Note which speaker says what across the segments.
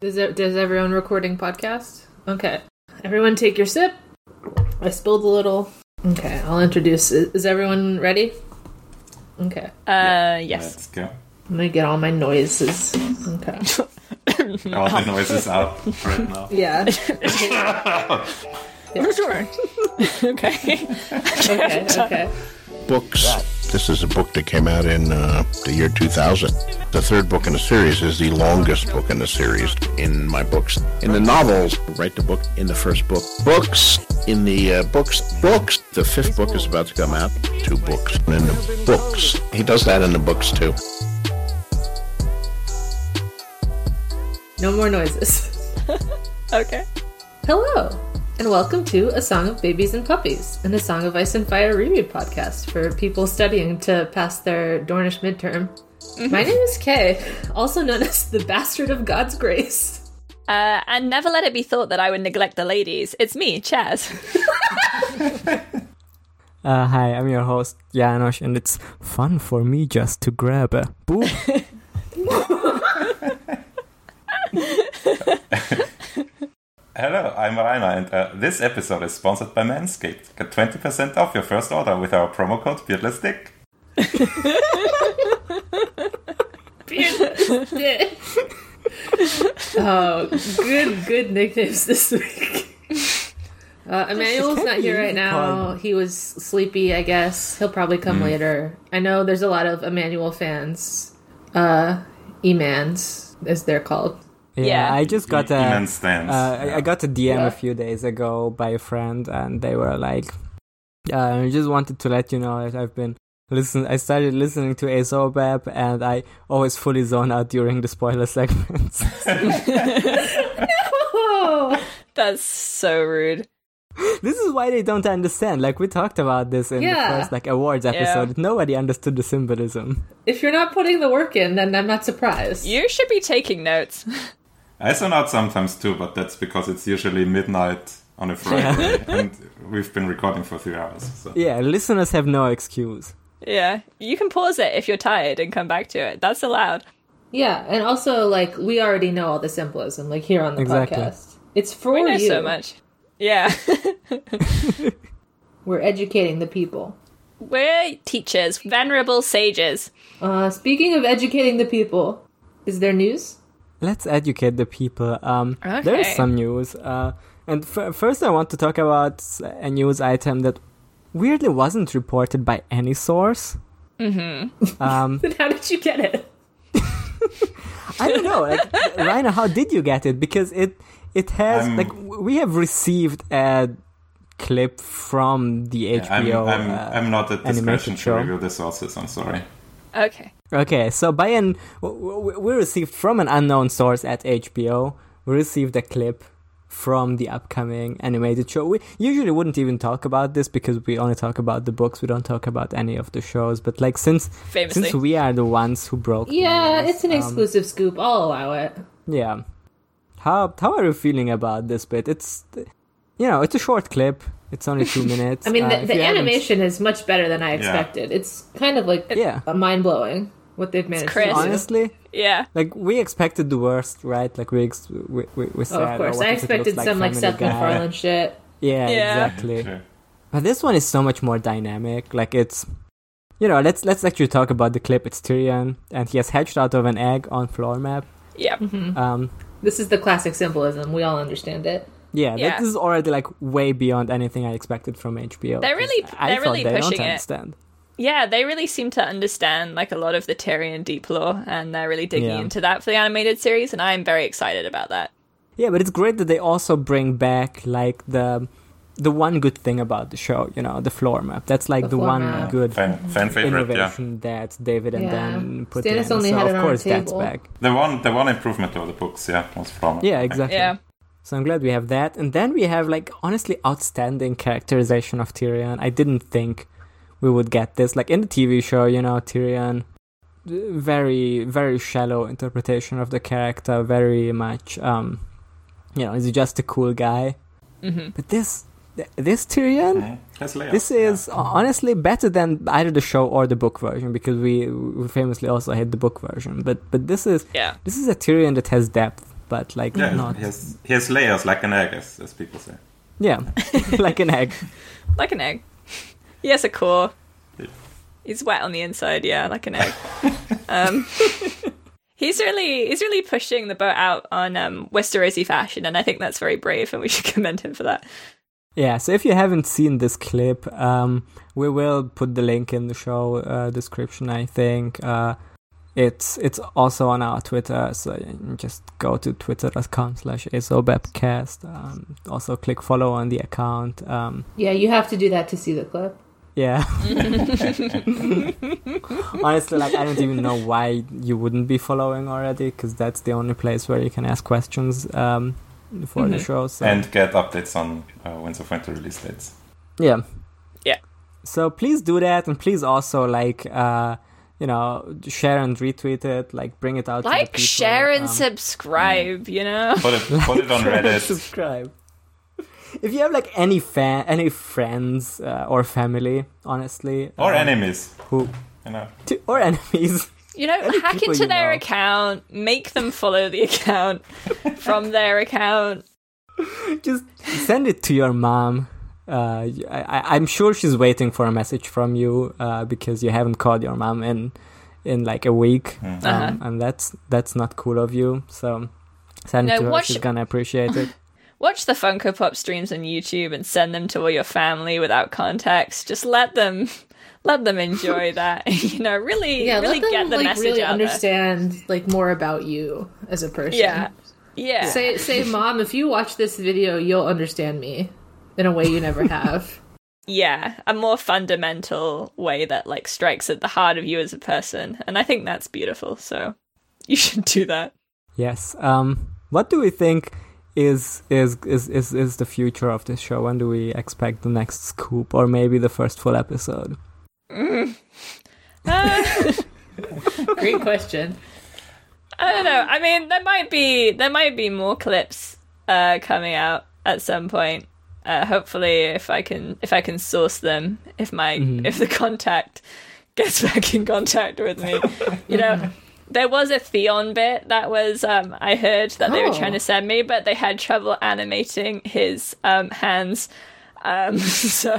Speaker 1: Does it, does everyone recording podcast? Okay, everyone take your sip. I spilled a little. Okay, I'll introduce. Is, is everyone ready? Okay,
Speaker 2: Uh, yes.
Speaker 3: Let's go.
Speaker 1: I'm gonna get all my noises. Okay,
Speaker 3: All the noises out right now.
Speaker 1: yeah.
Speaker 2: For sure. okay.
Speaker 1: Okay, okay.
Speaker 4: books. This is a book that came out in uh, the year 2000. The third book in the series is the longest book in the series in my books. In the novels, write the book in the first book. Books in the uh, books. Books. The fifth book is about to come out. Two books and in the books. He does that in the books too.
Speaker 1: No more noises.
Speaker 2: Okay.
Speaker 1: Hello, and welcome to A Song of Babies and Puppies, and A Song of Ice and Fire reread podcast for people studying to pass their Dornish midterm. My name is Kay, also known as the Bastard of God's Grace.
Speaker 2: Uh, and never let it be thought that I would neglect the ladies. It's me, Chaz.
Speaker 5: Uh, hi, I'm your host, Janosch, and it's fun for me just to grab a boob.
Speaker 3: Hello, I'm Rainer, and uh, this episode is sponsored by Manscaped. Get 20% off your first order with our promo code BeardlessDick.
Speaker 1: oh, good, good nicknames this week. Uh, Emmanuel's not here right now. He was sleepy, I guess. He'll probably come later. I know there's a lot of Emmanuel fans, uh, E-mans, as they're called.
Speaker 5: yeah,
Speaker 2: Yeah.
Speaker 5: I just got a,
Speaker 3: Immense stands.
Speaker 5: uh, I, I got a DM
Speaker 1: Yeah.
Speaker 5: a few days ago by a friend, and they were like, uh, "I just wanted to let you know that I've been listen. I started listening to Azobab, and I always fully zone out during the spoiler segments.
Speaker 1: Oh,
Speaker 2: That's so rude.
Speaker 5: this is why they don't understand. Like we talked about this in
Speaker 1: Yeah.
Speaker 5: the first like awards episode. Nobody understood the symbolism.
Speaker 1: if you're not putting the work in, then I'm not surprised.
Speaker 2: You should be taking notes.
Speaker 3: I zone out sometimes too, but that's because it's usually midnight on a Friday, and we've been recording for three hours. So.
Speaker 5: Yeah, listeners have no excuse.
Speaker 2: yeah. You can pause it if you're tired and come back to it. That's allowed.
Speaker 1: Yeah, and also like we already know all the symbolism, like here on the
Speaker 5: Exactly.
Speaker 1: podcast. It's for
Speaker 2: We know
Speaker 1: you.
Speaker 2: so much. Yeah.
Speaker 1: We're educating the people.
Speaker 2: We're teachers, venerable sages.
Speaker 1: Uh, speaking of educating the people, is there news?
Speaker 5: Let's educate the people. Um, There
Speaker 2: Okay.
Speaker 5: is some news. Uh, and f- first, I want to talk about a news item that weirdly wasn't reported by any source. Mm-hmm. Um,
Speaker 1: Then how did you get it?
Speaker 5: I don't know. Like, Rainer, how did you get it? Because it it has
Speaker 3: I'm-
Speaker 5: like w- we have received a clip from the
Speaker 3: I'm,
Speaker 5: HBO.
Speaker 3: I'm,
Speaker 5: uh,
Speaker 3: I'm not at discretion
Speaker 5: animated
Speaker 3: to
Speaker 5: show.
Speaker 3: review the sources, I'm sorry.
Speaker 2: Okay.
Speaker 5: Okay, so by an w- w- we received from an unknown source at HBO, we received a clip from the upcoming animated show. We usually wouldn't even talk about this because we only talk about the books. We don't talk about any of the shows. But like since
Speaker 2: Famously.
Speaker 5: since we are the ones who broke, the
Speaker 1: Yeah,
Speaker 5: news,
Speaker 1: it's an exclusive scoop. I'll allow it.
Speaker 5: yeah. How how are you feeling about this bit? It's you know it's a short clip. It's only two minutes.
Speaker 1: I mean,
Speaker 5: Uh,
Speaker 1: the,
Speaker 5: if
Speaker 1: the
Speaker 5: you haven't-
Speaker 1: animation is much better than I expected. It's kind of like
Speaker 5: Yeah.
Speaker 1: mind blowing what they've managed. to
Speaker 2: crazy.
Speaker 1: do.
Speaker 5: Honestly,
Speaker 2: Yeah.
Speaker 5: Like we expected the worst, right? Like we ex- we we, we said,
Speaker 1: Oh, of course,
Speaker 5: what
Speaker 1: I
Speaker 5: if it looks
Speaker 1: expected some like
Speaker 5: Family
Speaker 1: Seth
Speaker 5: Guy?
Speaker 1: MacFarlane shit.
Speaker 5: Yeah,
Speaker 2: Yeah.
Speaker 5: exactly.
Speaker 3: Sure.
Speaker 5: But this one is so much more dynamic. Like it's, you know, let's let's actually talk about the clip. It's Tyrion, and he has hatched out of an egg on floor map.
Speaker 2: Yeah.
Speaker 5: Um,
Speaker 1: This is the classic symbolism. We all understand it.
Speaker 5: yeah, that-
Speaker 2: Yeah.
Speaker 5: this is already like way beyond anything I expected from HBO.
Speaker 2: They're really-
Speaker 5: 'cause I
Speaker 2: they're
Speaker 5: thought
Speaker 2: really
Speaker 5: they
Speaker 2: pushing
Speaker 5: don't
Speaker 2: it.
Speaker 5: understand.
Speaker 2: yeah, they really seem to understand like a lot of the Tyrion deep lore, and they're really digging
Speaker 5: Yeah.
Speaker 2: into that for the animated series, and I'm very excited about that.
Speaker 5: Yeah, but it's great that they also bring back like the the one good thing about the show. You know, the floor map. That's like
Speaker 1: The
Speaker 5: the,
Speaker 1: floor
Speaker 5: one
Speaker 1: map.
Speaker 5: good
Speaker 3: Fan, fan favorite, yeah.
Speaker 5: innovation that David and
Speaker 1: Yeah.
Speaker 5: Dan put
Speaker 1: Stannis
Speaker 5: in.
Speaker 1: only
Speaker 5: so
Speaker 1: had it
Speaker 5: of
Speaker 1: on
Speaker 5: course
Speaker 1: the
Speaker 5: that's
Speaker 1: table.
Speaker 5: back.
Speaker 3: The one, the one improvement of the books, yeah, was from.
Speaker 5: Yeah, exactly.
Speaker 2: Yeah.
Speaker 5: So I'm glad we have that. And then we have like honestly outstanding characterization of Tyrion. I didn't think we would get this. Like in the TV show, you know, Tyrion uh, very very shallow interpretation of the character, very much um you know, is just a cool guy.
Speaker 2: hmm
Speaker 5: But this th- this Tyrion
Speaker 3: Mhm. That's Leia.
Speaker 5: This is honestly better than either the show or the book version because we, we famously also had the book version. But but this is
Speaker 2: Yeah.
Speaker 5: this is a Tyrion that has depth, but like
Speaker 3: Yeah,
Speaker 5: not.
Speaker 3: he, has, he has layers like an egg, as, as people say.
Speaker 5: Yeah, like an egg.
Speaker 2: Like an egg. He has a core. He's wet on the inside, yeah, like an egg. um, he's really he's really pushing the boat out on um, Westerosi fashion, and I think that's very brave, and we should commend him for that.
Speaker 5: Yeah, so if you haven't seen this clip, um, we will put the link in the show uh, description. I think uh, it's it's also on our Twitter, so you just go to twitter.com/slash asobebcast. Um, also, click follow on the account. Um,
Speaker 1: Yeah, you have to do that to see the clip.
Speaker 5: yeah. Honestly, like I don't even know why you wouldn't be following already, because that's the only place where you can ask questions um, for the show. So.
Speaker 3: And get updates on uh, Winds of Winter release dates.
Speaker 5: Yeah.
Speaker 2: Yeah.
Speaker 5: So please do that, and please also like, uh, you know, share and retweet it. Like, bring it out. to the
Speaker 2: Like,
Speaker 5: people,
Speaker 2: share and
Speaker 5: um,
Speaker 2: subscribe, you know.
Speaker 3: Put it, put it on
Speaker 5: share and
Speaker 3: Reddit.
Speaker 5: Subscribe. If you have like any fan, any friends uh, or family, honestly,
Speaker 3: Or
Speaker 5: um,
Speaker 3: enemies.
Speaker 5: who,
Speaker 3: You know.
Speaker 5: to, or enemies.
Speaker 2: You know, hack
Speaker 5: people
Speaker 2: into
Speaker 5: you
Speaker 2: their
Speaker 5: know.
Speaker 2: account, make them follow the account from their account.
Speaker 5: just send it to your mom. Uh, y- I, am sure she's waiting for a message from you uh, because you haven't called your mom in in like a week, um,
Speaker 2: Uh-huh.
Speaker 5: and that's that's not cool of you. So send
Speaker 2: No,
Speaker 5: it to her;
Speaker 2: what
Speaker 5: she's
Speaker 2: sh-
Speaker 5: gonna appreciate it.
Speaker 2: Watch the Funko Pop streams on YouTube and send them to all your family without context. Just let them let them enjoy that. you know, really
Speaker 1: Yeah,
Speaker 2: really
Speaker 1: let them
Speaker 2: get the
Speaker 1: like
Speaker 2: message
Speaker 1: really
Speaker 2: out
Speaker 1: understand like more about you as a person.
Speaker 2: there. Yeah. Yeah.
Speaker 1: Say say, mom, if you watch this video, you'll understand me in a way you never have.
Speaker 2: yeah. A more fundamental way that like strikes at the heart of you as a person. And I think that's beautiful. So you should do that.
Speaker 5: yes. Um, what do we think is is, is is is the future of this show? When do we expect the next scoop, or maybe the first full episode?
Speaker 2: Ah.
Speaker 1: Great question.
Speaker 2: I don't know. I mean, there might be there might be more clips uh, coming out at some point. Uh, hopefully, if I can if I can source them, if my if the contact gets back in contact with me, you know. There was a Theon bit that was um, I heard that they were
Speaker 1: Oh.
Speaker 2: trying to send me, but they had trouble animating his um, hands. Um, so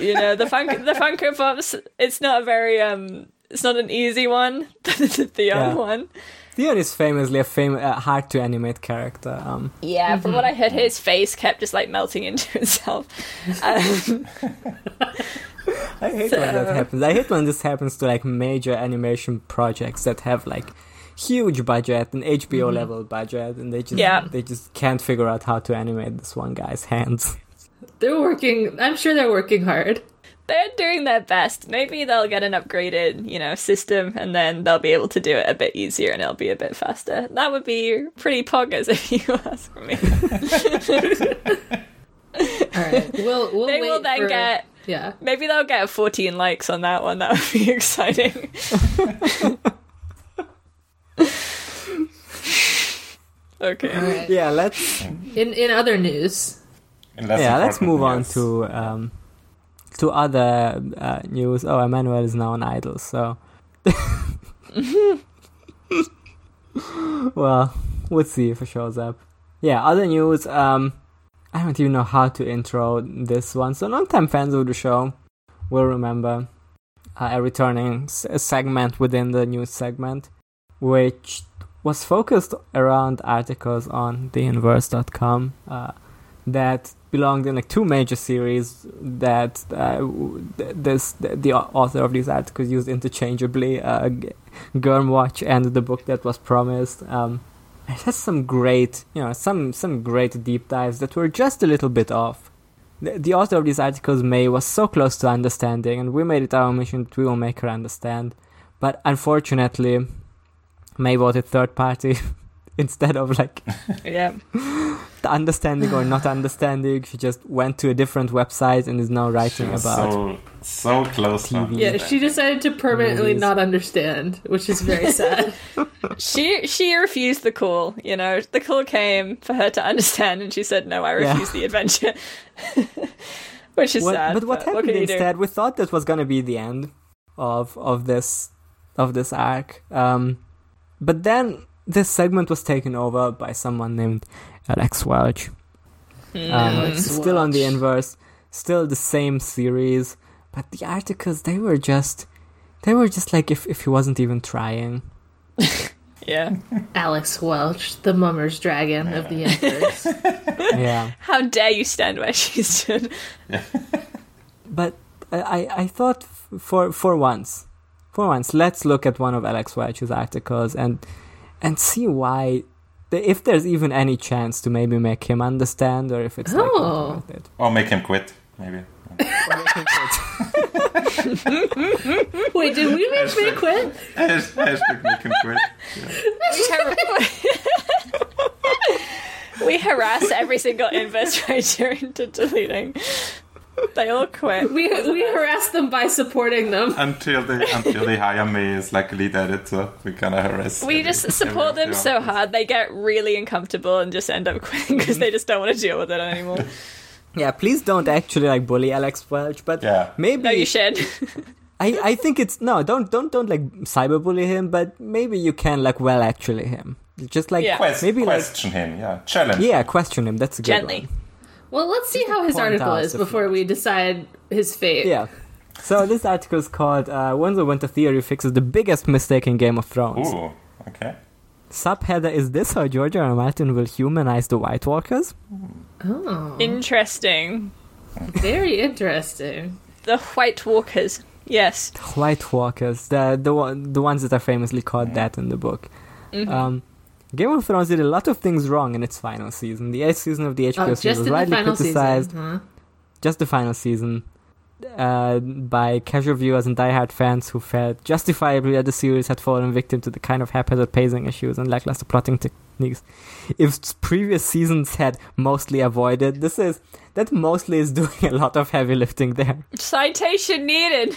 Speaker 2: you know the funk the Funko Pops. It's not a very um. It's not an easy one. the Theon
Speaker 5: Yeah.
Speaker 2: one.
Speaker 5: Theon is famously a fam- uh, hard to animate character. Um,
Speaker 2: Yeah, from what I
Speaker 1: Mm-hmm.
Speaker 2: heard, his face kept just like melting into itself. Um,
Speaker 5: I hate when that happens. I hate when this happens to like major animation projects that have like huge budget and HBO level budget, and they just
Speaker 2: Mm-hmm. Yeah.
Speaker 5: they just can't figure out how to animate this one guy's hands.
Speaker 1: They're working. I'm sure they're working hard.
Speaker 2: they're doing their best. Maybe they'll get an upgraded, you know, system, and then they'll be able to do it a bit easier and it'll be a bit faster. That would be pretty poggers if you ask me.
Speaker 1: All right. We'll we'll
Speaker 2: They
Speaker 1: wait
Speaker 2: will then
Speaker 1: for-
Speaker 2: get.
Speaker 1: yeah.
Speaker 2: Maybe they'll get 14 likes on that one. That would be exciting. okay.
Speaker 1: All right.
Speaker 5: Yeah, let's
Speaker 1: In in other news,
Speaker 3: in less
Speaker 5: yeah let's
Speaker 3: important
Speaker 5: move on
Speaker 3: news.
Speaker 5: to um to other uh, news. Oh, Emmanuel is now on idle, so well, we'll see if it shows up. Yeah, other news. Um, I don't even know how to intro this one. So, longtime fans of the show will remember uh, a returning s- segment within the news segment, which was focused around articles on theinverse.com uh, that belonged in like two major series that uh, w- th- this th- the au- author of these articles used interchangeably uh, G- Gurm Watch and the book that was promised. Um, it has some great, you know, some some great deep dives that were just a little bit off. The, the author of these articles, May, was so close to understanding, and we made it our mission that we will make her understand. But unfortunately, May voted third party instead of like
Speaker 2: Yeah.
Speaker 5: the understanding or not understanding. She just went to a different website and is now
Speaker 3: She
Speaker 5: writing
Speaker 3: was
Speaker 5: about.
Speaker 3: so, so close. to
Speaker 5: TV.
Speaker 1: yeah,
Speaker 3: understanding.
Speaker 1: she decided to permanently
Speaker 5: Movies.
Speaker 1: not understand, which is very sad.
Speaker 2: She she refused the call, you know. The call came for her to understand and she said, No, I
Speaker 5: Yeah.
Speaker 2: refuse the adventure. Which is
Speaker 5: What-
Speaker 2: sad.
Speaker 5: but what happened
Speaker 2: can you do?
Speaker 5: instead? We thought that was gonna be the end of of this of this arc. Um, But then this segment was taken over by someone named Alex Welch. Um,
Speaker 1: Mm.
Speaker 2: Hmm.
Speaker 1: Alex
Speaker 5: still on the
Speaker 1: Welch.
Speaker 5: inverse, still the same series, but the articles they were just, they were just like if if he wasn't even trying.
Speaker 2: Yeah.
Speaker 1: Alex Welch, the mummer's dragon of the universe.
Speaker 5: yeah.
Speaker 2: How dare you stand where she stood?
Speaker 5: But I, I- I thought f- for for once, for once, let's look at one of Alex Welch's articles and and see why, the, if there's even any chance to maybe make him understand or if it's like not
Speaker 1: Oh.
Speaker 5: worth it.
Speaker 3: Or make him quit, maybe.
Speaker 1: Wait, did we make Finn quit?
Speaker 3: Hashtag hashtag make him quit.
Speaker 2: We, har- we harass every single inverse writer into deleting. They all quit.
Speaker 1: We we harassed them by supporting them.
Speaker 3: Until they until they hire me as like lead editor, we gonna harass.
Speaker 2: We
Speaker 3: every-
Speaker 2: just
Speaker 3: every-
Speaker 2: support them
Speaker 3: yeah.
Speaker 2: so hard they get really uncomfortable and just end up quitting because they just don't want to deal with it anymore.
Speaker 5: Yeah, please don't actually like bully Alex Welch, but
Speaker 3: Yeah.
Speaker 5: maybe
Speaker 2: No, you should.
Speaker 5: I, I think it's no, don't don't don't like cyberbully him, but maybe you can like well actually him. Just like
Speaker 2: Yeah.
Speaker 3: Quest,
Speaker 5: maybe
Speaker 3: question him, yeah, challenge.
Speaker 5: like yeah, question him. That's a good
Speaker 2: Gently.
Speaker 5: one.
Speaker 1: Well, let's see how his
Speaker 5: point
Speaker 1: article
Speaker 5: out
Speaker 1: is
Speaker 5: the
Speaker 1: before we decide his fate.
Speaker 5: Yeah. So this article is called uh, "When the Winter Theory fixes the biggest mistake in Game of Thrones."
Speaker 3: Ooh, okay.
Speaker 5: Subheader is this: How George R. R. Martin will humanize the White Walkers.
Speaker 1: Oh,
Speaker 2: Interesting.
Speaker 1: very interesting.
Speaker 2: The White Walkers. Yes.
Speaker 5: White Walkers, the the one- the ones that are famously called that in the book.
Speaker 1: Mm-hmm.
Speaker 5: Um, Game of Thrones did a lot of things wrong in its final season. The eighth season of the HBO
Speaker 1: Oh,
Speaker 5: series
Speaker 1: just
Speaker 5: was
Speaker 1: in the
Speaker 5: widely
Speaker 1: final
Speaker 5: criticized.
Speaker 1: season, huh?
Speaker 5: just the final season uh, by casual viewers and diehard fans who felt justifiably that the series had fallen victim to the kind of haphazard pacing issues and lackluster plotting techniques. If s- previous seasons had mostly avoided, this is that mostly is doing a lot of heavy lifting there.
Speaker 2: Citation needed.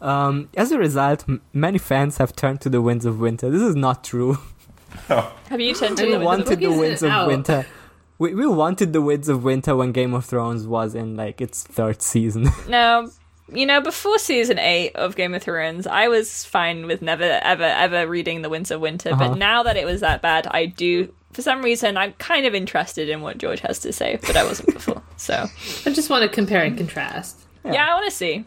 Speaker 5: Um, as a result, m- many fans have turned to the Winds of Winter. This is not true.
Speaker 2: Have you turned to
Speaker 1: I
Speaker 5: We
Speaker 1: mean,
Speaker 2: the
Speaker 1: one-
Speaker 5: wanted the
Speaker 1: book isn't
Speaker 5: Winds of
Speaker 1: out.
Speaker 5: Winter. We, we wanted the Winds of Winter when Game of Thrones was in like its third season.
Speaker 2: Now, you know, before season eight of Game of Thrones, I was fine with never, ever, ever reading The Winds of Winter.
Speaker 5: Uh-huh.
Speaker 2: But now that it was that bad, I do. For some reason, I'm kind of interested in what George has to say, but I wasn't before. So,
Speaker 1: I just want to compare and contrast.
Speaker 2: yeah, I want to see.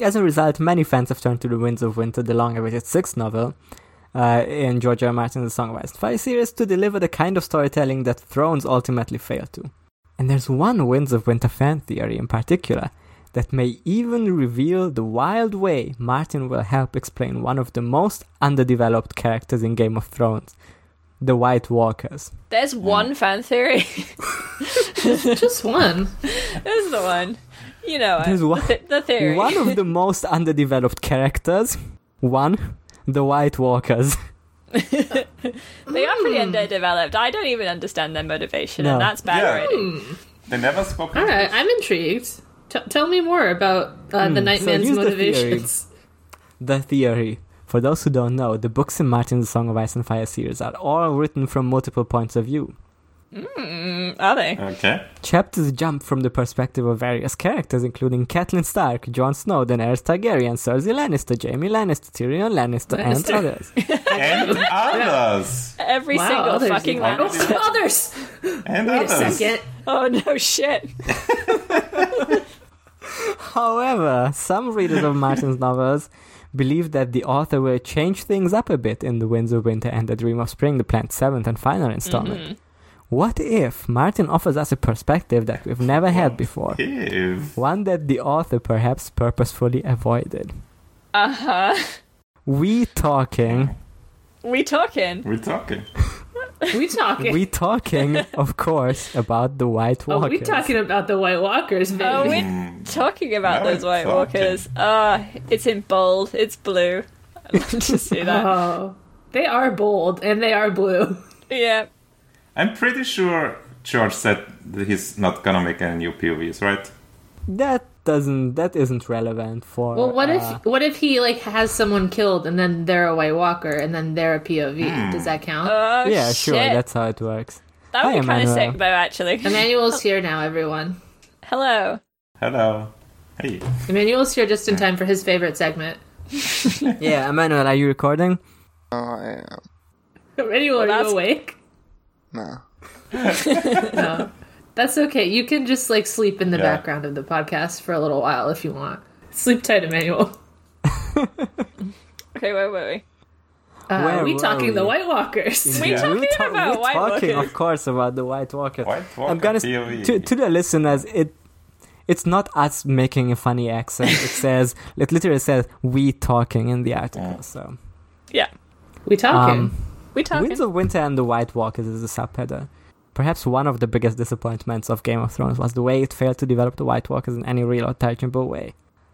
Speaker 5: As a result, many fans have turned to The Winds of Winter, the long awaited sixth novel uh, in George R. R. Martin's The Song of Ice and Fire series, to deliver the kind of storytelling that Thrones ultimately failed to. And there's one Winds of Winter fan theory in particular that may even reveal the wild way Martin will help explain one of the most underdeveloped characters in Game of Thrones the White Walkers.
Speaker 2: There's one fan theory.
Speaker 1: Just one.
Speaker 2: There's the one. You know it.
Speaker 5: There's
Speaker 2: The
Speaker 5: one-
Speaker 2: th- the, theory.
Speaker 5: One of the most underdeveloped characters, one, the White Walkers.
Speaker 2: they are pretty underdeveloped. I don't even understand their motivation, and
Speaker 5: Mm. No.
Speaker 2: that's bad
Speaker 3: Yeah.
Speaker 2: writing.
Speaker 3: They never spoke.
Speaker 1: Hmm. All right, I'm intrigued. T- tell me more about uh, the Nightman's
Speaker 5: here's Hmm, the
Speaker 1: motivations.
Speaker 5: The theory. For those who don't know, the books in Martin's Song of Ice and Fire series are all written from multiple points of view.
Speaker 2: Mm, Are they?
Speaker 3: Okay.
Speaker 5: Chapters jump from the perspective of various characters, including Catelyn Stark, Jon Snow, Daenerys Targaryen, Cersei Lannister, Jaime Lannister, Tyrion Lannister, and
Speaker 1: Lannister.
Speaker 5: others.
Speaker 3: And others.
Speaker 2: Every
Speaker 1: Wow,
Speaker 2: single
Speaker 1: others
Speaker 2: fucking
Speaker 1: even.
Speaker 2: one.
Speaker 1: Oh, others.
Speaker 3: And
Speaker 1: Wait a
Speaker 3: others.
Speaker 1: second.
Speaker 2: Oh no, shit.
Speaker 5: However, some readers of Martin's novels believe that the author will change things up a bit in The Winds of Winter and The Dream of Spring, the planned seventh and final installment. What if Martin offers us a perspective that we've never had before?
Speaker 3: If.
Speaker 5: one that the author perhaps purposefully avoided.
Speaker 2: Uh huh.
Speaker 5: We talking,
Speaker 2: We talking.
Speaker 3: We're talking.
Speaker 1: We talking.
Speaker 5: we talking, of course, about the White
Speaker 1: Oh,
Speaker 5: Walkers.
Speaker 1: we talking about the White Walkers, baby.
Speaker 2: Oh, we talking about
Speaker 3: Hmm. Now
Speaker 2: those
Speaker 3: it's
Speaker 2: White
Speaker 3: talking.
Speaker 2: Walkers. Ah, it's in bold. It's blue. I love to see that.
Speaker 1: Oh, they are bold and they are blue.
Speaker 2: Yeah.
Speaker 3: I'm pretty sure George said that he's not gonna make any new POVs, right?
Speaker 5: That doesn't. That isn't relevant for.
Speaker 1: Well, what
Speaker 5: uh,
Speaker 1: if what if he like has someone killed and then they're a White Walker and then they're a POV?
Speaker 5: Hmm.
Speaker 1: Does that count?
Speaker 2: Oh
Speaker 5: Yeah,
Speaker 2: shit.
Speaker 5: sure. That's how it works.
Speaker 2: that would
Speaker 5: Hi,
Speaker 2: be kind of
Speaker 5: Emmanuel.
Speaker 2: sick though, actually.
Speaker 1: Emmanuel's here now, everyone.
Speaker 2: Hello.
Speaker 3: Hello. Hey.
Speaker 1: Emmanuel's here just in time for his favorite segment.
Speaker 5: Yeah, Emmanuel, are you recording?
Speaker 6: Oh, I am.
Speaker 1: Renny, are
Speaker 2: that's-
Speaker 1: you awake?
Speaker 6: No.
Speaker 1: No. That's okay. You can just like sleep in the
Speaker 3: Yeah.
Speaker 1: background of the podcast for a little while if you want. Sleep tight, Emmanuel.
Speaker 2: Okay, where were we?
Speaker 1: Uh,
Speaker 5: Where
Speaker 1: we
Speaker 5: were
Speaker 1: talking
Speaker 5: we?
Speaker 1: the White Walkers.
Speaker 2: We
Speaker 5: We
Speaker 2: talking
Speaker 5: ta-
Speaker 2: about
Speaker 5: we're
Speaker 2: White
Speaker 5: talking,
Speaker 2: Walkers.
Speaker 5: of course, about the White Walkers.
Speaker 3: White Walker
Speaker 5: I'm gonna s-
Speaker 3: POV.
Speaker 5: to, to the listeners, it it's not us making a funny accent. It says it literally says we talking in the article. So
Speaker 2: Yeah,
Speaker 1: We talking.
Speaker 5: Um,
Speaker 2: we talking.
Speaker 5: Winds of Winter and the White Walkers is a subheader. Perhaps one of the biggest disappointments of Game of Thrones was the way it failed to develop the White Walkers in any real or tangible way.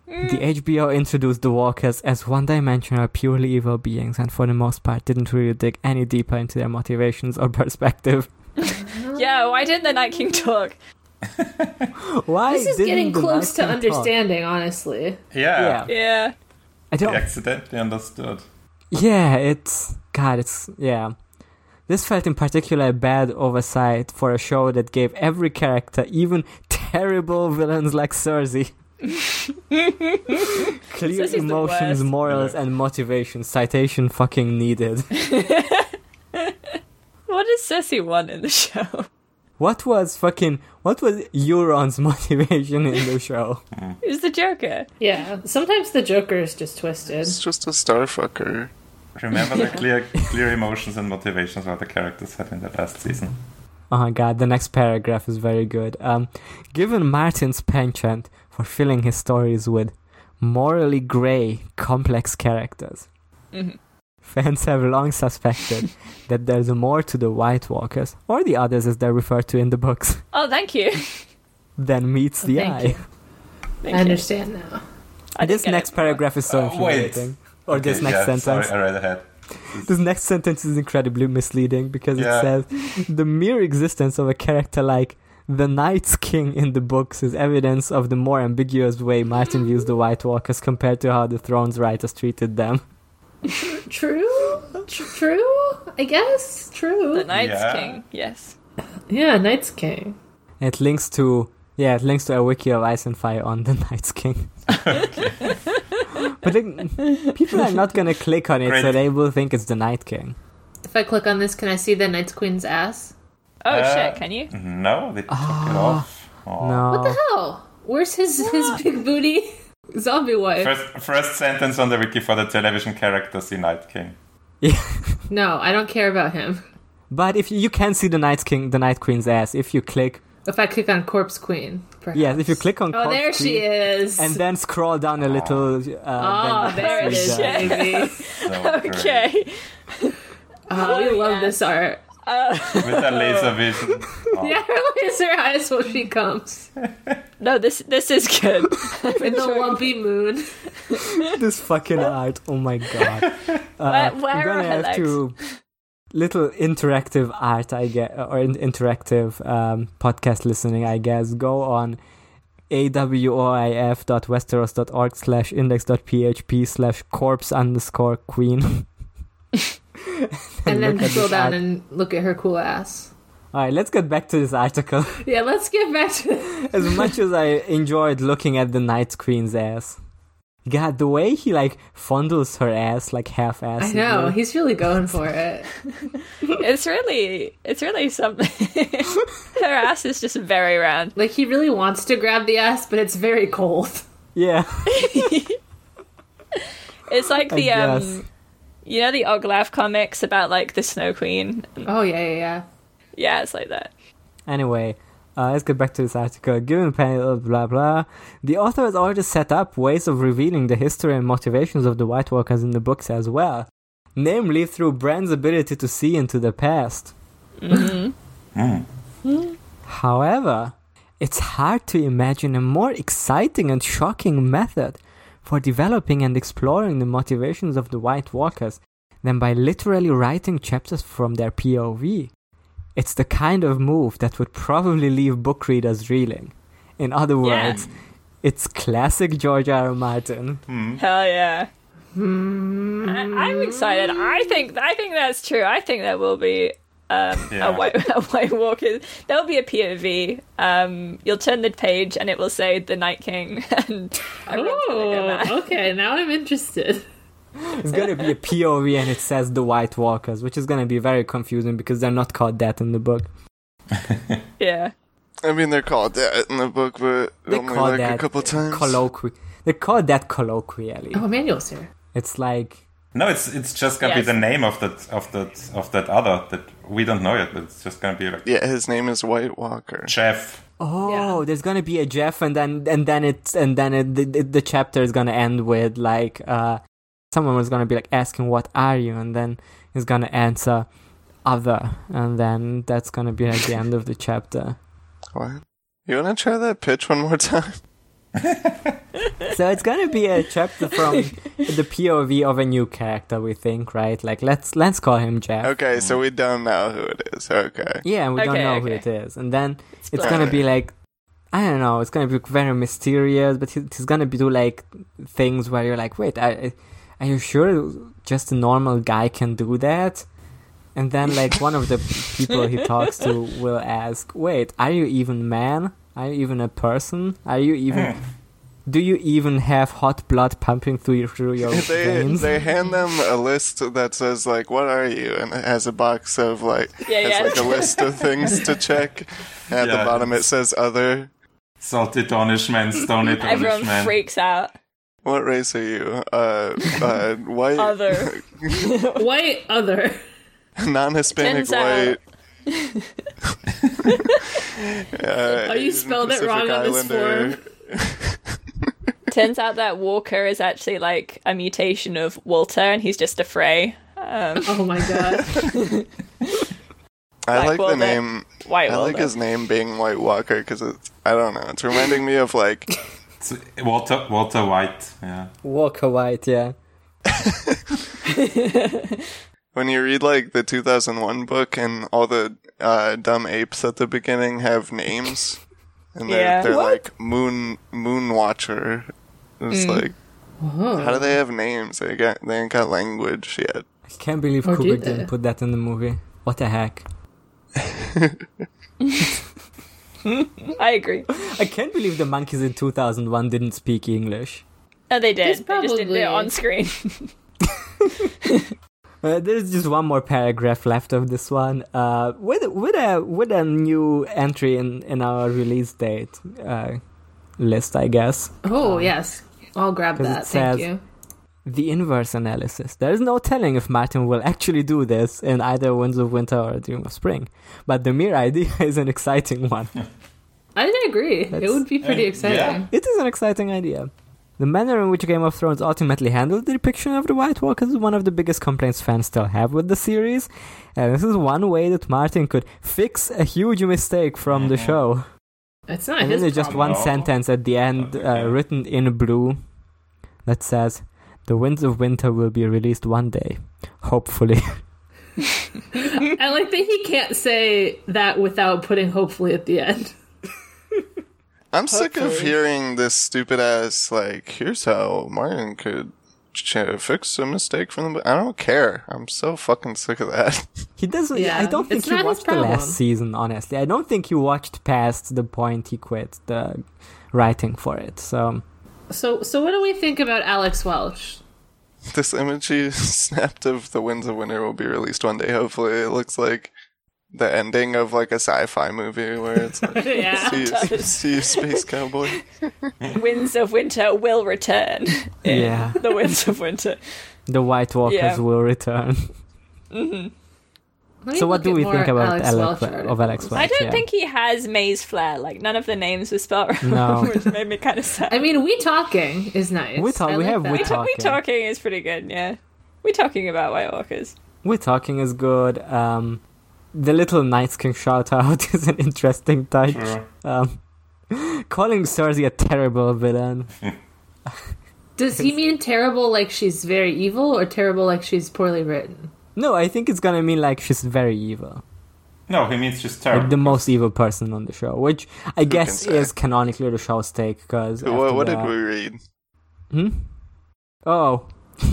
Speaker 1: Mm.
Speaker 5: The HBO introduced the Walkers as one dimensional, purely evil beings, and for the most part didn't really dig any deeper into their motivations or perspective.
Speaker 2: Hmm. yeah, why didn't the Night King talk?
Speaker 5: Why
Speaker 1: this is
Speaker 5: didn't
Speaker 1: getting
Speaker 5: the
Speaker 1: close to
Speaker 5: Night King talk?
Speaker 1: understanding, honestly.
Speaker 3: Yeah.
Speaker 5: Yeah.
Speaker 2: Yeah,
Speaker 5: I
Speaker 3: He
Speaker 5: don't.
Speaker 3: accidentally understood.
Speaker 5: Yeah, it's God. It's yeah. This felt in particular a bad oversight for a show that gave every character, even terrible villains like Cersei, clear
Speaker 2: Cersei's the
Speaker 5: emotions,
Speaker 2: worst.
Speaker 5: morals, and motivation. Citation fucking needed.
Speaker 2: what does Cersei want in the show?
Speaker 5: What was fucking? What was Euron's motivation in the show?
Speaker 2: Who's the Joker?
Speaker 1: Yeah. Sometimes the Joker is just twisted.
Speaker 6: It's just a starfucker.
Speaker 3: Remember the clear, clear emotions and motivations what the characters had in the last season.
Speaker 5: Oh my god, the next paragraph is very good. Um, given Martin's penchant for filling his stories with morally grey, complex characters,
Speaker 2: Mhm.
Speaker 5: fans have long suspected that there's more to the White Walkers, or the others as they're referred to in the books,
Speaker 2: Oh, thank you.
Speaker 5: than meets the
Speaker 1: Thank
Speaker 5: eye.
Speaker 1: you.
Speaker 2: Thank
Speaker 1: I
Speaker 2: you.
Speaker 1: understand now.
Speaker 2: Oh, I did
Speaker 5: This
Speaker 2: get
Speaker 5: next
Speaker 2: it.
Speaker 5: paragraph is so
Speaker 3: Uh, wait.
Speaker 5: infuriating. Or this
Speaker 3: Okay,
Speaker 5: next
Speaker 3: yeah,
Speaker 5: sentence.
Speaker 3: Sorry, I read ahead.
Speaker 5: This next sentence is incredibly misleading because
Speaker 3: Yeah.
Speaker 5: it says the mere existence of a character like the Night's King in the books is evidence of the more ambiguous way Martin views the White Walkers compared to how the Thrones writers treated them.
Speaker 1: True? Tr- true? I guess?
Speaker 2: The
Speaker 1: True.
Speaker 2: Night's
Speaker 3: Yeah.
Speaker 2: King. Yes.
Speaker 1: Yeah, Knight's King.
Speaker 5: It links to yeah, it links to a wiki of Ice and Fire on the Night's King. but like, people are not gonna click on it, so
Speaker 3: Great.
Speaker 5: they will think it's the Night King.
Speaker 1: If I click on this, can I see the Knight's Queen's ass?
Speaker 2: Oh
Speaker 3: Uh,
Speaker 2: shit! Can you?
Speaker 3: No, they took it off. Oh.
Speaker 5: No,
Speaker 1: What the hell? Where's his, his big booty zombie wife?
Speaker 3: First, first sentence on the wiki for the television character, see Night King.
Speaker 1: No, I don't care about him.
Speaker 5: but if you, you can see the Night King, the Night Queen's ass if you click.
Speaker 1: If I click on Corpse Queen, perhaps.
Speaker 5: Yes, if you click on.
Speaker 1: Oh,
Speaker 5: Corpse
Speaker 1: there she
Speaker 5: Queen-
Speaker 1: is.
Speaker 5: and then scroll down a little. Uh,
Speaker 1: oh,
Speaker 2: Ah,
Speaker 5: then you
Speaker 1: there it
Speaker 5: see
Speaker 1: is,
Speaker 5: the-
Speaker 1: baby.
Speaker 2: shit.
Speaker 3: So great.
Speaker 2: Okay.
Speaker 1: Oh, we love
Speaker 2: yes.
Speaker 1: this art.
Speaker 2: Uh,
Speaker 3: With a laser vision. Oh.
Speaker 1: Yeah, her laser eyes when she comes.
Speaker 2: no, this this is good.
Speaker 1: And the lumpy moon.
Speaker 5: This fucking art. Oh my god. Uh,
Speaker 2: Where- where
Speaker 5: I'm
Speaker 2: are
Speaker 5: gonna
Speaker 2: her
Speaker 5: have
Speaker 2: legs?
Speaker 5: to little interactive art, I guess, or in- interactive um, podcast listening, I guess. Go on awoif.westeros.org slash index.php slash corpse underscore queen.
Speaker 1: And then
Speaker 5: Look at
Speaker 1: scroll
Speaker 5: this
Speaker 1: down
Speaker 5: art.
Speaker 1: and look at her cool ass.
Speaker 5: All right, let's get back to this article.
Speaker 1: Yeah, let's get back to
Speaker 5: as much as I enjoyed looking at the Night Queen's ass. God, the way he like fondles her ass like half ass.
Speaker 1: I know, he's really going for it.
Speaker 2: it's really it's really something. Her ass is just very round.
Speaker 1: Like he really wants to grab the ass, but it's very cold.
Speaker 5: Yeah.
Speaker 2: It's like
Speaker 5: I
Speaker 2: the
Speaker 5: guess.
Speaker 2: um, you know the Oglav comics about like the Snow Queen.
Speaker 1: Oh yeah, yeah, yeah.
Speaker 2: Yeah, it's like that.
Speaker 5: Anyway, uh, let's get back to this article. Given panel blah blah, the author has already set up ways of revealing the history and motivations of the White Walkers in the books as well, namely through Bran's ability to see into the past.
Speaker 3: Oh.
Speaker 5: However, it's hard to imagine a more exciting and shocking method for developing and exploring the motivations of the White Walkers than by literally writing chapters from their POV. It's the kind of move that would probably leave book readers reeling. In other
Speaker 2: Yeah.
Speaker 5: words, it's classic George R. R. Martin.
Speaker 2: Hell yeah.
Speaker 5: Hmm.
Speaker 2: I, I'm excited. I think I think that's true. I think there will be um,
Speaker 3: Yeah.
Speaker 2: a white a white walker. There will be a POV. Um, you'll turn the page and it will say the Night King. And everyone's gonna go mad.
Speaker 1: okay. Now I'm interested.
Speaker 5: it's gonna be a POV and it says the White Walkers, which is gonna be very confusing because they're not called that in the book.
Speaker 3: Hmm.
Speaker 5: Oh.
Speaker 2: Yeah.
Speaker 6: I mean, they're called that in the book, but
Speaker 5: They
Speaker 6: only
Speaker 5: call
Speaker 6: like
Speaker 5: that
Speaker 6: a couple times.
Speaker 5: colloqui. They call that colloquially.
Speaker 1: Oh, Emmanuel's here.
Speaker 5: It's like
Speaker 3: No, it's it's just gonna
Speaker 2: Yes.
Speaker 3: be the name of that of that of that other that we don't know yet, but it's just gonna be like
Speaker 6: Yeah, his name is White Walker.
Speaker 3: Jeff.
Speaker 5: Oh, there's gonna be a Jeff, and then and then it's and then it, the, the- the chapter is gonna end with like uh, someone was gonna be like asking what are you, and then he's gonna answer other, and then that's gonna be at the end of the chapter.
Speaker 6: What? You want to try that pitch one more time?
Speaker 5: So it's gonna be a chapter from the POV of a new character, we think, right? Like let's let's call him Jeff.
Speaker 6: Okay, so we don't know who it is. Okay.
Speaker 5: Yeah, and we don't
Speaker 2: Okay,
Speaker 5: know who
Speaker 2: okay.
Speaker 5: it is, and then it's
Speaker 2: Blur.
Speaker 5: gonna be like I don't know. It's gonna be very mysterious, but he, he's gonna be do like things where you're like, wait, are, are you sure just a normal guy can do that? And then like one of the people he talks to will ask, wait, are you even man? Are you even a person? Are you even? Do you even have hot blood pumping through your, through your
Speaker 6: They
Speaker 5: veins?
Speaker 6: they hand them a list that says like, "What are you?" and it has a box of like,
Speaker 2: Yeah,
Speaker 6: has
Speaker 2: yeah.
Speaker 6: like a list of things to check. And at
Speaker 3: Yeah,
Speaker 6: the bottom it
Speaker 3: it's-
Speaker 6: says "other."
Speaker 3: Salty Donishman, Stony
Speaker 2: Everyone
Speaker 3: Donishman.
Speaker 2: freaks out.
Speaker 6: What race are you? Uh, uh white,
Speaker 2: Other.
Speaker 1: White other.
Speaker 6: non-Hispanic,
Speaker 2: Turns out-
Speaker 6: white. uh,
Speaker 1: Oh, you
Speaker 6: Asian
Speaker 1: spelled it
Speaker 6: Pacific
Speaker 1: wrong on this
Speaker 6: Islander.
Speaker 1: form.
Speaker 2: Turns out that Walker is actually like a mutation of Walter, and he's just a Frey. Um,
Speaker 1: Oh my god.
Speaker 6: I
Speaker 2: Black
Speaker 6: like the
Speaker 2: Walnut.
Speaker 6: name.
Speaker 2: White
Speaker 6: I
Speaker 2: Walter.
Speaker 6: like his name being White Walker because it's. I don't know. It's reminding me of like
Speaker 3: It's eh, Walter Walter White. Yeah.
Speaker 5: Walker White, yeah.
Speaker 6: when you read like the 2001 book and all the uh, dumb apes at the beginning have names, and they're,
Speaker 2: Yeah.
Speaker 6: they're
Speaker 2: What?
Speaker 6: like Moon Moon Watcher. It's
Speaker 1: Mm.
Speaker 6: like how do they have names? They got they ain't got language yet.
Speaker 5: I can't believe
Speaker 1: Or
Speaker 5: Kubrick
Speaker 1: did they?
Speaker 5: didn't put that in the movie. What the heck?
Speaker 2: I agree.
Speaker 5: I can't believe the monkeys in 2001 didn't speak English.
Speaker 2: No, they did.
Speaker 1: There's
Speaker 2: They just didn't do
Speaker 1: probably-
Speaker 2: it on screen.
Speaker 5: Uh, there's just one more paragraph left of this one. Uh, with with a with a new entry in in our release date uh, list, I guess.
Speaker 1: Oh yes, I'll grab
Speaker 5: 'cause
Speaker 1: that.
Speaker 5: it
Speaker 1: Thank
Speaker 5: says-
Speaker 1: you.
Speaker 5: The inverse analysis. There is no telling if Martin will actually do this in either Winds of Winter or Dream of Spring, but the mere idea is an exciting one.
Speaker 1: I agree. It
Speaker 5: That's-
Speaker 1: would be pretty
Speaker 3: Uh,
Speaker 1: exciting.
Speaker 5: It is an exciting idea. The manner in which Game of Thrones ultimately handled the depiction of the White Walkers is one of the biggest complaints fans still have with the series, and this is one way that Martin could fix a huge mistake from the show.
Speaker 1: It's not
Speaker 5: And then
Speaker 1: his
Speaker 5: there's just
Speaker 1: problem.
Speaker 5: one
Speaker 3: problem.
Speaker 5: sentence at the end
Speaker 3: Okay.
Speaker 5: uh, written in blue that says, The Winds of Winter will be released one day. Hopefully.
Speaker 1: I like that he can't say that without putting hopefully at the end.
Speaker 6: I'm sick of hearing this stupid ass like. Here's how Martin could ch- fix a mistake from the. I don't care. I'm so fucking sick of that.
Speaker 5: He doesn't.
Speaker 1: Yeah,
Speaker 5: I don't think
Speaker 1: it's
Speaker 5: he
Speaker 1: not his
Speaker 5: watched the
Speaker 1: problem.
Speaker 5: last season. Honestly, I don't think he watched past the point he quit the writing for it. So
Speaker 1: So, so what do we think about Alex Welch?
Speaker 6: this image you snapped of the Winds of Winter will be released one day. Hopefully, it looks like the ending of like a sci-fi movie where it's like,
Speaker 1: Yeah.
Speaker 6: see, you, see you, space cowboy.
Speaker 2: Winds of Winter will return. in
Speaker 5: Yeah.
Speaker 2: The Winds of Winter.
Speaker 5: the White Walkers
Speaker 2: Yeah.
Speaker 5: will return.
Speaker 1: Let me
Speaker 5: so what
Speaker 1: look
Speaker 5: do
Speaker 1: at
Speaker 5: we
Speaker 1: more
Speaker 5: think about Alex
Speaker 1: Welch
Speaker 5: of Alex
Speaker 1: articles.
Speaker 5: Welch?
Speaker 2: I don't
Speaker 5: yeah.
Speaker 2: think he has Maze Flair. Like, none of the names were spelled right,
Speaker 5: No.
Speaker 2: which made me kind of sad.
Speaker 1: I mean, we talking is nice.
Speaker 5: We Talk-
Speaker 1: I
Speaker 5: we
Speaker 1: like
Speaker 5: have
Speaker 1: that.
Speaker 5: We
Speaker 2: we, ta- we
Speaker 5: Talking.
Speaker 2: talking is pretty good, yeah. We're talking about White Walkers.
Speaker 5: we're talking is good. Um, the little Knights King shout out is an interesting touch.
Speaker 3: Sure.
Speaker 5: Um, calling Cersei a terrible villain.
Speaker 1: Does he mean terrible like she's very evil, or terrible like she's poorly written?
Speaker 5: No, I think it's gonna mean like she's very evil.
Speaker 3: No, he means just
Speaker 5: like
Speaker 3: terrible.
Speaker 5: the most evil person on the show, which I guess
Speaker 6: say?
Speaker 5: is canonically the show's take. Because
Speaker 6: what what did we read?
Speaker 5: Hmm? Oh,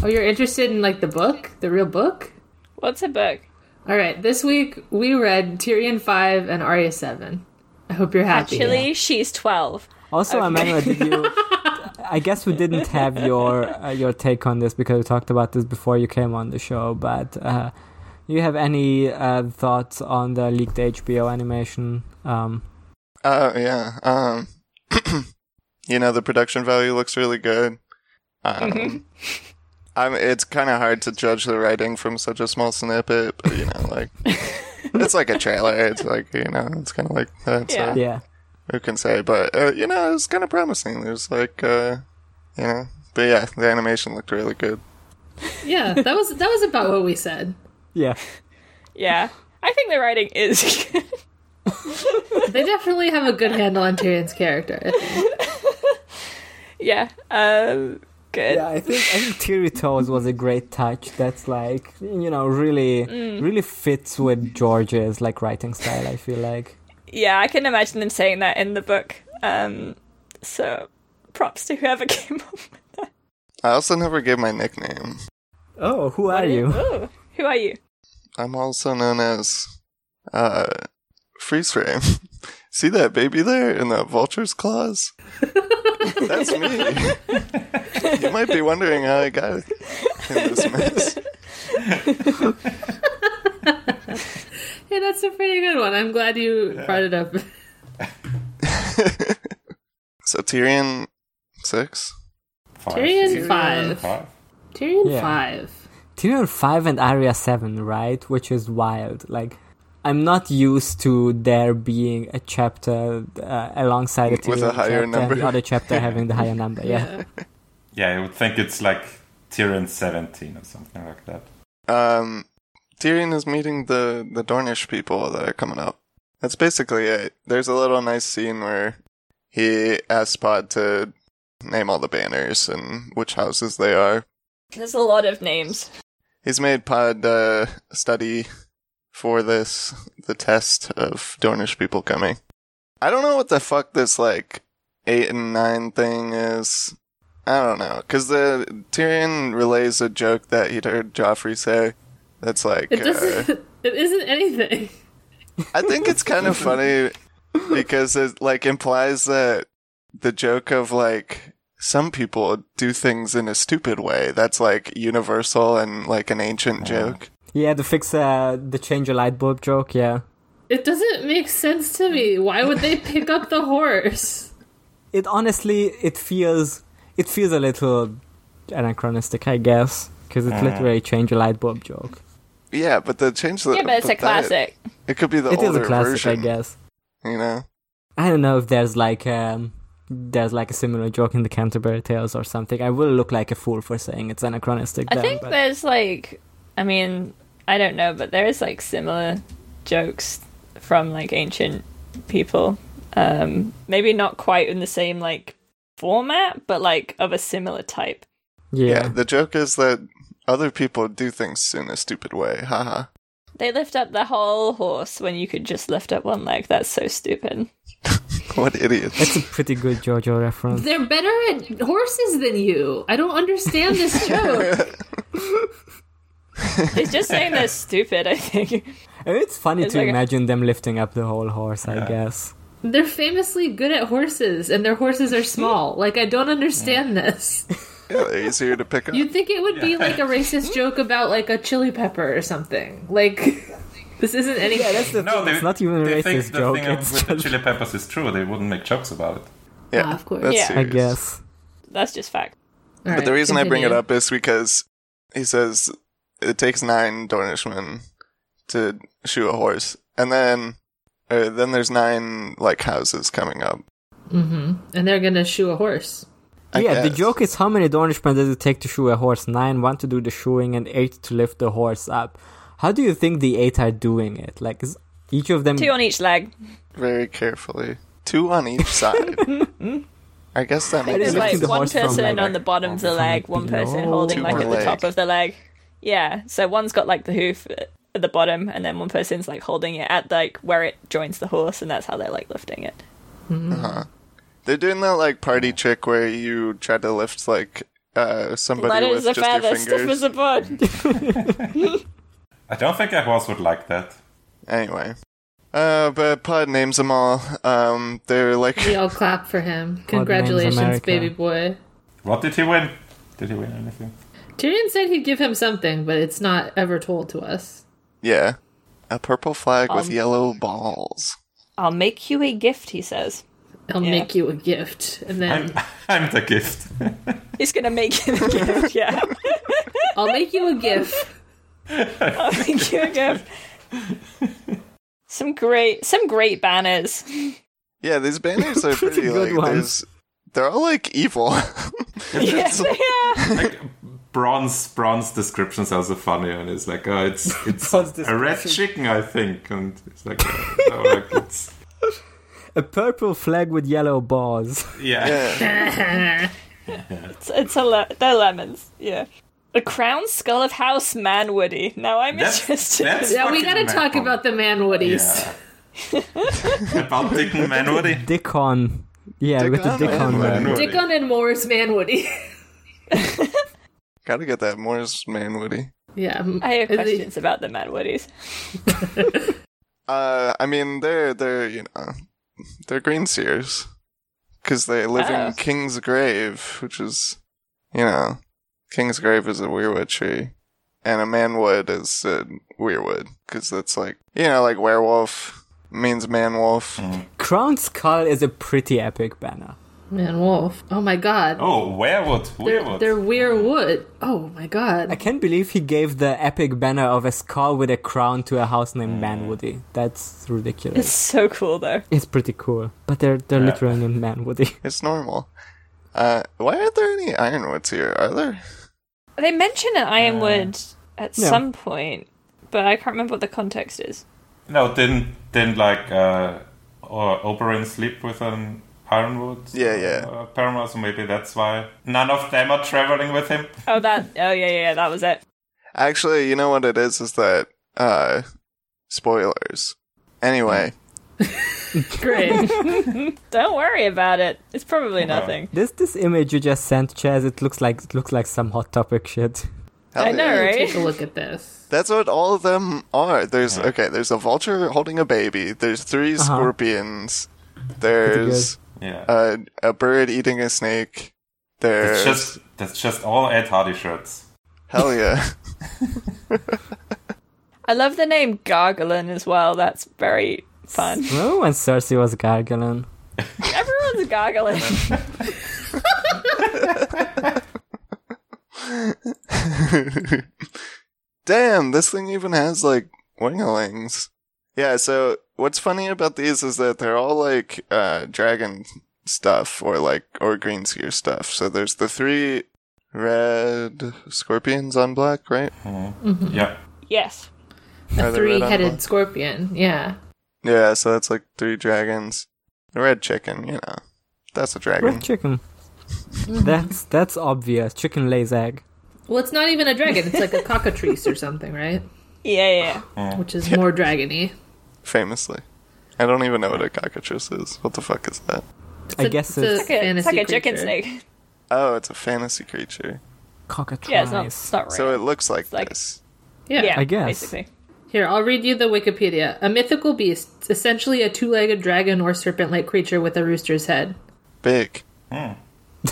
Speaker 1: Oh, you're interested in like the book, the real book?
Speaker 2: What's a book?
Speaker 1: All right, this week we read Tyrion five and Arya seven. I hope you're happy.
Speaker 2: Actually, she's 12.
Speaker 5: also,
Speaker 2: Okay.
Speaker 5: Emmanuel, did you? I guess we didn't have your uh, your take on this because we talked about this before you came on the show. But uh, you have any uh, thoughts on the leaked HBO animation? Um,
Speaker 6: Uh, yeah. Um, you know, the production value looks really good. Um, I'm, it's kind of hard to judge the writing from such a small snippet, but you know, like it's like a trailer. It's like you know, it's kind of like that. so
Speaker 2: Yeah.
Speaker 5: yeah,
Speaker 6: who can say? But uh, you know, it's kind of promising. There's like, uh, you know, but yeah, the animation looked really good.
Speaker 1: Yeah, that was that was about what we said.
Speaker 5: yeah.
Speaker 2: Yeah. I think the writing is good.
Speaker 1: They definitely have a good handle on Tyrion's character. I think.
Speaker 2: yeah. Um good.
Speaker 5: Yeah, I think I think Teary Toes was a great touch. That's like you know really really fits with George's like writing style. I feel like
Speaker 2: yeah, I can imagine them saying that in the book. Um, so props to whoever came up with that.
Speaker 6: I also never gave my nickname.
Speaker 5: oh who are you?
Speaker 2: Ooh, who are you?
Speaker 6: I'm also known as uh, freeze frame. See that baby there in that vulture's claws? That's me. you might be wondering how I got in this mess.
Speaker 1: Hey, that's a pretty good one. I'm glad you brought it up.
Speaker 6: So Tyrion six.
Speaker 3: Five.
Speaker 1: Tyrion five.
Speaker 3: Five.
Speaker 1: Tyrion
Speaker 5: Yeah.
Speaker 1: five.
Speaker 5: Tyrion 5 and Arya 7, right? Which is wild. Like, I'm not used to there being a chapter uh, alongside a Tyrion
Speaker 6: With a higher
Speaker 5: chapter
Speaker 6: number.
Speaker 5: and the other chapter having the higher number. Yeah.
Speaker 3: Yeah, I would think it's like Tyrion 17 or something like that.
Speaker 6: Um, Tyrion is meeting the the Dornish people that are coming up. That's basically it. There's a little nice scene where he asks Pod to name all the banners and which houses they are.
Speaker 2: There's a lot of names.
Speaker 6: He's made Pod uh, study for this the test of Dornish people coming. I don't know what the fuck this like eight and nine thing is. I don't know because the Tyrion relays a joke that he'd heard Joffrey say. That's like
Speaker 1: It
Speaker 6: uh,
Speaker 1: doesn't. It isn't anything.
Speaker 6: I think it's kind of funny because it like implies that the joke of like some people do things in a stupid way that's like universal and like an ancient joke.
Speaker 5: Yeah, to fix uh, the change a light bulb joke. Yeah.
Speaker 1: It doesn't make sense to me. Why would they pick up the horse?
Speaker 5: It honestly, it feels, it feels a little anachronistic, I guess. Because
Speaker 6: Mm.
Speaker 5: it's literally change a light bulb joke.
Speaker 6: Yeah, but the change. The,
Speaker 2: yeah, but it's a
Speaker 6: that-
Speaker 2: classic.
Speaker 6: it could be the
Speaker 5: It is
Speaker 6: older
Speaker 5: a classic,
Speaker 6: version.
Speaker 5: I guess.
Speaker 6: You know,
Speaker 5: I don't know if there's like um there's like a similar joke in the Canterbury Tales or something. I will look like a fool for saying it's anachronistic.
Speaker 2: I
Speaker 5: then,
Speaker 2: think
Speaker 5: but-
Speaker 2: there's like, I mean, I don't know, but there is like similar jokes from like ancient people. Um, maybe not quite in the same like format, but like of a similar type.
Speaker 5: yeah.
Speaker 6: yeah. The joke is that other people do things in a stupid way. Haha.
Speaker 2: They lift up the whole horse when you could just lift up one leg. That's so stupid.
Speaker 6: What idiots!
Speaker 5: It's a pretty good JoJo reference.
Speaker 1: They're better at horses than you. I don't understand this joke.
Speaker 2: It's just saying they're stupid, I think.
Speaker 5: I mean, It's funny
Speaker 2: It's
Speaker 5: to
Speaker 2: like a-
Speaker 5: imagine them lifting up the whole horse, I guess.
Speaker 1: They're famously good at horses, and their horses are small. Like I don't understand this.
Speaker 6: Yeah, they're easier to pick up.
Speaker 1: You'd think it would be like a racist joke about like a chili pepper or something. Like this isn't any.
Speaker 3: No,
Speaker 5: it's not even a
Speaker 3: they
Speaker 5: racist
Speaker 3: think the
Speaker 5: joke,
Speaker 3: thing of-
Speaker 5: it's
Speaker 3: with the
Speaker 5: just-
Speaker 3: chili peppers is true. They wouldn't make jokes about it.
Speaker 6: yeah,
Speaker 1: Ah, of course.
Speaker 6: That's
Speaker 2: Yeah. I
Speaker 5: I
Speaker 6: serious.
Speaker 5: guess.
Speaker 2: That's just fact.
Speaker 1: All
Speaker 6: But the
Speaker 1: right,
Speaker 6: reason I bring it
Speaker 1: continue.
Speaker 6: up is because he says it takes nine Dornishmen to shoot a horse, and then uh, then there's nine like houses coming up.
Speaker 1: and they're gonna shoe a horse.
Speaker 6: I
Speaker 5: yeah, the
Speaker 6: guess.
Speaker 5: joke is how many Dornishmen does it take to shoe a horse? Nine, one to do the shoeing, and eight to lift the horse up. How do you think the eight are doing it? Like, is each of them.
Speaker 2: Two on each leg.
Speaker 6: very carefully, two on each side. I guess that
Speaker 5: It
Speaker 6: makes
Speaker 5: is
Speaker 2: There's
Speaker 5: lifting
Speaker 2: like
Speaker 5: the
Speaker 6: sense.
Speaker 2: one
Speaker 5: horse from,
Speaker 2: person
Speaker 5: like,
Speaker 2: on the bottom of the
Speaker 5: from
Speaker 2: leg,
Speaker 5: the
Speaker 2: one person
Speaker 5: below.
Speaker 2: holding
Speaker 6: To
Speaker 2: like at
Speaker 6: one
Speaker 2: the top
Speaker 6: leg.
Speaker 2: of the leg. Yeah, so one's got like the hoof at the bottom, and then one person's like holding it at like where it joins the horse, and that's how they're like lifting it.
Speaker 6: Uh-huh. They're doing that like party trick where you try to lift like uh, somebody
Speaker 2: Lighter
Speaker 6: with
Speaker 2: is a
Speaker 6: just
Speaker 2: feather,
Speaker 6: your
Speaker 2: stiff as
Speaker 6: fingers.
Speaker 2: a board.
Speaker 3: I don't think a horse would like that.
Speaker 6: Anyway, uh, but Pod names them all. Um, they're like
Speaker 1: We all clap for him.
Speaker 5: name's
Speaker 1: Congratulations,
Speaker 5: America.
Speaker 1: baby boy.
Speaker 3: What did he win? Did he win anything?
Speaker 1: Tyrion said he'd give him something, but it's not ever told to us.
Speaker 6: Yeah. A purple flag with
Speaker 2: Um,
Speaker 6: yellow balls.
Speaker 2: I'll make you a gift, he says.
Speaker 1: I'll
Speaker 2: Yeah.
Speaker 1: make you a gift, and
Speaker 2: Hmm.
Speaker 3: I'm,
Speaker 1: then
Speaker 3: I'm the gift.
Speaker 2: He's gonna make you a gift, yeah.
Speaker 1: I'll make you a gift.
Speaker 2: I'll make you a gift. Some great some great banners.
Speaker 6: Yeah, these banners are
Speaker 5: Pretty
Speaker 6: pretty,
Speaker 5: good
Speaker 6: like
Speaker 5: ones.
Speaker 6: there's they're all like evil.
Speaker 2: Yes, yeah.
Speaker 3: like bronze bronze descriptions are so funny and it's like uh, it's it's
Speaker 5: Bronze
Speaker 3: a red
Speaker 5: description.
Speaker 3: chicken I think and it's like, uh, oh, like it's
Speaker 5: A purple flag with yellow balls.
Speaker 3: yeah.
Speaker 6: yeah.
Speaker 2: It's, it's a le- they're lemons, yeah. A crown skull of House Manwoody. Now I'm
Speaker 3: That's-
Speaker 2: interested.
Speaker 3: that's-
Speaker 1: Yeah, we gotta
Speaker 3: Fucking
Speaker 1: talk
Speaker 3: Malcolm.
Speaker 1: about the man woodies.
Speaker 3: yeah. About Dick and Manwoody.
Speaker 5: Dickon. Yeah, with the
Speaker 6: Dickon and
Speaker 5: Dickon.
Speaker 6: Manwoody.
Speaker 5: man.
Speaker 1: Dickon and Moore's man woody.
Speaker 6: Gotta get that Morris man Woody.
Speaker 1: yeah,
Speaker 2: I have
Speaker 1: Is it-
Speaker 2: questions about the Manwoodies.
Speaker 6: Uh I mean they're they're you know they're green seers. Cause they live
Speaker 2: Oh.
Speaker 6: in King's Grave, which is you know King's Grave is a weirwood tree. And a manwood is a weirwood. Cause that's like you know, like werewolf means man wolf.
Speaker 5: Crown Skull is a pretty epic banner.
Speaker 1: man wolf. Oh my god,
Speaker 3: Oh, weirwood,
Speaker 1: they're,
Speaker 3: weirwood.
Speaker 1: they're weirwood. Oh my
Speaker 5: I
Speaker 1: god,
Speaker 5: can't believe he gave the epic banner of a skull with a crown to a house named Manwoody. That's
Speaker 2: It's
Speaker 5: ridiculous.
Speaker 2: so cool though.
Speaker 5: It's pretty cool, but they're they're
Speaker 3: Yeah.
Speaker 5: literally named Manwoody.
Speaker 6: It's normal. Uh, why aren't there any ironwoods here? Are there?
Speaker 2: They mention an
Speaker 3: Uh,
Speaker 2: ironwood at
Speaker 5: No.
Speaker 2: some point, but I can't remember what the context is.
Speaker 3: no, didn't didn't like uh, or Oberyn sleep with an ironwood?
Speaker 6: Yeah, yeah.
Speaker 3: Uh, paramour, so maybe that's why none of them are traveling with him.
Speaker 2: Oh, that. Oh, yeah, yeah, yeah, that was it.
Speaker 6: Actually, you know what it is? Is that uh, spoilers? Anyway,
Speaker 1: great.
Speaker 2: Don't worry about it. It's probably
Speaker 3: Uh-huh.
Speaker 2: nothing.
Speaker 5: this this image you just sent, Chaz, it looks like it looks like some hot topic shit.
Speaker 6: hell
Speaker 2: I know,
Speaker 6: yeah.
Speaker 2: right?
Speaker 1: Take a look at this.
Speaker 6: That's what all of them are. There's okay. There's a vulture holding a baby. There's 3 scorpions. There's
Speaker 3: Yeah,
Speaker 6: a, a bird eating a snake.
Speaker 3: that's
Speaker 6: There's
Speaker 3: just that's just all Ed Hardy shirts.
Speaker 6: hell yeah.
Speaker 2: I love the name Gargolin as well. That's very fun.
Speaker 5: Remember when Cersei was gargling?
Speaker 2: Everyone's
Speaker 3: Uh-huh.
Speaker 2: Gargolin.
Speaker 6: Damn, this thing even has like winglings. Yeah, so what's funny about these is that they're all like uh dragon stuff or like or green seer stuff. So there's the three red scorpions on black, right?
Speaker 1: Mm-hmm.
Speaker 3: Yeah,
Speaker 2: yes.
Speaker 6: Are
Speaker 1: A
Speaker 6: they red on
Speaker 1: three-headed
Speaker 6: black?
Speaker 1: scorpion. Yeah,
Speaker 6: Yeah, so that's like three dragons. The red chicken, you know. That's a dragon.
Speaker 5: Red chicken. that's that's obvious. Chicken lays egg.
Speaker 1: well, it's not even a dragon. It's like a cockatrice or something, right?
Speaker 2: Yeah, yeah.
Speaker 1: Which is more dragony.
Speaker 6: famously. I don't even know what a cockatrice is. What the fuck is that?
Speaker 5: I
Speaker 1: a- it's
Speaker 5: guess
Speaker 1: a-
Speaker 5: it's,
Speaker 2: It's like a, it's
Speaker 1: Fantasy
Speaker 2: like a chicken
Speaker 1: creature.
Speaker 2: snake.
Speaker 6: Oh, it's a fantasy creature.
Speaker 5: cockatrice.
Speaker 2: Yeah, it's not, it's not real.
Speaker 6: So it looks like,
Speaker 2: like-
Speaker 6: this.
Speaker 1: Yeah.
Speaker 2: yeah,
Speaker 5: I guess.
Speaker 2: Basically.
Speaker 1: Here, I'll read you the Wikipedia. A mythical beast, essentially a two-legged dragon or serpent-like creature with a rooster's head.
Speaker 6: Big.
Speaker 3: Hmm.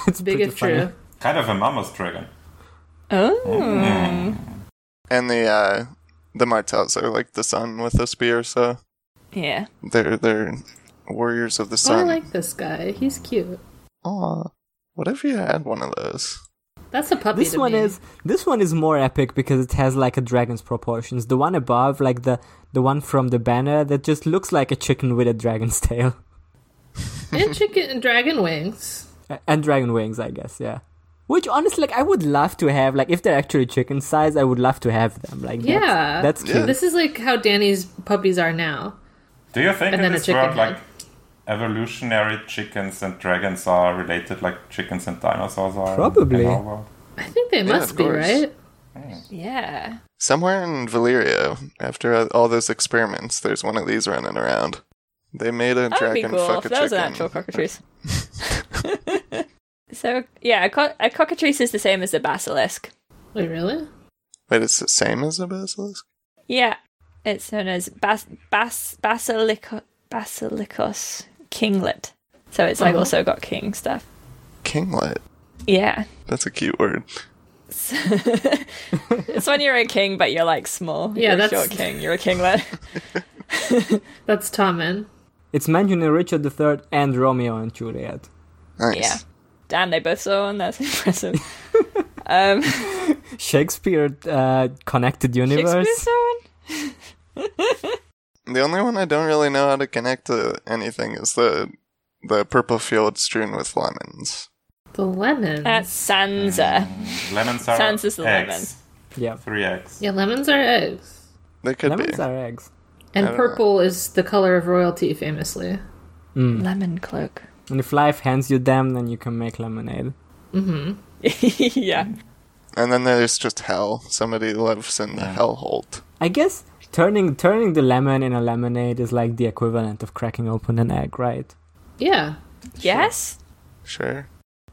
Speaker 5: it's
Speaker 1: Big
Speaker 5: pretty
Speaker 1: if true. Oh,
Speaker 5: funny.
Speaker 3: kind of a mama's dragon.
Speaker 2: Oh.
Speaker 6: And the uh the Martells are like the sun with a spear, so
Speaker 2: Yeah.
Speaker 6: they're they're warriors of the
Speaker 1: Oh, I
Speaker 6: sun.
Speaker 1: like this guy. He's cute.
Speaker 6: Aw. What if you had one of those?
Speaker 1: That's a puppy.
Speaker 5: This
Speaker 1: to
Speaker 5: one
Speaker 1: me.
Speaker 5: is this one is more epic because it has like a dragon's proportions. The one above, like the the one from the banner, that just looks like a chicken with a dragon's tail
Speaker 1: and chicken and dragon wings.
Speaker 5: A- and dragon wings, I guess. Yeah. Which honestly, like I would love to have. Like if they're actually chicken size, I would love to have them. Like that's,
Speaker 1: Yeah.
Speaker 5: that's
Speaker 6: Yeah.
Speaker 5: cute.
Speaker 1: This is like how Danny's puppies are now.
Speaker 3: Do you think
Speaker 1: And
Speaker 3: in
Speaker 1: then a
Speaker 3: this
Speaker 1: chicken
Speaker 3: world,
Speaker 1: head.
Speaker 3: like evolutionary chickens and dragons are related, like chickens and dinosaurs are? in-
Speaker 5: Probably.
Speaker 3: In our world?
Speaker 1: I think they
Speaker 6: of
Speaker 1: must be
Speaker 6: course.
Speaker 1: right.
Speaker 2: Yeah.
Speaker 6: Somewhere in Valyria, after uh, all those experiments, there's one of these running around. They made a
Speaker 2: That would be
Speaker 6: dragon
Speaker 2: cool
Speaker 6: fuck
Speaker 2: if
Speaker 6: a
Speaker 2: that was an
Speaker 6: chicken.
Speaker 2: actual cockatrice. so, yeah, a, co- a cockatrice is the same as a basilisk.
Speaker 1: Wait, really?
Speaker 6: Wait, it's the same as a basilisk?
Speaker 2: Yeah, it's known as bas- bas- basilico-
Speaker 1: Uh-huh.
Speaker 2: basilicus kinglet. So it's like also got king stuff.
Speaker 6: Kinglet.
Speaker 2: Yeah.
Speaker 6: That's a cute word.
Speaker 2: It's when you're a king, but you're like small.
Speaker 1: Yeah,
Speaker 2: you're
Speaker 1: that's-
Speaker 2: a short king. You're a kinglet.
Speaker 1: That's Tommen.
Speaker 5: It's mentioned in Richard III and Romeo and Juliet.
Speaker 6: Nice.
Speaker 2: yeah. Damn, they both saw one. That's impressive. um,
Speaker 5: Shakespeare uh, connected
Speaker 2: Shakespeare
Speaker 5: universe.
Speaker 2: saw one.
Speaker 6: The only one I don't really know how to connect to anything is the the purple field strewn with lemons.
Speaker 1: The lemons.
Speaker 2: That's Sansa.
Speaker 3: Lemons are
Speaker 2: Sansa's the
Speaker 3: eggs.
Speaker 2: lemon.
Speaker 5: Yeah,
Speaker 3: Three eggs.
Speaker 1: yeah, lemons are eggs.
Speaker 6: They could
Speaker 5: lemons
Speaker 6: be.
Speaker 5: are eggs.
Speaker 1: And
Speaker 6: I don't know.
Speaker 1: purple is the color of royalty, famously.
Speaker 2: Lemon cloak.
Speaker 5: Mm. And if life hands you them, then you can make lemonade.
Speaker 1: Mm-hmm.
Speaker 2: yeah.
Speaker 6: And then there's just hell. Somebody lives in the hell hold.
Speaker 5: I guess turning turning the lemon in a lemonade is like the equivalent of cracking open an egg, right?
Speaker 1: Yeah.
Speaker 2: Yes.
Speaker 6: Sure.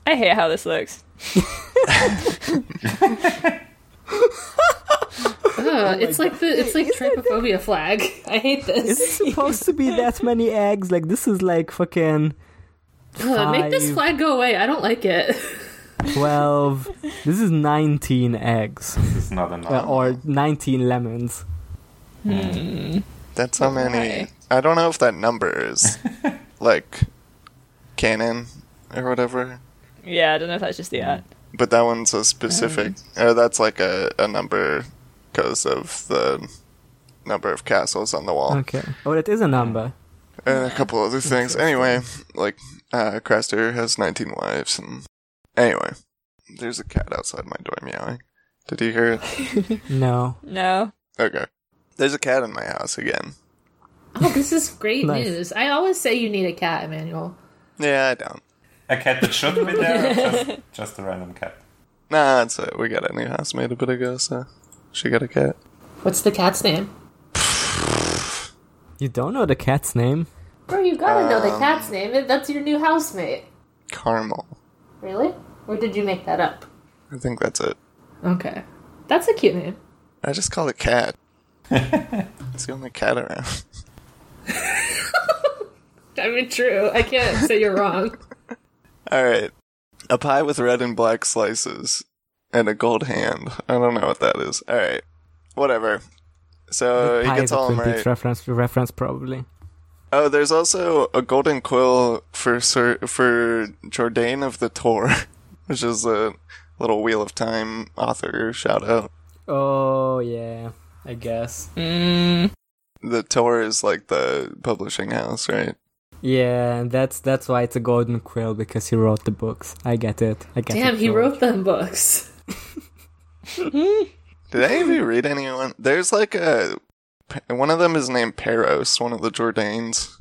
Speaker 2: I hate how this looks.
Speaker 6: Oh
Speaker 1: Ugh, Uh, it's like the it's like trypophobia flag. I hate
Speaker 5: Is it
Speaker 1: this.
Speaker 5: supposed to be that many eggs? Like this is like fucking
Speaker 1: Ugh, Uh, make this
Speaker 5: five-
Speaker 1: flag go away. I don't like it.
Speaker 5: twelve. this is nineteen eggs
Speaker 3: This is not enough.
Speaker 1: Oh.
Speaker 5: Uh, or nineteen lemons.
Speaker 6: That's how many.
Speaker 2: Okay.
Speaker 6: I don't know if that number is like canon or whatever,
Speaker 2: Yeah, I don't know if that's just the art.
Speaker 6: but that one's a specific. Or that's like a, a number because of the number of castles on the wall
Speaker 5: Okay. Oh, that is a number.
Speaker 6: and a couple other things. Anyway, like uh, Craster has 19 wives, and anyway, there's a cat outside my door meowing. Did you hear it?
Speaker 5: No.
Speaker 2: No.
Speaker 6: Okay. There's a cat in my house again.
Speaker 1: Oh, this is great
Speaker 5: Nice.
Speaker 1: news. I always say you need a cat, Emmanuel.
Speaker 6: Yeah, I don't.
Speaker 3: A cat that shouldn't be there, or just, just a random cat.
Speaker 6: Nah, it's a, we got a new housemate a bit ago, so she got a cat.
Speaker 1: What's the cat's name?
Speaker 5: You don't know the cat's name?
Speaker 1: Bro, you gotta know
Speaker 6: Um,
Speaker 1: the cat's name. That's your new housemate.
Speaker 6: Caramel.
Speaker 1: Really? Or did you make that up?
Speaker 6: I think that's it.
Speaker 1: Okay. That's a cute name.
Speaker 6: I just call it cat. it's the only cat around.
Speaker 1: I mean, true. I can't say you're wrong.
Speaker 6: All right. A pie with red and black slices and a gold hand. I don't know what that is. All right. Whatever.
Speaker 1: Uh,
Speaker 6: So he
Speaker 5: Pie is
Speaker 6: gets
Speaker 5: a
Speaker 6: all of
Speaker 5: Twin
Speaker 6: them
Speaker 5: Peaks
Speaker 6: right.
Speaker 5: reference, reference probably.
Speaker 6: Oh, there's also a golden quill for Sir, for Jordan of the Tor, which is a little Wheel of Time author shout out.
Speaker 5: Oh yeah, I guess.
Speaker 2: Mm.
Speaker 6: The Tor is like the publishing house, right?
Speaker 5: Yeah, and that's that's why it's a golden quill because he wrote the books. I get it. I get it.
Speaker 1: Damn, he
Speaker 5: George.
Speaker 1: wrote them books.
Speaker 6: Did I even read anyone? There's like a one of them is named Peros, one of the Jordanes,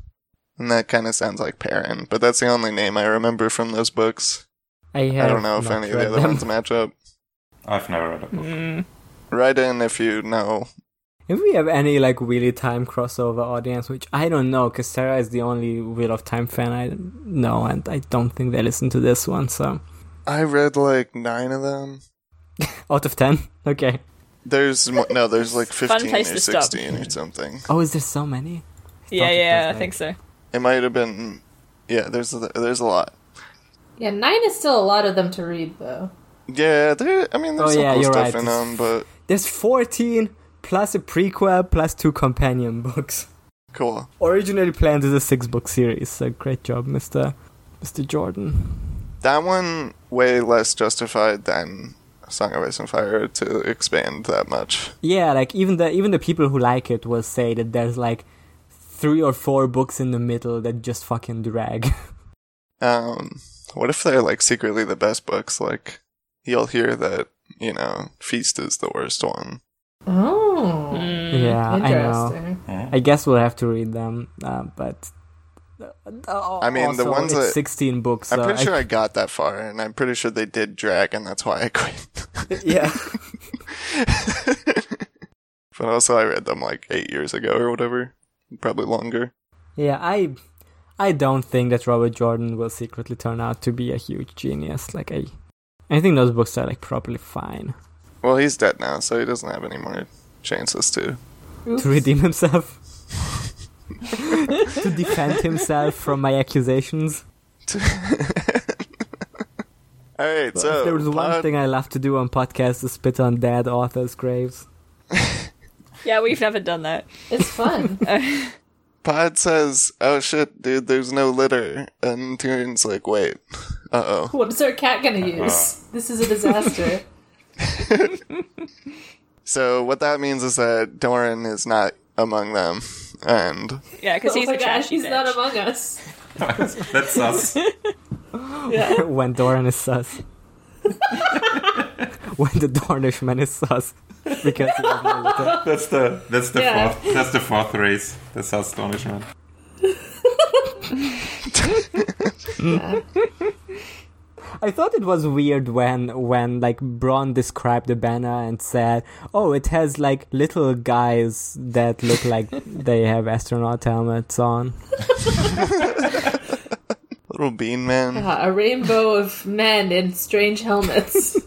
Speaker 6: and that kind of sounds like Perrin, but that's the only name I remember from those books.
Speaker 5: I, have
Speaker 6: I don't know if
Speaker 5: not
Speaker 6: any of
Speaker 5: read
Speaker 6: the other
Speaker 5: them.
Speaker 6: ones match up.
Speaker 3: I've never read a book.
Speaker 2: Mm.
Speaker 6: Write in if you know.
Speaker 5: If we have any like Wheel of Time crossover audience, which I don't know, because Sarah is the only Wheel of Time fan I know, and I don't think they listen to this one. So
Speaker 6: I read like nine of them.
Speaker 5: out of ten, okay.
Speaker 6: There's mo- no, there's like
Speaker 2: Fun
Speaker 6: fifteen or
Speaker 2: place to stop.
Speaker 6: sixteen or something.
Speaker 5: Oh, is there so many?
Speaker 2: Yeah,
Speaker 5: it
Speaker 2: yeah,
Speaker 5: does
Speaker 2: I think so.
Speaker 6: It might have been, yeah. There's a, there's a lot.
Speaker 1: Yeah, nine is still a lot of them to read, though.
Speaker 6: Yeah, there. I mean, there's
Speaker 5: Oh,
Speaker 6: some
Speaker 5: yeah,
Speaker 6: cool
Speaker 5: you're
Speaker 6: stuff
Speaker 5: right.
Speaker 6: in them, but
Speaker 5: There's fourteen plus a prequel plus two companion books.
Speaker 6: cool.
Speaker 5: Originally planned as a six book series. So great job, Mister Mister Jordan.
Speaker 6: That one way less justified than Song of Ice and Fire to expand that much.
Speaker 5: Yeah, like even the even the people who like it will say that there's like three or four books in the middle that just fucking drag.
Speaker 6: Um, what if they're like secretly the best books? Like, you'll hear that you know Feast is the worst one.
Speaker 1: Oh.
Speaker 2: Mm.
Speaker 5: yeah, Uh, I know.
Speaker 1: Interesting.
Speaker 5: I guess we'll have to read them, uh, but
Speaker 6: I mean, the
Speaker 5: also,
Speaker 6: ones
Speaker 5: it's
Speaker 6: that-
Speaker 5: sixteen books.
Speaker 6: I'm
Speaker 5: so
Speaker 6: pretty
Speaker 5: I-
Speaker 6: sure I got that far, and I'm pretty sure they did drag, and that's why I quit.
Speaker 5: yeah,
Speaker 6: but also, I read them like eight years ago or whatever, probably longer.
Speaker 5: yeah. I I don't think that Robert Jordan will secretly turn out to be a huge genius. Like I, I think those books are like properly fine
Speaker 6: Well, he's dead now, so he doesn't have any more chances to.
Speaker 1: Oops.
Speaker 5: to redeem himself, to defend himself from my accusations.
Speaker 6: All right, so
Speaker 5: if there was one
Speaker 6: pod-
Speaker 5: thing I love to do on podcasts is spit on dead authors' graves.
Speaker 2: Yeah, we've never done that.
Speaker 1: It's fun. Oh,
Speaker 6: Pod says, "Oh shit, dude, there's no litter," and Tyrion's like, "Wait, uh oh."
Speaker 1: what is our cat gonna
Speaker 5: Uh-huh.
Speaker 1: use? This is a disaster.
Speaker 6: So what that means is that Doran is not among them, and
Speaker 2: Yeah, because
Speaker 1: oh
Speaker 2: he's
Speaker 1: my
Speaker 2: a
Speaker 1: gosh,
Speaker 2: trash
Speaker 1: he's
Speaker 2: bitch.
Speaker 1: not among us.
Speaker 3: Mm-hmm. That's us.
Speaker 1: Yeah.
Speaker 5: when Doran is sus. when the Dornishman is sus. Because he has no litter.
Speaker 3: That's the that's the
Speaker 1: Yeah.
Speaker 3: fourth that's the fourth race. That's astonishment.
Speaker 5: I thought it was weird when when like Braun described the banner and said, Oh, it has like little guys that look like they have astronaut helmets on.
Speaker 6: little Bean Man.
Speaker 1: Uh, a rainbow of men in strange helmets.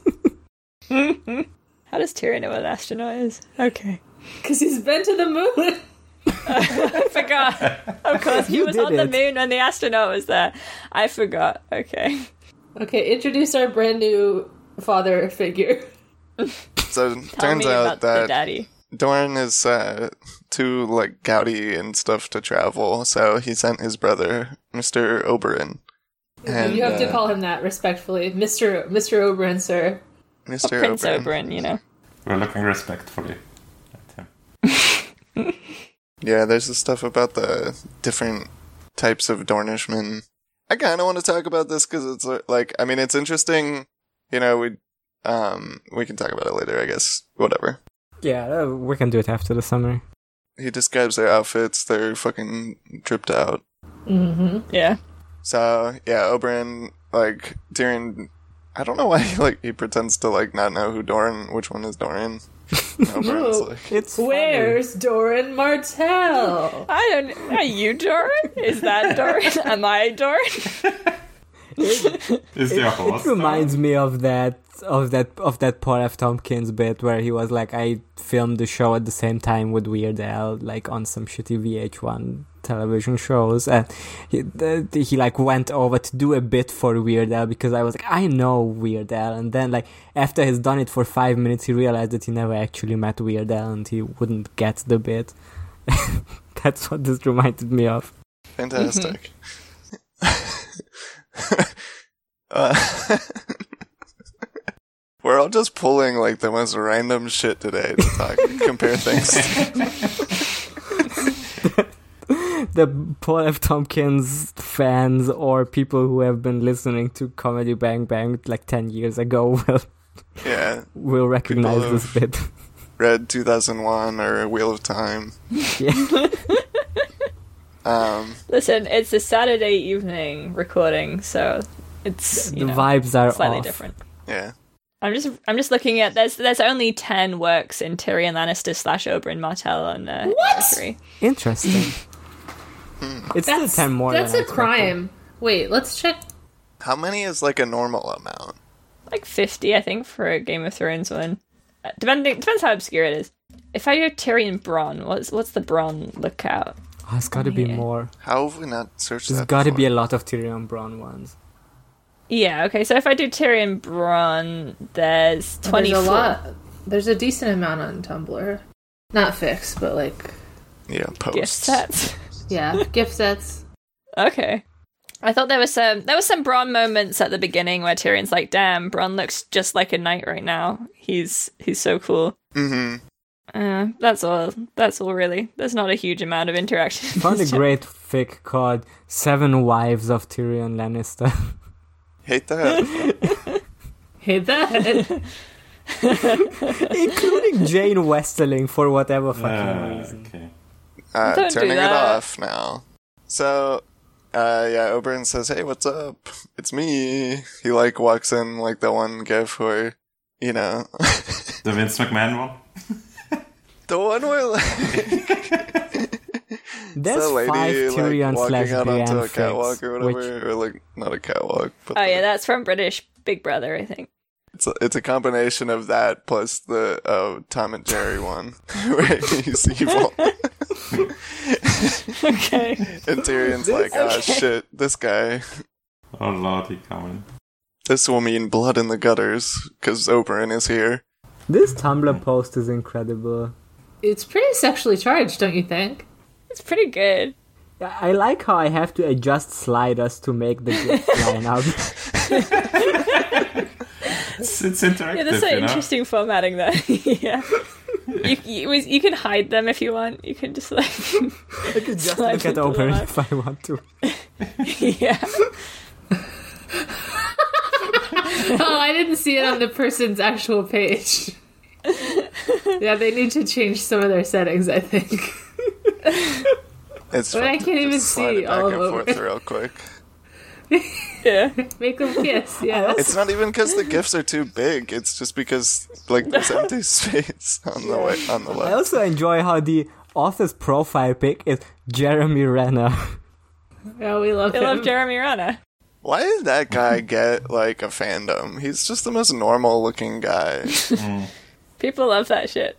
Speaker 2: How does Tyrion know what an astronaut is? Okay.
Speaker 1: Because he's been to the moon.
Speaker 2: I forgot. Of course, he
Speaker 5: You
Speaker 2: was
Speaker 5: did
Speaker 2: on the
Speaker 5: it.
Speaker 2: moon when the astronaut was there. I forgot. Okay.
Speaker 1: Okay, introduce our brand new father figure.
Speaker 6: So
Speaker 2: Tell
Speaker 6: turns
Speaker 2: me
Speaker 6: out
Speaker 2: about the
Speaker 6: that
Speaker 2: daddy.
Speaker 6: Doran is uh, too like gouty and stuff to travel, so he sent his brother, Mister Oberon, and
Speaker 1: you have to
Speaker 6: uh,
Speaker 1: call him that respectfully, Mister Mister Oberon, sir.
Speaker 6: Mister
Speaker 2: Prince
Speaker 6: Oberon.
Speaker 2: Oberyn, you know.
Speaker 3: We're looking respectfully at him.
Speaker 6: Yeah, there's the stuff about the different types of Dornishmen. I kind of want to talk about this because it's uh, like, I mean, it's interesting. You know, we um we can talk about it later, I guess. Whatever.
Speaker 5: Yeah, uh, we can do it after the summary.
Speaker 6: He describes their outfits; they're fucking dripped out.
Speaker 1: Mm-hmm.
Speaker 2: Yeah.
Speaker 6: So yeah, Oberyn like Tyrion. I don't know why he like he pretends to like not know who Doran, which one is Doran. And Oberyn's
Speaker 1: No.
Speaker 6: like,
Speaker 5: It's funny.
Speaker 1: Where's Doran Martell?
Speaker 2: I don't. Are you Doran? Is that Doran? Am I Doran?
Speaker 3: Is there a horse?
Speaker 5: It reminds me of that of that of that Paul F. Tompkins bit where he was like, I filmed the show at the same time with Weird Al, like on some shitty VH1 television shows, and he the, the- he like went over to do a bit for Weird Al because I was like, I know Weird Al, and then like after he's done it for five minutes, he realized that he never actually met Weird Al and he wouldn't get the bit. That's what this reminded me of.
Speaker 6: Fantastic. Mm-hmm. uh, we're all just pulling like the most random shit today to talk, compare things.
Speaker 5: the Paul F. Tompkins fans or people who have been listening to Comedy Bang Bang like 10 years ago will,
Speaker 6: Yeah,
Speaker 5: will recognize
Speaker 6: People
Speaker 5: this bit.
Speaker 6: Red 2001 or Wheel of Time.
Speaker 5: yeah.
Speaker 6: Um,
Speaker 2: Listen, it's a Saturday evening recording, so it's
Speaker 5: The
Speaker 2: you know,
Speaker 5: vibes are
Speaker 2: slightly
Speaker 5: off.
Speaker 2: different.
Speaker 6: yeah,
Speaker 2: I'm just I'm just looking at there's there's only ten works in Tyrion Lannister slash Oberyn Martell on uh,
Speaker 1: What?
Speaker 2: Three.
Speaker 5: Interesting.
Speaker 6: Hmm.
Speaker 5: it's still 10 more.
Speaker 1: That's a
Speaker 5: than I expected.
Speaker 1: crime. Wait, let's check.
Speaker 6: how many is like a normal amount?
Speaker 2: like fifty I think for a Game of Thrones one. Uh, depending depends how obscure it is. If I go Tyrion Bronn, what's what's the Bronn lookout?
Speaker 5: Oh, it's gotta be more.
Speaker 6: How have we not searched
Speaker 5: There's
Speaker 6: that?
Speaker 5: gotta be
Speaker 6: before?
Speaker 5: a lot of Tyrion Braun ones.
Speaker 2: Yeah, okay. So if I do Tyrion Bronn, there's twenty
Speaker 1: There's a
Speaker 2: four.
Speaker 1: lot. There's a decent amount on Tumblr. Not fixed, but like,
Speaker 6: yeah post.
Speaker 2: gift sets.
Speaker 1: yeah, gift sets.
Speaker 2: Okay. I thought there was some there was some Bron moments at the beginning where Tyrion's like, "Damn, Bron looks just like a knight right now. He's he's so cool."
Speaker 6: hmm
Speaker 2: Uh, that's all. That's all really. There's not a huge amount of interaction.
Speaker 5: Found a
Speaker 2: It's just-
Speaker 5: great fic called Seven Wives of Tyrion Lannister.
Speaker 6: Hate that.
Speaker 1: Hate that.
Speaker 5: Including Jane Westerling for whatever fucking
Speaker 3: Ah,
Speaker 5: reason.
Speaker 3: okay.
Speaker 6: Uh,
Speaker 2: Don't do
Speaker 6: turning it
Speaker 2: that.
Speaker 6: off now. So, uh, yeah, Oberon says, "Hey, what's up? It's me." He like walks in like the one gif where, you know,
Speaker 3: The Vince McMahon one?
Speaker 6: the one where like
Speaker 5: There's
Speaker 6: the lady
Speaker 5: five Tyrion
Speaker 6: like
Speaker 5: slash
Speaker 6: walking out onto a
Speaker 5: Brienne
Speaker 6: catwalk
Speaker 5: fics,
Speaker 6: or
Speaker 5: which-
Speaker 6: whatever, or like not a catwalk, but
Speaker 2: Oh yeah,
Speaker 6: like,
Speaker 2: that's from British Big Brother, I think.
Speaker 6: it's a, it's a combination of that plus the uh, Tom and Jerry one where he's evil.
Speaker 2: Okay.
Speaker 6: And Tyrion's like, oh "Ah, shit, this guy.
Speaker 3: Oh lordy, Common.
Speaker 6: This will mean blood in the gutters because Oberon is here.
Speaker 5: This Tumblr post is incredible.
Speaker 1: It's pretty sexually charged, don't you think?
Speaker 2: It's pretty good.
Speaker 5: I I like how I have to adjust sliders to make the gifs line up.
Speaker 3: It's, it's interactive.
Speaker 2: Yeah, that's so
Speaker 3: you know?
Speaker 2: interesting formatting there. yeah. You, you, was- you can hide them if you want. You can just like,
Speaker 5: I could just
Speaker 2: Slide
Speaker 5: look at
Speaker 2: into the
Speaker 5: Oberon
Speaker 2: left.
Speaker 5: if I want to.
Speaker 2: yeah,
Speaker 1: Oh, I didn't see it on the person's actual page. yeah, they need to change some of their settings, I think.
Speaker 6: It's
Speaker 1: But I
Speaker 6: fun to
Speaker 1: can't even
Speaker 6: just slide
Speaker 1: see
Speaker 6: it back
Speaker 1: all
Speaker 6: and
Speaker 1: over.
Speaker 6: forth real quick.
Speaker 2: yeah.
Speaker 1: Make them kiss, yeah.
Speaker 6: It's not even because the gifts are too big. It's just because like there's empty space on the way on the
Speaker 5: I
Speaker 6: left.
Speaker 5: also enjoy how the author's profile pic is Jeremy Renner.
Speaker 1: Oh, we love
Speaker 2: I
Speaker 1: him.
Speaker 2: love Jeremy Renner.
Speaker 6: Why did that guy get like a fandom? He's just the most normal looking guy.
Speaker 2: People love that shit.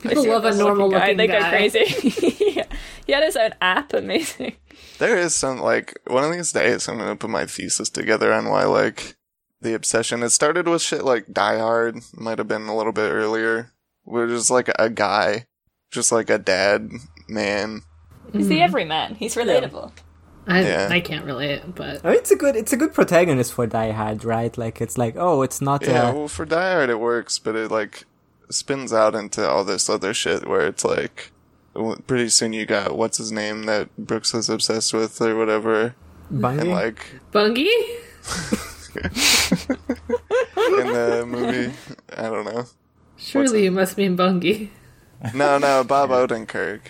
Speaker 1: People love a normal looking
Speaker 2: They
Speaker 1: guy.
Speaker 2: go crazy. yeah. He had his own app. Amazing.
Speaker 6: There is some like one of these days I'm gonna put my thesis together on why like the obsession. It started with shit like Die Hard, might have been a little bit earlier. Where just like a guy, just like a dad man.
Speaker 2: He's
Speaker 1: Hmm.
Speaker 2: the everyman. He's relatable.
Speaker 1: I,
Speaker 6: Yeah.
Speaker 1: I can't relate, but
Speaker 5: I mean, it's a good it's a good protagonist for Die Hard, right? Like it's like oh, it's not
Speaker 6: Yeah,
Speaker 5: a
Speaker 6: well for Die Hard it works, but it like spins out into all this other shit where it's like w- pretty soon you got what's his name that Brooks was obsessed with or whatever, and
Speaker 5: Bungie.
Speaker 6: like
Speaker 1: Bungie?
Speaker 6: in the movie, I don't know.
Speaker 1: Surely you must mean Bungie.
Speaker 6: No, no, Bob Odenkirk.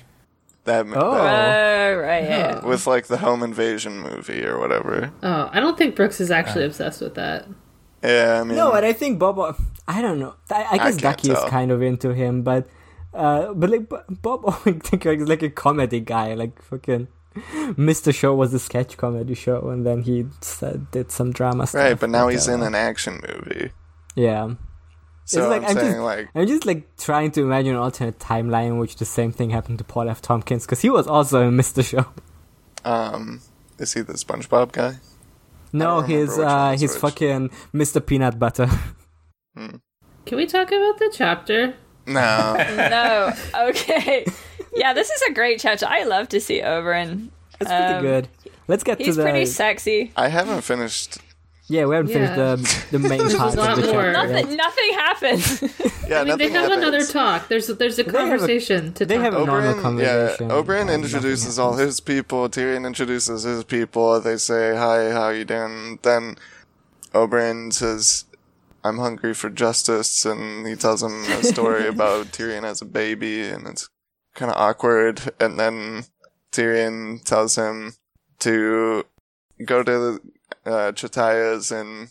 Speaker 6: That, mo-
Speaker 5: Oh.
Speaker 6: that
Speaker 2: Oh right. Yeah.
Speaker 6: with like the home invasion movie or whatever.
Speaker 1: Oh, I don't think Brooks is actually obsessed with that.
Speaker 6: Yeah, I mean,
Speaker 5: No, but I think Bob. I don't know. I, I guess
Speaker 6: can't
Speaker 5: Ducky is
Speaker 6: tell.
Speaker 5: kind of into him, but uh, but like Bo- Bob Odenkirk is like a comedy guy, like fucking. Mr. Show was a sketch comedy show, and then he said, did some drama stuff.
Speaker 6: right, but now he's in
Speaker 5: whatever.
Speaker 6: an action movie.
Speaker 5: Yeah,
Speaker 6: So
Speaker 5: like,
Speaker 6: I'm,
Speaker 5: I'm
Speaker 6: saying
Speaker 5: just-
Speaker 6: like
Speaker 5: I'm just like trying to imagine an alternate timeline in which the same thing happened to Paul F. Tompkins because he was also in Mr. Show.
Speaker 6: um is he the SpongeBob guy?
Speaker 5: No,
Speaker 6: remember
Speaker 5: his
Speaker 6: which one
Speaker 5: uh,
Speaker 6: was
Speaker 5: his
Speaker 6: which.
Speaker 5: fucking Mr. Peanut Butter.
Speaker 1: Can we talk about the chapter?
Speaker 6: No.
Speaker 2: No. Okay. Yeah, this is a great chapter. I love to see Oberon.
Speaker 5: It's pretty
Speaker 2: Um,
Speaker 5: good. Let's get to
Speaker 2: He's
Speaker 5: the
Speaker 2: pretty sexy.
Speaker 6: I haven't finished
Speaker 5: yeah. We haven't
Speaker 1: Yeah.
Speaker 5: finished the the main part
Speaker 1: lot
Speaker 5: of the
Speaker 1: more.
Speaker 5: chapter.
Speaker 1: Nothing-
Speaker 5: yet.
Speaker 2: Nothing. Nothing happens.
Speaker 6: Yeah,
Speaker 1: I mean, they
Speaker 6: nothing
Speaker 1: have
Speaker 6: happens.
Speaker 1: another talk. There's there's a
Speaker 5: have a-
Speaker 1: conversation to
Speaker 5: they
Speaker 1: talk.
Speaker 5: have a- normal
Speaker 6: Oberyn,
Speaker 5: conversation.
Speaker 6: yeah, Oberyn
Speaker 5: Um,
Speaker 6: introduces all his people. Tyrion introduces his people. They say, "Hi, how you doing?" Then Oberyn says, "I'm hungry for justice," and he tells him a story about Tyrion as a baby, and it's kind of awkward. And then Tyrion tells him to go to uh, Chitaya's and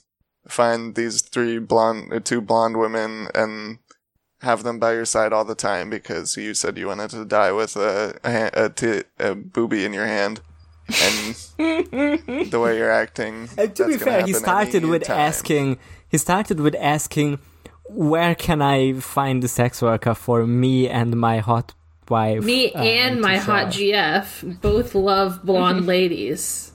Speaker 6: find these three blonde, uh, two blonde women, and have them by your side all the time because you said you wanted to die with a a, ha- a, ti- a booby in your hand, and the way you're acting.
Speaker 5: And to be
Speaker 6: that's gonna
Speaker 5: fair, he
Speaker 6: happen
Speaker 5: started
Speaker 6: any
Speaker 5: with
Speaker 6: time.
Speaker 5: asking. He started with asking, "Where can I find a sex worker for me and my hot wife?"
Speaker 1: Me
Speaker 3: Oh,
Speaker 5: uh,
Speaker 1: and my
Speaker 5: to
Speaker 1: hot
Speaker 5: try?"
Speaker 1: GF both love blonde ladies.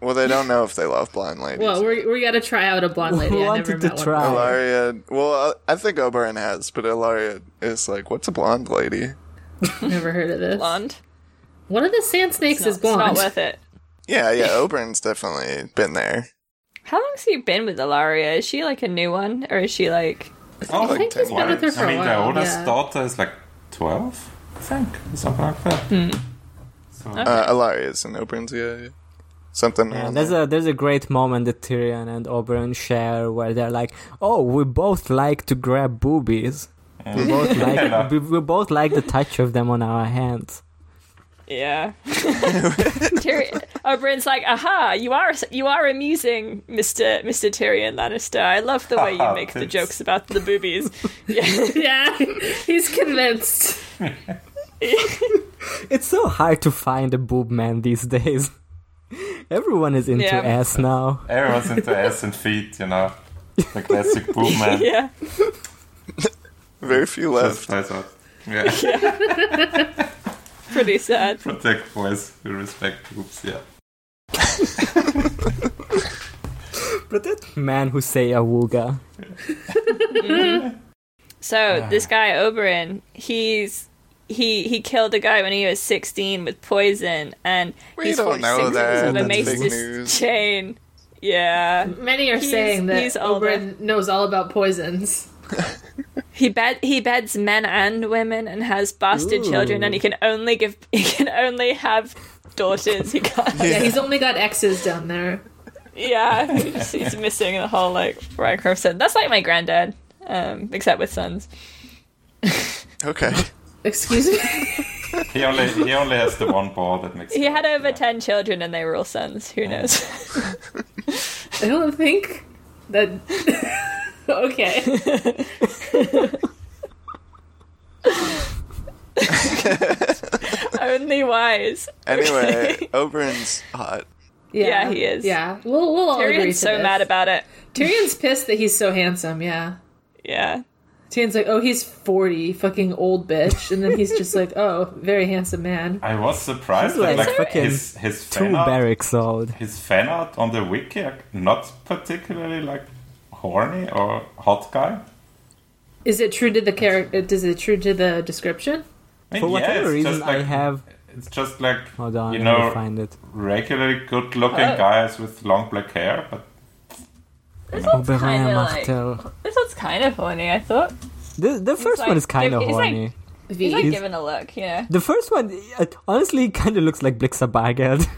Speaker 6: Well, they don't know if they love blind ladies.
Speaker 1: Well, we we gotta try out a blonde lady. I
Speaker 5: wanted
Speaker 1: never
Speaker 5: to
Speaker 1: met one.
Speaker 5: try.
Speaker 6: Ilaria. Well, uh, I I think Oberon has, but Ilaria is like, "What's a blonde lady?"
Speaker 1: Never heard of this.
Speaker 2: blonde.
Speaker 1: One of the sand snakes
Speaker 2: It's
Speaker 1: is blonde.
Speaker 2: not worth it.
Speaker 6: Yeah, yeah. Oberon's definitely been there.
Speaker 2: How long's he been with Ilaria? Is she like a new one, or is she like?
Speaker 3: Oh,
Speaker 1: I think he's been with her for
Speaker 3: I mean,
Speaker 1: a
Speaker 3: the
Speaker 1: while.
Speaker 3: oldest
Speaker 1: yeah.
Speaker 3: daughter is like 12, I think, something like that.
Speaker 5: Hmm.
Speaker 6: Uh, Ilaria's and Oberon's, yeah, yeah. Something.
Speaker 5: Yeah,
Speaker 6: around
Speaker 5: there's
Speaker 6: there.
Speaker 5: a there's a great moment that Tyrion and Oberyn share where they're like, "Oh, we both like to grab boobies. We both like we, we both like the touch of them on our hands."
Speaker 2: Yeah. Tyrion. Oberyn's like, aha, you are you are amusing, Mister Mister Tyrion Lannister. I love the way you make the
Speaker 3: Thanks.
Speaker 2: jokes about the boobies. yeah.
Speaker 1: yeah, he's convinced.
Speaker 5: It's so hard to find a boob man these days. Everyone is into
Speaker 2: Yeah.
Speaker 5: ass now.
Speaker 3: Everyone's into ass and feet, you know. The classic boob man.
Speaker 2: yeah.
Speaker 6: Very few
Speaker 3: That's that's
Speaker 6: left.
Speaker 3: what- Yeah.
Speaker 2: Pretty sad.
Speaker 3: Protect boys who respect boobs, yeah.
Speaker 5: But that man who say awooga.
Speaker 2: So this guy Oberon, he's he he killed a guy when he was sixteen with poison, and
Speaker 6: We
Speaker 2: he's
Speaker 6: don't
Speaker 2: forged
Speaker 6: know
Speaker 2: six
Speaker 6: that.
Speaker 2: years of a
Speaker 5: That's
Speaker 2: Mace's
Speaker 5: big
Speaker 6: news.
Speaker 2: chain. Yeah,
Speaker 1: Many are
Speaker 2: He's-
Speaker 1: saying
Speaker 2: he's
Speaker 1: that
Speaker 2: older.
Speaker 1: Oberyn knows all about poisons.
Speaker 2: he bed he beds men and women and has bastard
Speaker 5: Ooh.
Speaker 2: children, and he can only give he can only have daughters. He can't.
Speaker 1: Yeah, he's only got X's down there.
Speaker 2: Yeah, he's, he's missing the whole like Rycroft son. That's like my granddad, um, except with sons.
Speaker 6: Okay.
Speaker 1: Excuse me.
Speaker 3: He only he only has the one ball that makes.
Speaker 2: He had over ten children, and they were all sons. Who knows?
Speaker 1: I don't think that. okay.
Speaker 2: only wise.
Speaker 6: Anyway, Oberon's hot.
Speaker 2: Yeah, he is.
Speaker 1: Yeah, we'll we'll all agree to
Speaker 2: Tyrion's so
Speaker 1: this.
Speaker 2: mad about it.
Speaker 1: Tyrion's pissed that he's so handsome. Yeah.
Speaker 2: Yeah.
Speaker 1: Tyrion's like, oh, he's forty, fucking old bitch, and then he's just like, oh, very handsome man.
Speaker 3: I was surprised
Speaker 5: He's
Speaker 3: that
Speaker 5: like
Speaker 3: like
Speaker 5: fucking
Speaker 3: his his
Speaker 5: Two
Speaker 3: fan art,
Speaker 5: barracks old.
Speaker 3: his fan art on the wiki are not particularly like horny or hot guy.
Speaker 1: Is it true to the character? Is it true to the description?
Speaker 3: I mean,
Speaker 5: For
Speaker 3: yeah,
Speaker 5: whatever
Speaker 3: it's
Speaker 5: reason,
Speaker 3: just like,
Speaker 5: I have.
Speaker 3: It's just like
Speaker 5: Hold on,
Speaker 3: you
Speaker 5: let me
Speaker 3: know
Speaker 5: find it.
Speaker 3: regularly good looking
Speaker 1: Uh.
Speaker 2: Oh.
Speaker 3: guys with long black hair, but
Speaker 2: This
Speaker 5: Oberon Martel.
Speaker 2: this one's kind of horny. I thought
Speaker 5: The, the first
Speaker 2: like-
Speaker 5: one is kind of
Speaker 2: he's like-
Speaker 5: horny.
Speaker 1: V.
Speaker 2: he's like
Speaker 5: He's-
Speaker 2: giving a look. Yeah.
Speaker 5: the first one, it honestly, kind of looks like Blixabargeld.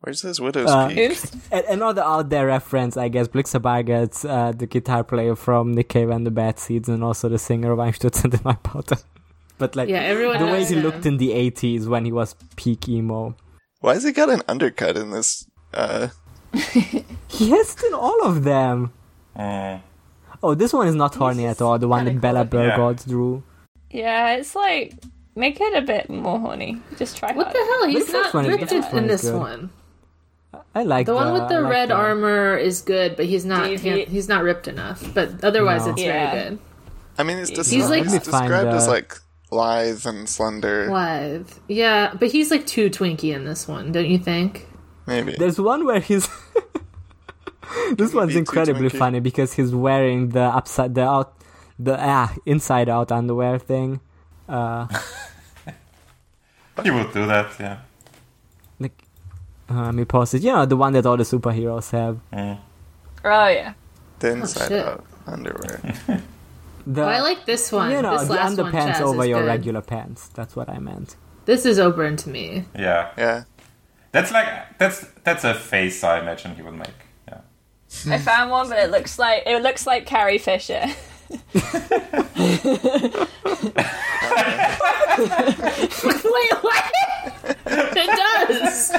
Speaker 6: Where's his widow's
Speaker 5: Uh,
Speaker 6: peak?
Speaker 2: Oops.
Speaker 5: A- Another out there reference, I guess. Blixabargeld's uh, the guitar player from Nick Cave and the Bad Seeds, and also the singer of Einstürzen in my Potter. But like
Speaker 1: yeah, everyone.
Speaker 5: the
Speaker 1: knows
Speaker 5: way he
Speaker 1: him.
Speaker 5: looked in the '80s when he was peak emo,
Speaker 6: Why has he got an undercut in this? Uh,
Speaker 5: he has it in all of them.
Speaker 3: mm,
Speaker 5: Oh, this one is not horny at all. The one
Speaker 2: kinda
Speaker 5: that Bella
Speaker 2: cool.
Speaker 3: Yeah.
Speaker 5: Burgold drew.
Speaker 2: Yeah, it's like make it a bit more horny. Just try
Speaker 1: What the
Speaker 2: harder.
Speaker 1: hell? He's not
Speaker 5: first one is- the
Speaker 1: thrifted
Speaker 5: first one
Speaker 1: in
Speaker 5: is
Speaker 1: this
Speaker 5: good.
Speaker 1: one.
Speaker 5: I like
Speaker 1: The one with
Speaker 5: I
Speaker 1: the
Speaker 5: like
Speaker 1: red
Speaker 5: the-
Speaker 1: armor is good, but he's not
Speaker 2: DV.
Speaker 1: han- he's not ripped enough. But otherwise,
Speaker 5: No.
Speaker 1: it's
Speaker 2: Yeah.
Speaker 1: very good.
Speaker 6: I mean, it's just,
Speaker 1: He's like-
Speaker 6: he's
Speaker 1: Let
Speaker 5: me find,
Speaker 6: described as
Speaker 5: uh,
Speaker 6: like lithe and slender.
Speaker 1: Lithe. Yeah, but he's like too twinky in this one, don't you think?
Speaker 6: Maybe.
Speaker 5: There's one where he's. this one's
Speaker 6: too
Speaker 5: incredibly
Speaker 6: twinky.
Speaker 5: funny because he's wearing the upside the out the ah inside out underwear thing.
Speaker 3: he would do that. Yeah.
Speaker 5: Like, uh, let me pause it. You know the one that all the superheroes have.
Speaker 3: Mm.
Speaker 2: Oh yeah.
Speaker 6: The inside
Speaker 1: shit.
Speaker 6: out underwear.
Speaker 5: The,
Speaker 1: Well, I like this one.
Speaker 5: you know
Speaker 1: this
Speaker 5: the
Speaker 1: last one,
Speaker 5: underpants
Speaker 1: Chaz,
Speaker 5: over
Speaker 1: is
Speaker 5: your
Speaker 1: good.
Speaker 5: regular pants. That's what I meant.
Speaker 1: This is Oberon to me.
Speaker 3: Yeah.
Speaker 6: Yeah.
Speaker 3: That's like that's that's a face I imagine he would make. Yeah.
Speaker 2: I
Speaker 1: Hmm.
Speaker 2: found one, but it looks like it looks like Carrie Fisher.
Speaker 1: Wait, what? it does.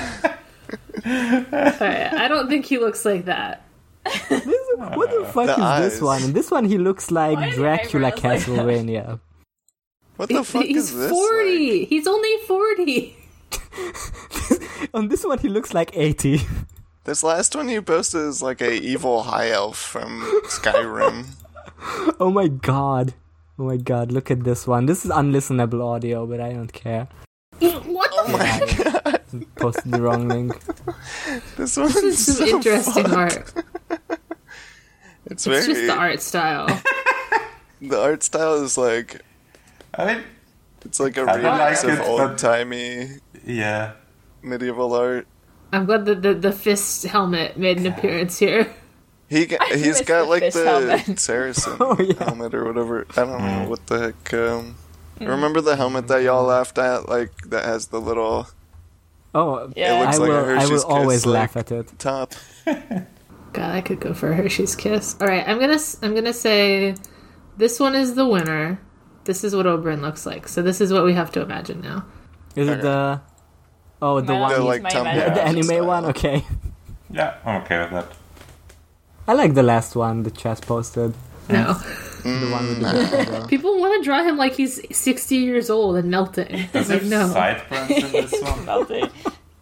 Speaker 1: Alright, I don't think he looks like that.
Speaker 5: What the fuck
Speaker 6: The
Speaker 5: is this
Speaker 6: eyes.
Speaker 5: one? And this one he looks like
Speaker 2: Why do your
Speaker 5: Dracula
Speaker 2: eyebrows like that?
Speaker 5: Castlevania.
Speaker 6: What the fuck
Speaker 1: he's
Speaker 6: is this? like?
Speaker 1: forty. He's only forty.
Speaker 5: On this one he looks like eighty.
Speaker 6: This last one you posted is like a evil high elf from Skyrim.
Speaker 5: Oh my god. Oh my god, look at this one. This is unlistenable audio, but I don't care.
Speaker 1: What
Speaker 6: Oh
Speaker 1: the? fuck?
Speaker 5: Posted the wrong link.
Speaker 6: This one's
Speaker 1: This is
Speaker 6: so
Speaker 1: interesting
Speaker 6: fucked.
Speaker 1: art. It's
Speaker 6: It's, very
Speaker 1: just the art style.
Speaker 6: the art style is like
Speaker 3: I mean,
Speaker 6: it's like a
Speaker 3: I
Speaker 6: remix
Speaker 3: don't like
Speaker 6: of
Speaker 3: it, but-
Speaker 6: old timey
Speaker 3: yeah.
Speaker 6: medieval art.
Speaker 1: I'm glad that the, the fist helmet made an appearance here.
Speaker 6: He g- he's
Speaker 2: miss
Speaker 6: got
Speaker 2: the
Speaker 6: like
Speaker 2: fist
Speaker 6: the
Speaker 2: helmet.
Speaker 6: Saracen
Speaker 5: Oh, yeah. Mm.
Speaker 6: helmet or whatever. I don't know what the heck. Um,
Speaker 2: Mm.
Speaker 6: Remember the helmet that y'all laughed at, like that has the little
Speaker 5: Oh,
Speaker 2: Yeah. It
Speaker 5: I
Speaker 6: looks like a
Speaker 5: will. I
Speaker 6: Hershey's
Speaker 5: will always
Speaker 6: kiss,
Speaker 5: laugh at
Speaker 6: like-
Speaker 5: it.
Speaker 6: top?
Speaker 1: God, I could go for a Hershey's kiss. All right, I'm gonna s- I'm gonna say this one is the winner. This is what Oberon looks like. So this is what we have to imagine now.
Speaker 5: Is
Speaker 6: Okay.
Speaker 5: it the? Oh, the
Speaker 2: Might not
Speaker 5: one,
Speaker 6: The
Speaker 2: use
Speaker 6: like
Speaker 2: my
Speaker 6: Tumblr.
Speaker 2: imagination.
Speaker 5: the
Speaker 6: Yeah,
Speaker 5: anime
Speaker 6: just that
Speaker 5: one.
Speaker 6: one.
Speaker 5: Okay,
Speaker 3: Yeah, I'm okay with that.
Speaker 5: I like the last one the Chess posted.
Speaker 1: No,
Speaker 5: The one
Speaker 6: Mm.
Speaker 5: with the big eyebrow.
Speaker 1: people want to draw him like he's 60 years old and melting.
Speaker 3: Does
Speaker 1: like
Speaker 3: he
Speaker 1: no,
Speaker 3: have sideburns in this one?
Speaker 2: Melty.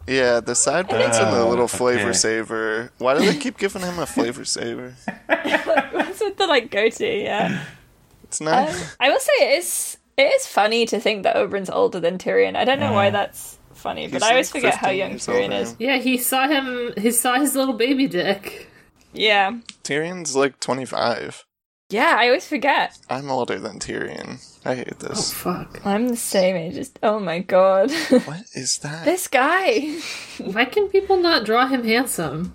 Speaker 6: Yeah, the sideburns and
Speaker 5: Oh,
Speaker 6: the
Speaker 3: Ah,
Speaker 6: little
Speaker 3: okay.
Speaker 6: flavor saver. Why do they keep giving him a flavor saver?
Speaker 2: What's with the like goatee? Yeah.
Speaker 6: It's not.
Speaker 2: Um, I will say it is it is funny to think that Oberyn's older than Tyrion. I don't know why that's funny, but
Speaker 6: He's
Speaker 2: I always
Speaker 6: like
Speaker 2: forget how
Speaker 6: 15
Speaker 2: young
Speaker 6: years
Speaker 2: Tyrion
Speaker 6: older.
Speaker 2: is.
Speaker 1: yeah, he saw him. He saw his little baby dick.
Speaker 2: Yeah.
Speaker 6: Tyrion's like 25.
Speaker 2: Yeah, I always forget.
Speaker 6: I'm older than Tyrion. I hate
Speaker 1: Oh,
Speaker 6: this.
Speaker 1: fuck.
Speaker 2: I'm the same age. as- Oh my god.
Speaker 6: What is that?
Speaker 2: this guy.
Speaker 1: Why can people not draw him handsome?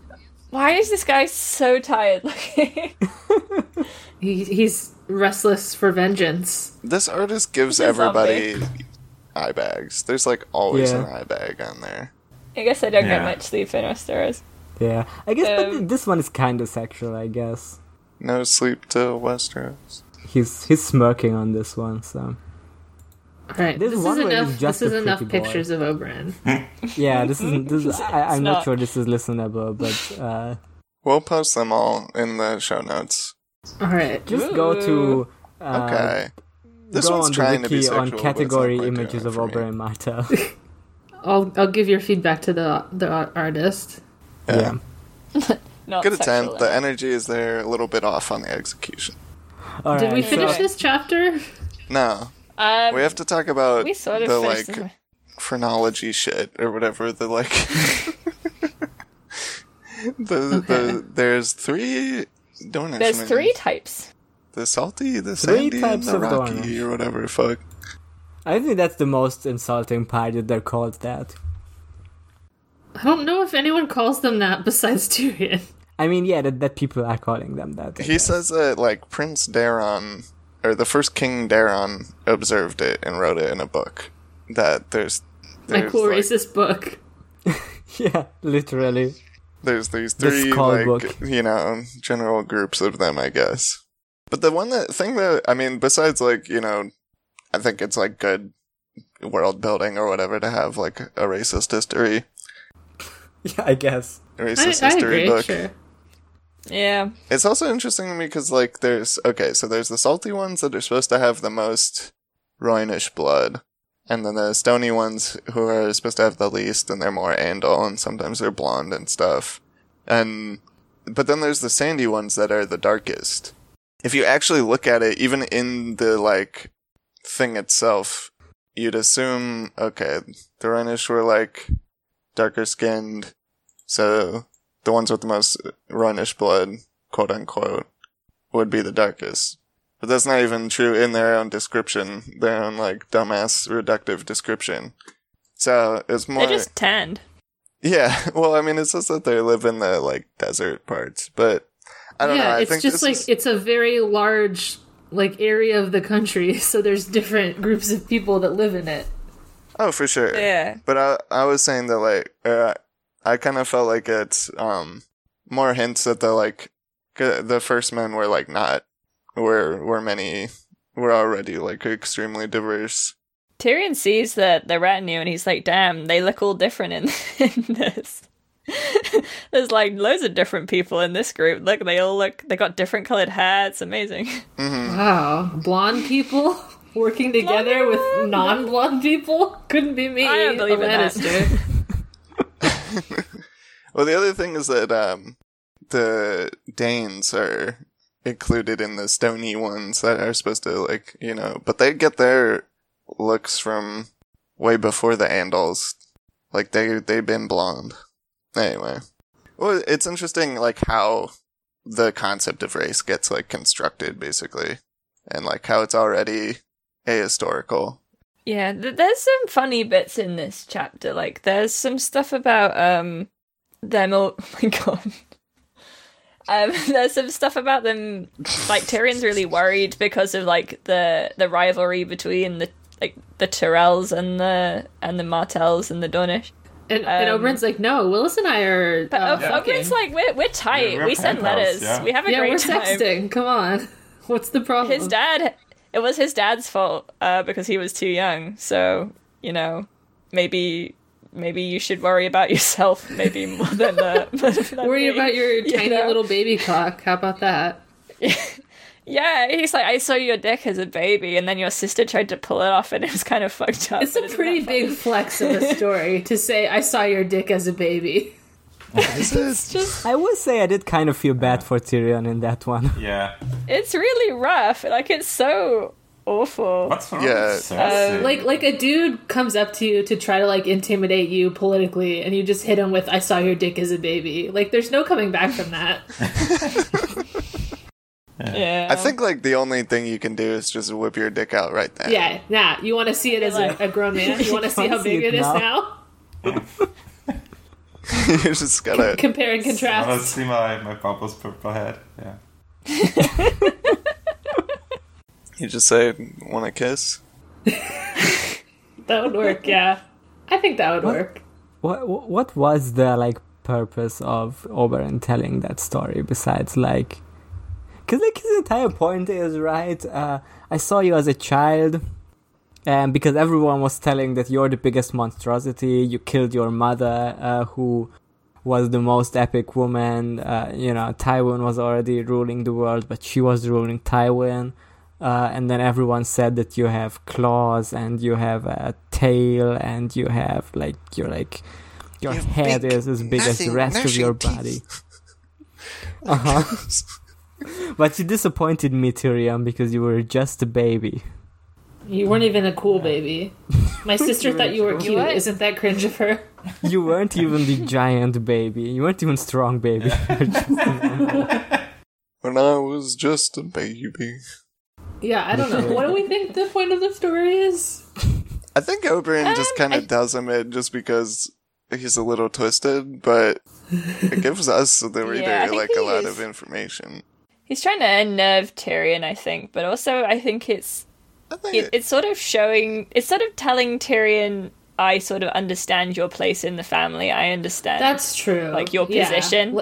Speaker 2: Why is this guy so tired looking?
Speaker 1: He, he's restless for vengeance.
Speaker 6: this artist gives
Speaker 2: He's a
Speaker 6: everybody eye bags. There's like always
Speaker 5: Yeah.
Speaker 6: an eye bag on there.
Speaker 2: I guess I don't
Speaker 3: Yeah.
Speaker 2: get much sleep in Westeros.
Speaker 5: Yeah, I guess but
Speaker 2: Um,
Speaker 5: th- this one is kind of sexual. I guess
Speaker 6: No sleep till Westeros.
Speaker 5: he's he's smirking on this one. So
Speaker 1: All right,
Speaker 5: There's
Speaker 1: this is
Speaker 5: one where
Speaker 1: enough.
Speaker 5: he's just
Speaker 1: This is
Speaker 5: a
Speaker 1: enough
Speaker 5: pretty boy.
Speaker 1: pictures of Oberon.
Speaker 5: yeah, this is this. Is, I, I'm
Speaker 2: not.
Speaker 5: not sure this is listenable, but uh,
Speaker 6: We'll post them all in the show notes.
Speaker 1: All right,
Speaker 5: just go to. Uh,
Speaker 6: Okay. This
Speaker 5: go
Speaker 6: one's
Speaker 5: on
Speaker 6: trying
Speaker 5: the
Speaker 6: to be
Speaker 5: wiki
Speaker 6: sexual,
Speaker 5: on
Speaker 6: but it's not
Speaker 5: category
Speaker 6: quite doing
Speaker 5: images
Speaker 6: it
Speaker 5: of
Speaker 6: for me.
Speaker 5: Oberyn Martell.
Speaker 1: I'll I'll give your feedback to the the ar- artist.
Speaker 5: yeah.
Speaker 2: Not
Speaker 6: Good
Speaker 2: sexual
Speaker 6: attempt. The energy is there, a little bit off on the execution.
Speaker 5: All right.
Speaker 1: Did we finish
Speaker 2: so-
Speaker 1: this chapter?
Speaker 6: No,
Speaker 2: Um,
Speaker 6: we have to talk about
Speaker 2: we sort of
Speaker 6: the
Speaker 2: finished
Speaker 6: like
Speaker 2: this-
Speaker 6: phrenology shit or whatever. The like, the, the there's three donuts.
Speaker 2: There's three types.
Speaker 6: the salty, the
Speaker 5: Three
Speaker 6: sandy,
Speaker 5: types
Speaker 6: and the
Speaker 5: of
Speaker 6: rocky,
Speaker 5: Dornish.
Speaker 6: or whatever. Fuck.
Speaker 5: I think that's the most insulting part that they're called that.
Speaker 1: I don't know if anyone calls them that besides Tyrion.
Speaker 5: I mean, yeah, that, that people are calling them that. I
Speaker 6: He
Speaker 5: guess.
Speaker 6: says that like Prince Daron or the first King Daron observed it and wrote it in a book. That there's
Speaker 1: My
Speaker 6: there's,
Speaker 1: cool
Speaker 6: like,
Speaker 1: racist book.
Speaker 5: yeah, literally.
Speaker 6: there's these
Speaker 5: The
Speaker 6: three
Speaker 5: skull
Speaker 6: like
Speaker 5: book.
Speaker 6: you know general groups of them i guess but the one that thing that i mean besides like you know i think it's like good world building or whatever to have like a racist history
Speaker 5: Yeah, I guess.
Speaker 6: a
Speaker 1: I,
Speaker 6: racist
Speaker 1: I
Speaker 6: history
Speaker 1: agree.
Speaker 6: book
Speaker 1: Sure.
Speaker 2: Yeah.
Speaker 6: it's also interesting to me because like there's okay so there's the salty ones that are supposed to have the most roinish blood and then the stony ones who are supposed to have the least and they're more andal and sometimes they're blonde and stuff and but then there's the sandy ones that are the darkest if you actually look at it even in the like thing itself you'd assume okay the roinish were like darker skinned so the ones with the most roinish blood quote unquote, would be the darkest. But that's not even true in their own description, their own like dumbass reductive description. So it's more
Speaker 2: They're just tanned.
Speaker 6: yeah. Well, I mean, it's just that they live in the like desert parts, but I don't
Speaker 1: yeah,
Speaker 6: know. I
Speaker 1: it's
Speaker 6: think
Speaker 1: just
Speaker 6: this
Speaker 1: like
Speaker 6: is-
Speaker 1: it's a very large like area of the country, so there's different groups of people that live in it.
Speaker 6: oh for sure.
Speaker 2: Yeah.
Speaker 6: But I I was saying that like uh, I kind of felt like it's um more hints that the like g- the first men were like not were were many were already like extremely diverse.
Speaker 2: Tyrion sees the, the retinue and he's like, damn, they look all different in, in this. There's like loads of different people in this group. Look, they all look, they got different colored hair. It's amazing.
Speaker 6: Hmm.
Speaker 1: Wow, blonde people working together with non-blonde people couldn't be me.
Speaker 2: I don't believe
Speaker 1: a
Speaker 2: in that.
Speaker 1: Lannister.
Speaker 6: Well, the other thing is that um, the Danes are included in the stony ones that are supposed to, like, you know, but they get their looks from way before the Andals. Like they they've been blonde. Anyway, well, it's interesting, like how the concept of race gets like constructed, basically, and like how it's already ahistorical.
Speaker 2: Yeah, th- there's some funny bits in this chapter. Like, there's some stuff about um them all. oh my god. Um, there's some stuff about them. Like Tyrion's really worried because of like the the rivalry between the like the Tyrells and the and the Martells and the Dornish.
Speaker 1: And, and
Speaker 2: Um,
Speaker 1: Oberyn's like, no, Willis and I are.
Speaker 2: But
Speaker 1: uh,
Speaker 2: uh, Oberyn's
Speaker 1: fucking-
Speaker 2: like we're we're tight.
Speaker 3: Oh, Yeah, we're
Speaker 2: we send
Speaker 3: penthouse,
Speaker 2: letters.
Speaker 3: yeah.
Speaker 2: We have a
Speaker 1: yeah,
Speaker 2: great
Speaker 1: we're
Speaker 2: time.
Speaker 1: sexting. Come on, what's the problem?
Speaker 2: His dad. It was his dad's fault uh, because he was too young. So you know, maybe maybe you should worry about yourself. Maybe more than uh, than
Speaker 1: Worry
Speaker 2: me.
Speaker 1: about your
Speaker 2: you
Speaker 1: tiny
Speaker 2: know?
Speaker 1: little baby cock. How about that?
Speaker 2: Yeah, he's like, I saw your dick as a baby, and then your sister tried to pull it off, and it was kind of fucked up.
Speaker 1: It's a
Speaker 2: Isn't
Speaker 1: pretty
Speaker 2: that
Speaker 1: big flex of a story to say I saw your dick as a baby.
Speaker 6: Is it?
Speaker 2: Just
Speaker 5: I will say I did kind of feel bad for Tyrion in that one.
Speaker 3: Yeah.
Speaker 2: it's really rough. Like it's so awful.
Speaker 3: What's wrong
Speaker 6: Yeah.
Speaker 3: with Cersei?
Speaker 1: Uh, Like like a dude comes up to you to try to like intimidate you politically and you just hit him with I saw your dick as a baby. Like there's no coming back from that.
Speaker 2: Yeah.
Speaker 6: I think like the only thing you can do is just whip your dick out right there.
Speaker 1: Yeah, nah. You want to see it as a, a grown man. You want to see
Speaker 5: can't
Speaker 1: how
Speaker 5: see
Speaker 1: big it
Speaker 5: it
Speaker 1: is
Speaker 5: now.
Speaker 1: now.
Speaker 6: you just gotta.
Speaker 1: Compare and
Speaker 3: I don't
Speaker 1: contrast.
Speaker 3: see my, my bubble's purple head. Yeah.
Speaker 6: You just say, "Want to kiss?"
Speaker 1: That would work. Yeah, I think that would work.
Speaker 5: What what- what was the like purpose of Oberon telling that story besides like cuz like his entire point is right uh I saw you as a child and Um, because everyone was telling that you're the biggest monstrosity, you killed your mother uh who was the most epic woman, uh you know, Tywin was already ruling the world, but she was ruling Tywin. Uh, and then everyone said that you have claws and you have a tail and you have like you're like your
Speaker 6: You have
Speaker 5: head
Speaker 6: big
Speaker 5: is as big as the
Speaker 6: gnashing-
Speaker 5: rest of
Speaker 6: gnashing
Speaker 5: your
Speaker 6: teeth.
Speaker 5: body. Uh huh. Uh-huh. but you disappointed me, Tyrion, because you were just a baby.
Speaker 1: You weren't even a cool baby. My sister thought you were cute.
Speaker 2: What?
Speaker 1: Isn't that cringe of her?
Speaker 5: You weren't even the giant baby. You weren't even strong baby.
Speaker 6: When I was just a baby.
Speaker 1: Yeah, I don't know. What do we think the point of the story is?
Speaker 6: I think Oberyn just
Speaker 2: Um,
Speaker 6: kind of
Speaker 2: I-
Speaker 6: does him in just because he's a little twisted, but it gives us the reader
Speaker 2: I think
Speaker 6: like a lot
Speaker 2: he's-
Speaker 6: of information.
Speaker 2: He's trying to unnerve Tyrion, I think, but also I think it's
Speaker 6: I think
Speaker 2: it, it's sort of showing, it's sort of telling Tyrion, I sort of understand your place in the family. I understand.
Speaker 1: That's true.
Speaker 2: Like, your position?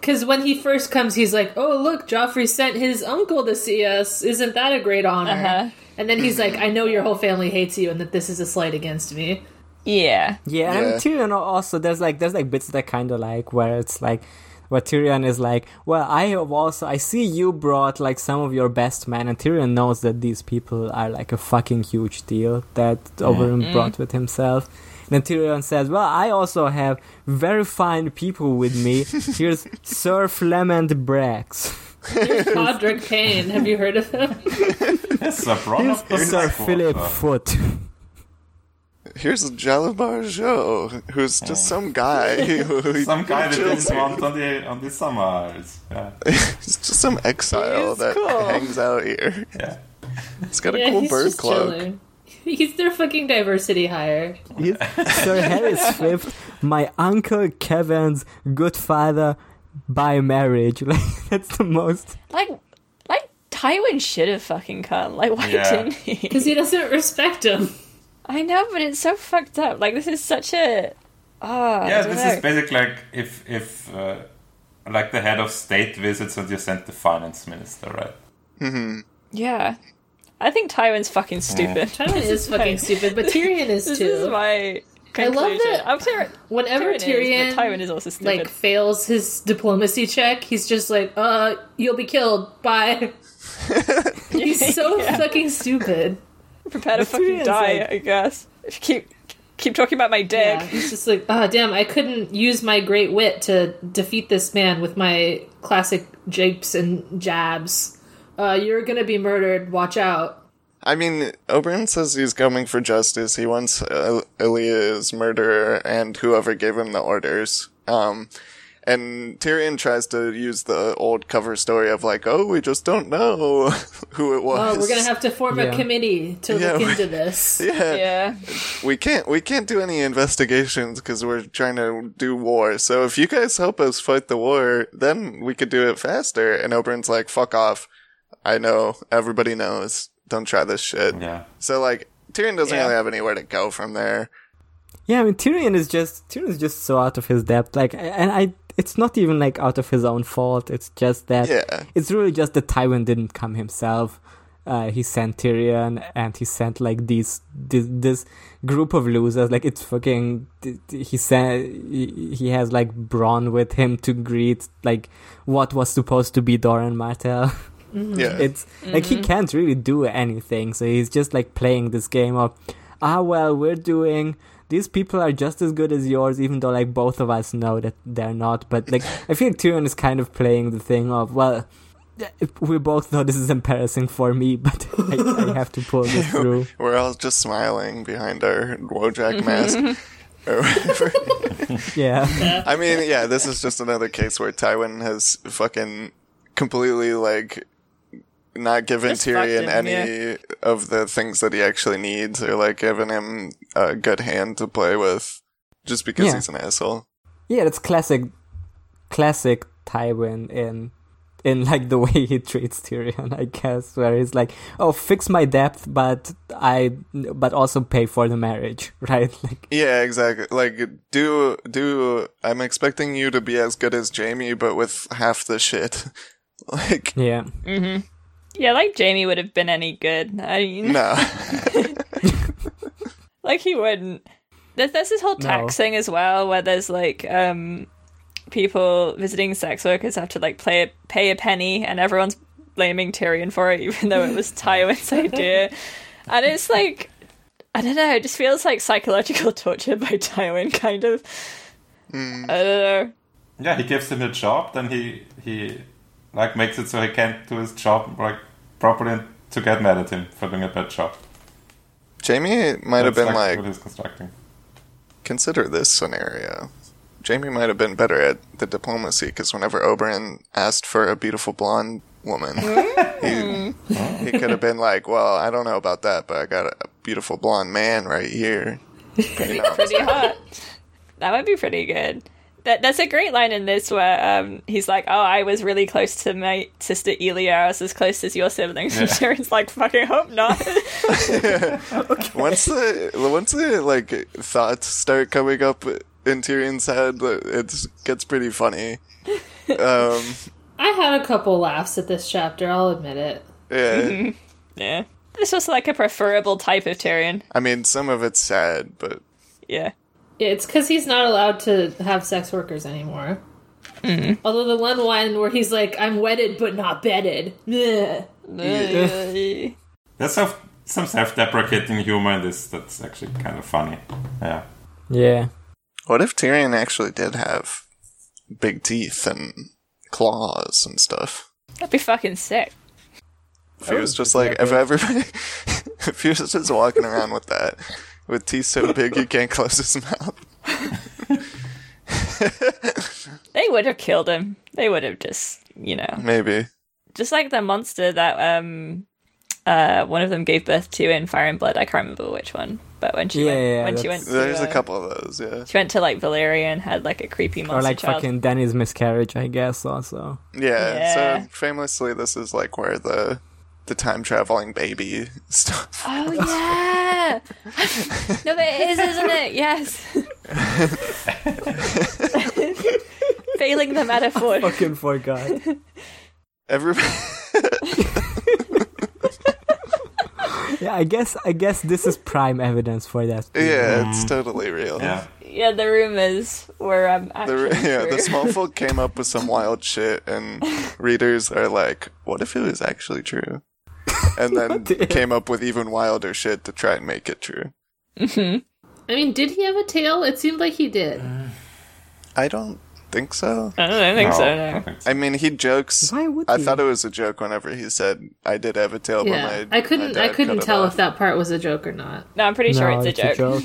Speaker 1: Because when he first comes, he's like, "Oh, look, Joffrey sent his uncle to see us. Isn't that a great honor?"
Speaker 2: Uh-huh.
Speaker 1: And then he's like, "I know your whole family hates you, and that this is a slight against me."
Speaker 2: yeah.
Speaker 5: Yeah, and
Speaker 6: Yeah.
Speaker 5: Tyrion al- also there's like there's like bits that kind of like where it's like where Tyrion is like, well, I have also I see you brought like some of your best men, and Tyrion knows that these people are like a fucking huge deal that Oberyn brought with himself. And then Tyrion says, well, I also have very fine people with me. Here's Sir Flamand Brax.
Speaker 1: Podrick Payne, have you heard of him?
Speaker 3: Yes, a uh, problem.
Speaker 5: Here's Sir Philip Foot.
Speaker 6: Here's Jalabar Joe, who's just some guy who, who
Speaker 3: Some guy that
Speaker 6: chills
Speaker 3: didn't want on the on the summers. Yeah.
Speaker 6: He's just some exile
Speaker 2: He's
Speaker 6: that
Speaker 2: cool.
Speaker 6: hangs out here.
Speaker 3: yeah.
Speaker 6: He's got a
Speaker 1: Yeah,
Speaker 6: cool
Speaker 1: he's
Speaker 6: bird
Speaker 1: just
Speaker 6: cloak.
Speaker 1: chilling. He's their fucking diversity hire.
Speaker 5: Here's Sir Harris Swift, my uncle Kevin's good father by marriage. Like that's the most.
Speaker 2: Like, like Tywin should have fucking come. Like, why
Speaker 3: Yeah.
Speaker 2: didn't he?
Speaker 1: Because he doesn't respect him.
Speaker 2: I know, but it's so fucked up. Like, this is such a. Oh,
Speaker 3: yeah, this is basically like if if uh, like the head of state visits and you send the finance minister, right?
Speaker 2: Yeah. I think Tywin's fucking stupid.
Speaker 1: Tywin is fucking stupid, but Tyrion is
Speaker 2: This
Speaker 1: too.
Speaker 2: is my
Speaker 1: love
Speaker 2: conclusion.
Speaker 1: that-
Speaker 2: I'm Tyrion.
Speaker 1: Whenever
Speaker 2: Tyrion,
Speaker 1: Tyrion,
Speaker 2: is, but Tywin is also stupid.
Speaker 1: like fails his diplomacy check, he's just like, "Uh, you'll be killed." Bye. he's so fucking stupid.
Speaker 2: prepare to
Speaker 5: But
Speaker 2: fucking
Speaker 5: Tyrion's
Speaker 2: die.
Speaker 5: like-
Speaker 2: I guess. If you keep keep talking about my dick.
Speaker 1: Yeah, he's just like, "Ah, damn! I couldn't use my great wit to defeat this man with my classic japes and jabs. Uh, you're gonna be murdered. Watch out."
Speaker 6: I mean, Oberyn says he's coming for justice. He wants uh, Ilya's murderer and whoever gave him the orders. Um, and Tyrion tries to use the old cover story of like, "Oh, we just don't know who it was."
Speaker 1: Oh, we're gonna have to form a
Speaker 5: Yeah.
Speaker 1: committee to
Speaker 6: Yeah,
Speaker 1: look
Speaker 6: we-
Speaker 1: into this.
Speaker 6: yeah,
Speaker 2: Yeah.
Speaker 6: we can't we can't do any investigations because we're trying to do war. So if you guys help us fight the war, then we could do it faster. And Oberyn's like, "Fuck off! I know everybody knows. Don't try this shit."
Speaker 3: Yeah.
Speaker 6: So like, Tyrion doesn't
Speaker 2: Yeah.
Speaker 6: really have anywhere to go from there.
Speaker 5: Yeah, I mean Tyrion is just Tyrion is just so out of his depth. Like, and I, it's not even like out of his own fault. It's just that
Speaker 6: Yeah.
Speaker 5: it's really just that Tywin didn't come himself. Uh, he sent Tyrion, and he sent like these this, this group of losers. Like it's fucking. He sent. He he has like Bronn with him to greet like what was supposed to be Doran Martell.
Speaker 6: Yeah.
Speaker 5: It's like he can't really do anything, so he's just like playing this game of, ah, well, we're doing. These people are just as good as yours, even though like both of us know that they're not. But like, I feel Tyrion is kind of playing the thing of, well, we both know this is embarrassing for me, but I, I have to pull this through.
Speaker 6: We're all just smiling behind our
Speaker 2: Mm-hmm.
Speaker 6: Wojak mask. or whatever.
Speaker 5: Yeah,
Speaker 6: I mean, yeah, this is just another case where Tywin has fucking completely like not given
Speaker 2: Just fucked
Speaker 6: Tyrion
Speaker 2: him,
Speaker 6: any of the things that he actually needs, or like given him a good hand to play with, just because
Speaker 5: Yeah.
Speaker 6: he's an asshole.
Speaker 5: yeah, that's classic, classic Tywin in in like the way he treats Tyrion, I guess, where he's like, "Oh, fix my debt, but I, but also pay for the marriage, right?" Like,
Speaker 6: Yeah, exactly. Like, do do. I'm expecting you to be as good as Jamie, but with half the shit. like,
Speaker 5: yeah,
Speaker 2: Yeah, like Jamie would have been any good. I mean,
Speaker 6: no.
Speaker 2: like he wouldn't. There's, there's this whole
Speaker 5: No.
Speaker 2: tax thing as well, where there's like um, people visiting sex workers have to like play, pay a penny, and everyone's blaming Tyrion for it, even though it was Tywin's idea. And it's like, I don't know, it just feels like psychological torture by Tywin, kind of. I don't know.
Speaker 3: Yeah, he gives him a job, then he he like makes it so he can't do his job like properly and to get mad at him for doing a bad job.
Speaker 6: Jamie might have
Speaker 3: That's,
Speaker 6: been like,
Speaker 3: what he's constructing.
Speaker 6: consider this scenario. Jamie might have been better at the diplomacy because whenever Oberyn asked for a beautiful blonde woman, Hmm? he,
Speaker 3: Hmm.
Speaker 6: he could have been like, "Well, I don't know about that, but I got a beautiful blonde man right here." Pretty nice.
Speaker 2: pretty hot. That would be pretty good. That that's a great line in this where um, he's like, "Oh, I was really close to my sister Elia. I was as close as your siblings." And
Speaker 3: Yeah.
Speaker 2: Sharon's like, "Fucking hope not."
Speaker 6: once the once the like thoughts start coming up in Tyrion's head, it gets pretty funny. Um,
Speaker 1: I had a couple laughs at this chapter, I'll admit it.
Speaker 6: yeah,
Speaker 2: yeah, this was like a preferable type of Tyrion.
Speaker 6: I mean, some of it's sad, but
Speaker 2: Yeah,
Speaker 1: It's because he's not allowed to have sex workers anymore. Although the one one where he's like, "I'm wedded but not bedded." Bleh.
Speaker 2: yeah,
Speaker 3: There's some some self-deprecating humor in this that's actually kind of funny. Yeah.
Speaker 5: yeah.
Speaker 6: What if Tyrion actually did have big teeth and claws and stuff?
Speaker 2: that'd be fucking sick.
Speaker 6: If he was just like, if everybody, if he was just walking around with that, with teeth so big he can't close his mouth.
Speaker 2: They would have killed him. They would have just, you know,
Speaker 6: Maybe.
Speaker 2: just like the monster that um, uh, one of them gave birth to in Fire and Blood. I can't remember which one, but when she
Speaker 5: Yeah,
Speaker 2: went,
Speaker 5: yeah,
Speaker 2: when she went,
Speaker 5: that's-
Speaker 2: to,
Speaker 6: There's a
Speaker 2: uh,
Speaker 6: couple of those, yeah.
Speaker 2: She went to like Valeria and had like a creepy monster
Speaker 5: or like
Speaker 2: child.
Speaker 5: fucking Danny's miscarriage, I guess. Also,
Speaker 6: Yeah,
Speaker 2: Yeah.
Speaker 6: so famously this is like where the the time traveling baby stuff.
Speaker 2: Oh yeah. no, but it is, isn't it? Yes. Failing the metaphor.
Speaker 5: fucking forgot.
Speaker 6: Everybody
Speaker 5: Yeah, I guess I guess this is prime evidence for that.
Speaker 6: Yeah, it's totally real.
Speaker 3: Yeah.
Speaker 2: Yeah, the rumors were um
Speaker 6: The,
Speaker 2: actually
Speaker 6: re- yeah, the
Speaker 2: true.
Speaker 6: small folk came up with some wild shit, and readers are like, "What if it was actually true?" And then came up with even wilder shit to try and make it true.
Speaker 1: I mean, did he have a tail? It seemed like he did.
Speaker 6: Uh, I don't think so.
Speaker 2: I don't think so.
Speaker 3: I
Speaker 2: No.
Speaker 3: don't think so.
Speaker 6: I mean, he jokes.
Speaker 5: Why would
Speaker 6: I
Speaker 5: he?
Speaker 6: thought it was a joke whenever he said, "I did have a tail,
Speaker 1: yeah,
Speaker 6: but my
Speaker 1: I couldn't.
Speaker 6: my
Speaker 1: I
Speaker 6: dad
Speaker 1: couldn't
Speaker 6: cut it
Speaker 1: tell
Speaker 6: off."
Speaker 1: if that part was a joke or not.
Speaker 2: no, I'm pretty sure
Speaker 5: no,
Speaker 2: it's a joke.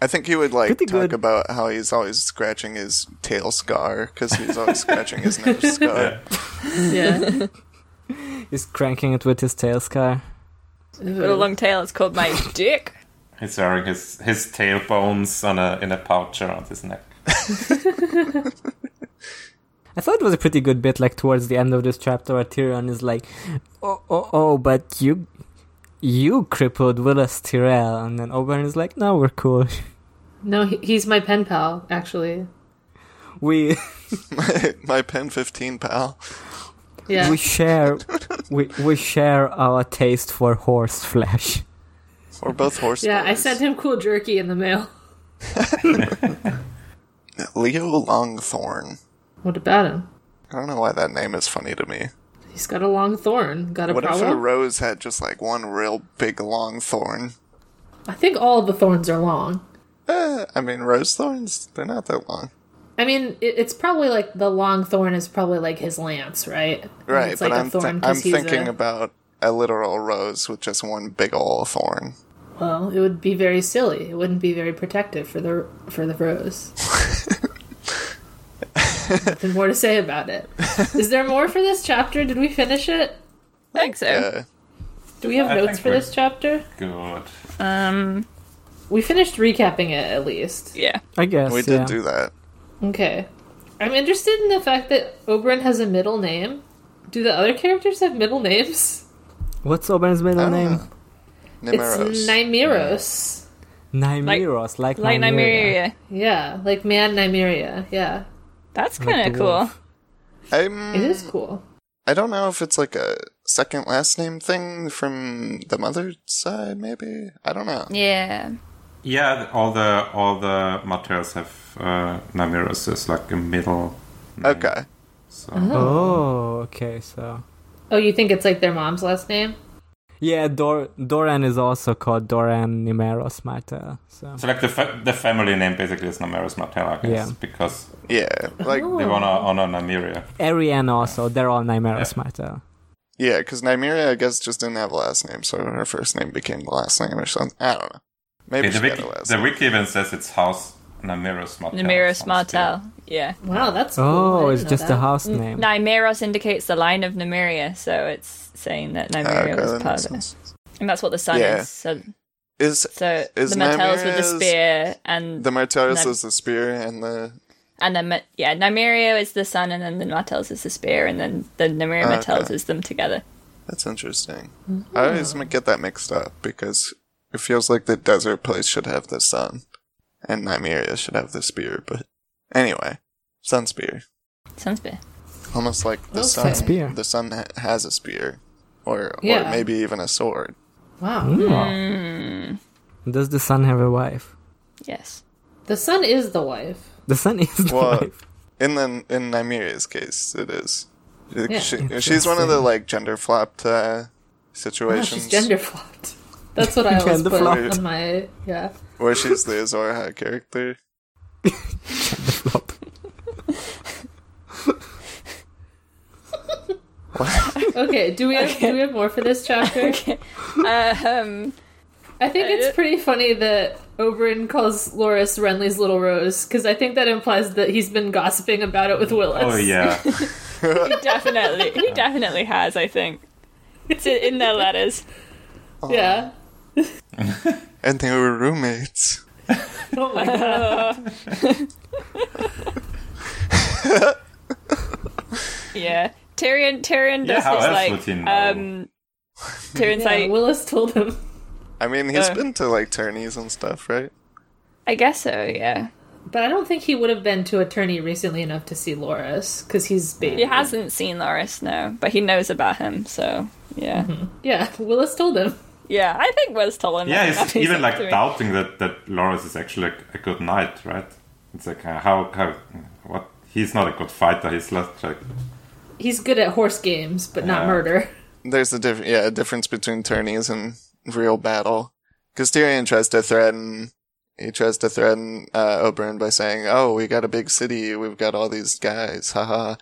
Speaker 6: I think he would like
Speaker 5: Pretty
Speaker 6: talk
Speaker 5: good.
Speaker 6: about how he's always scratching his tail scar because he's always scratching his nose scar.
Speaker 1: Yeah,
Speaker 5: He's cranking it with his tail scar.
Speaker 2: With a long tail, it's called my dick.
Speaker 3: He's wearing his his tail bones on a in a pouch around his neck.
Speaker 5: I thought it was a pretty good bit, like towards the end of this chapter, where Tyrion is like, "Oh, oh, oh, but you, you crippled Willis Tyrell," and then Oberyn is like, "No, we're cool.
Speaker 1: no, he, he's my pen pal. Actually,
Speaker 5: We
Speaker 6: my pen fifteen pal.
Speaker 1: yeah.
Speaker 5: we share, we we share our taste for horse flesh."
Speaker 6: We're both horse.
Speaker 1: yeah, I
Speaker 6: boys.
Speaker 1: sent him cool jerky in the mail.
Speaker 6: Leo Longthorn.
Speaker 1: What about him?
Speaker 6: I don't know why that name is funny to me.
Speaker 1: He's got a long thorn. Got a
Speaker 6: What if a
Speaker 1: problem?
Speaker 6: rose had just like one real big long thorn?
Speaker 1: I think all the thorns are long.
Speaker 6: Eh, I mean, rose thorns, they're not that long.
Speaker 1: I mean, it, it's probably like the long thorn is probably like his lance, right? And
Speaker 6: Right,
Speaker 1: It's
Speaker 6: but
Speaker 1: like a
Speaker 6: I'm, th-
Speaker 1: thorn. 'cause
Speaker 6: I'm
Speaker 1: he's
Speaker 6: thinking
Speaker 1: a,
Speaker 6: about a literal rose with just one big ol' thorn.
Speaker 1: Well, it would be very silly. It wouldn't be very protective for the for the rose. Nothing more to say about it. Is there more for this chapter? Did we finish it?
Speaker 2: I think so.
Speaker 6: Yeah.
Speaker 1: Do we have
Speaker 3: I
Speaker 1: notes
Speaker 3: think
Speaker 1: for
Speaker 3: we're-
Speaker 1: this chapter?
Speaker 3: Good.
Speaker 2: Um,
Speaker 1: We finished recapping it at least.
Speaker 2: yeah.
Speaker 5: I guess.
Speaker 6: We
Speaker 5: yeah.
Speaker 6: did do that.
Speaker 1: Okay. I'm interested in the fact that Oberon has a middle name. Do the other characters have middle names?
Speaker 5: What's Oberon's middle
Speaker 6: don't
Speaker 5: name?
Speaker 1: It's
Speaker 6: Nimeros.
Speaker 1: Nymeros.
Speaker 5: Nymeros, like,
Speaker 2: Like Nymeria.
Speaker 5: Nymeria.
Speaker 1: Yeah, like man Nymeria. Yeah,
Speaker 2: That's
Speaker 5: Like
Speaker 2: kind
Speaker 5: the
Speaker 2: of cool.
Speaker 5: wolf.
Speaker 1: it
Speaker 6: I'm,
Speaker 1: is cool.
Speaker 6: I don't know if it's like a second last name thing from the mother's side, maybe? I don't know.
Speaker 2: Yeah.
Speaker 3: Yeah, th- all the all the materials have uh, Namiros as like a middle. name,
Speaker 6: Okay.
Speaker 3: So.
Speaker 5: Oh, okay, so.
Speaker 1: Oh, you think it's like their mom's last name?
Speaker 5: Yeah, Dor- Doran is also called Doran Nimeros Martel. So.
Speaker 3: So like the fa- the family name basically is Namiros Martella, I guess,
Speaker 5: Yeah.
Speaker 3: because
Speaker 6: Yeah. Like,
Speaker 1: Oh.
Speaker 3: they wanna honor Namiria.
Speaker 5: Arian also, they're all Nymeros
Speaker 3: Yeah.
Speaker 5: Martel.
Speaker 6: yeah, because Nymeria, I guess, just didn't have a last name, so her first name became the last name or something. I don't know. Maybe
Speaker 3: Okay, the,
Speaker 6: she
Speaker 3: wiki,
Speaker 6: had a last
Speaker 3: the
Speaker 6: name.
Speaker 3: wiki even says it's House Namiros Martella.
Speaker 2: Nymeros
Speaker 3: sounds
Speaker 2: Martell. Yeah.
Speaker 1: Wow, that's cool. I
Speaker 5: Oh,
Speaker 1: didn't
Speaker 5: it's
Speaker 1: know
Speaker 5: just
Speaker 1: that. Mm.
Speaker 5: a house name.
Speaker 2: Nymeros indicates the line of Nymeria, so it's saying that Nymeria
Speaker 6: okay,
Speaker 2: was
Speaker 6: that
Speaker 2: part
Speaker 6: makes
Speaker 2: of it.
Speaker 6: sense.
Speaker 2: And that's what the sun
Speaker 6: Yeah.
Speaker 2: is. So,
Speaker 6: Is,
Speaker 2: so
Speaker 6: Is
Speaker 2: the Martells with the
Speaker 6: Nymeria-
Speaker 2: spear and
Speaker 6: the Martellus
Speaker 2: Ny-
Speaker 6: is the spear and the
Speaker 2: and then Ma- yeah, Nymeria is the sun and then the Martells is the spear and then the Nymeria
Speaker 6: Okay.
Speaker 2: Martells is them together.
Speaker 6: That's interesting.
Speaker 1: Mm-hmm.
Speaker 6: I always m- get that mixed up because it feels like the desert place should have the sun, and Nymeria should have the spear. But anyway, sun spear,
Speaker 2: Sun spear.
Speaker 6: almost like the
Speaker 1: Okay.
Speaker 6: sun.
Speaker 5: Spear.
Speaker 6: The sun ha- has a spear, or
Speaker 1: Yeah.
Speaker 6: or maybe even a sword.
Speaker 1: Wow,
Speaker 5: Hmm.
Speaker 1: hmm.
Speaker 5: Does the son have a wife?
Speaker 2: Yes.
Speaker 1: the son is the wife.
Speaker 5: The son is the
Speaker 6: Well,
Speaker 5: wife.
Speaker 6: in the in Nymeria's case, it is. It-
Speaker 1: Yeah.
Speaker 6: she- she's one of the
Speaker 5: Interesting.
Speaker 6: like gender flopped uh,
Speaker 1: Wow,
Speaker 6: situations
Speaker 1: she's gender flopped. That's what I always
Speaker 5: Gender
Speaker 1: put
Speaker 5: flopped.
Speaker 1: on my yeah.
Speaker 6: where she's the Azor High character.
Speaker 5: The flop.
Speaker 1: Okay, do we have do we have more for this chapter?
Speaker 2: um,
Speaker 1: I think it's pretty funny that Oberyn calls Loris Renly's little rose because I think that implies that he's been gossiping about it with Willis.
Speaker 3: Oh yeah,
Speaker 2: definitely. He definitely has, I think. It's in in their letters.
Speaker 1: yeah.
Speaker 6: And they were roommates.
Speaker 1: Oh my god.
Speaker 2: Yeah. Tyrion Tyrion
Speaker 3: Yeah,
Speaker 2: does
Speaker 3: how
Speaker 2: this
Speaker 3: else
Speaker 2: like
Speaker 3: would he know?
Speaker 2: um Tyrion's
Speaker 1: Yeah,
Speaker 2: like
Speaker 1: Willis told him.
Speaker 6: I mean, he's
Speaker 2: Uh.
Speaker 6: been to like tourneys and stuff, right?
Speaker 2: I guess so, yeah.
Speaker 1: But I don't think he would have been to attorney recently enough to see Loris because he's baby.
Speaker 2: He hasn't seen Loris, no, but he knows about him, so yeah.
Speaker 1: Yeah, Willis told him.
Speaker 2: Yeah, I think Wes told him.
Speaker 3: yeah.
Speaker 2: that
Speaker 3: He's
Speaker 2: enough.
Speaker 3: even like
Speaker 2: to me.
Speaker 3: doubting that that Loris is actually like, a good knight, right? It's like uh, how how what he's not a good fighter. He's just like
Speaker 1: He's good at horse games, but not
Speaker 3: Yeah.
Speaker 1: murder.
Speaker 6: There's a diff- yeah, a difference between tourneys and real battle. Because Tyrion tries to threaten, he tries to threaten uh, Oberyn by saying, "Oh, we got a big city, we've got all these guys, haha,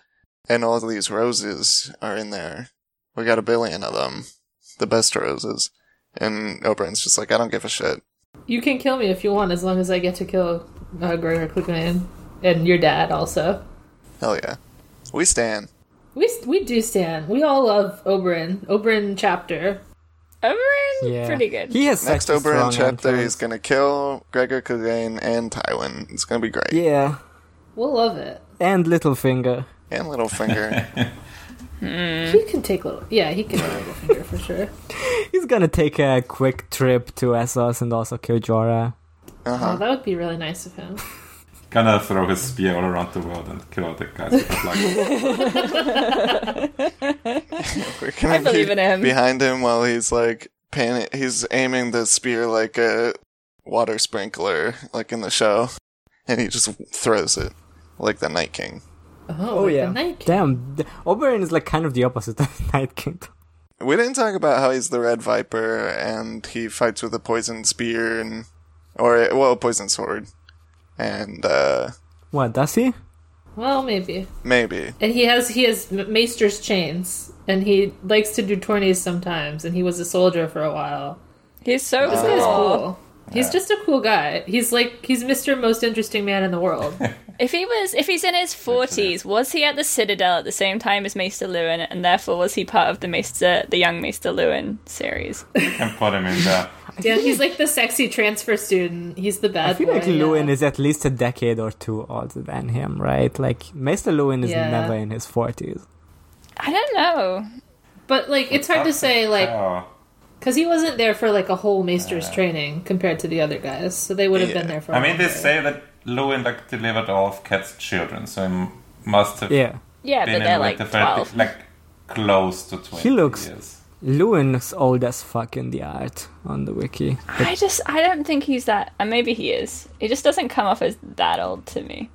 Speaker 6: and all these roses are in there. We got a billion of them, the best roses." And Oberyn's just like, "I don't give a shit."
Speaker 1: You can kill me if you want, as long as I get to kill uh, Gregor Clegane and your dad also.
Speaker 6: Hell yeah, we stand.
Speaker 1: We we do stand. We all love Oberyn. Oberyn chapter.
Speaker 2: Oberyn,
Speaker 5: Yeah.
Speaker 2: pretty good.
Speaker 5: He has
Speaker 6: Next
Speaker 5: such a strong
Speaker 6: Oberyn chapter,
Speaker 5: entrance.
Speaker 6: he's gonna kill Gregor Clegane and Tywin. It's gonna be great.
Speaker 5: Yeah,
Speaker 1: We'll love it.
Speaker 5: and Littlefinger.
Speaker 6: And Littlefinger.
Speaker 1: He can take little. Yeah, he can take little finger for sure.
Speaker 5: He's gonna take a quick trip to Essos and also kill Jorah.
Speaker 6: Uh-huh.
Speaker 1: Oh, that would be really nice of him.
Speaker 3: gonna throw his spear all around the world and kill all the guys. But, like,
Speaker 6: We're gonna
Speaker 2: I believe
Speaker 6: be
Speaker 2: in him.
Speaker 6: Behind him while he's like pan- he's aiming the spear like a water sprinkler, like in the show, and he just throws it like the Night King.
Speaker 1: Oh,
Speaker 5: Oh
Speaker 1: like
Speaker 5: yeah,
Speaker 1: The Night King.
Speaker 5: damn. th- Oberyn is like kind of the opposite of Night King.
Speaker 6: We didn't talk about how he's the Red Viper and he fights with a poison spear and or well, a poison sword, and uh,
Speaker 5: What does he?
Speaker 1: Well, maybe.
Speaker 6: Maybe.
Speaker 1: And he has he has M- Maester's chains, and he likes to do tourneys sometimes. And he was a soldier for a while.
Speaker 2: He's so
Speaker 1: This guy's
Speaker 2: cool.
Speaker 1: cool. He's just a cool guy. He's like he's Mr. Most Interesting Man in the World.
Speaker 2: If he was, if he's in his forties, was he at the Citadel at the same time as Maester Lewin, and therefore was he part of the Maester, the young Maester Lewin series?
Speaker 3: and put him in there.
Speaker 1: yeah, he's like the sexy transfer student. He's the bad
Speaker 5: I feel
Speaker 1: boy.
Speaker 5: like
Speaker 1: Uh, yeah.
Speaker 5: Lewin is at least a decade or two older than him, right? Like Mr. Lewin is
Speaker 1: Yeah.
Speaker 5: never in his forties.
Speaker 2: I don't know.
Speaker 1: But like, it's hard to say like
Speaker 3: Oh,
Speaker 1: because he wasn't there for like a whole Maester's training compared to the other guys, so they would have been
Speaker 6: Yeah.
Speaker 1: there for.
Speaker 3: I mean, they
Speaker 1: longer.
Speaker 3: say that Lewin like delivered all of Cat's children, so he must have
Speaker 5: Yeah.
Speaker 2: Yeah,
Speaker 3: been
Speaker 2: but
Speaker 3: in
Speaker 2: they're
Speaker 3: like
Speaker 2: like
Speaker 3: the
Speaker 2: twelve.
Speaker 3: 30, like close to twenty.
Speaker 5: looks-
Speaker 3: Years.
Speaker 5: Lewin looks old as fuck in the art on the wiki.
Speaker 2: I just, I don't think he's that. And maybe he is. He just doesn't come off as that old to me.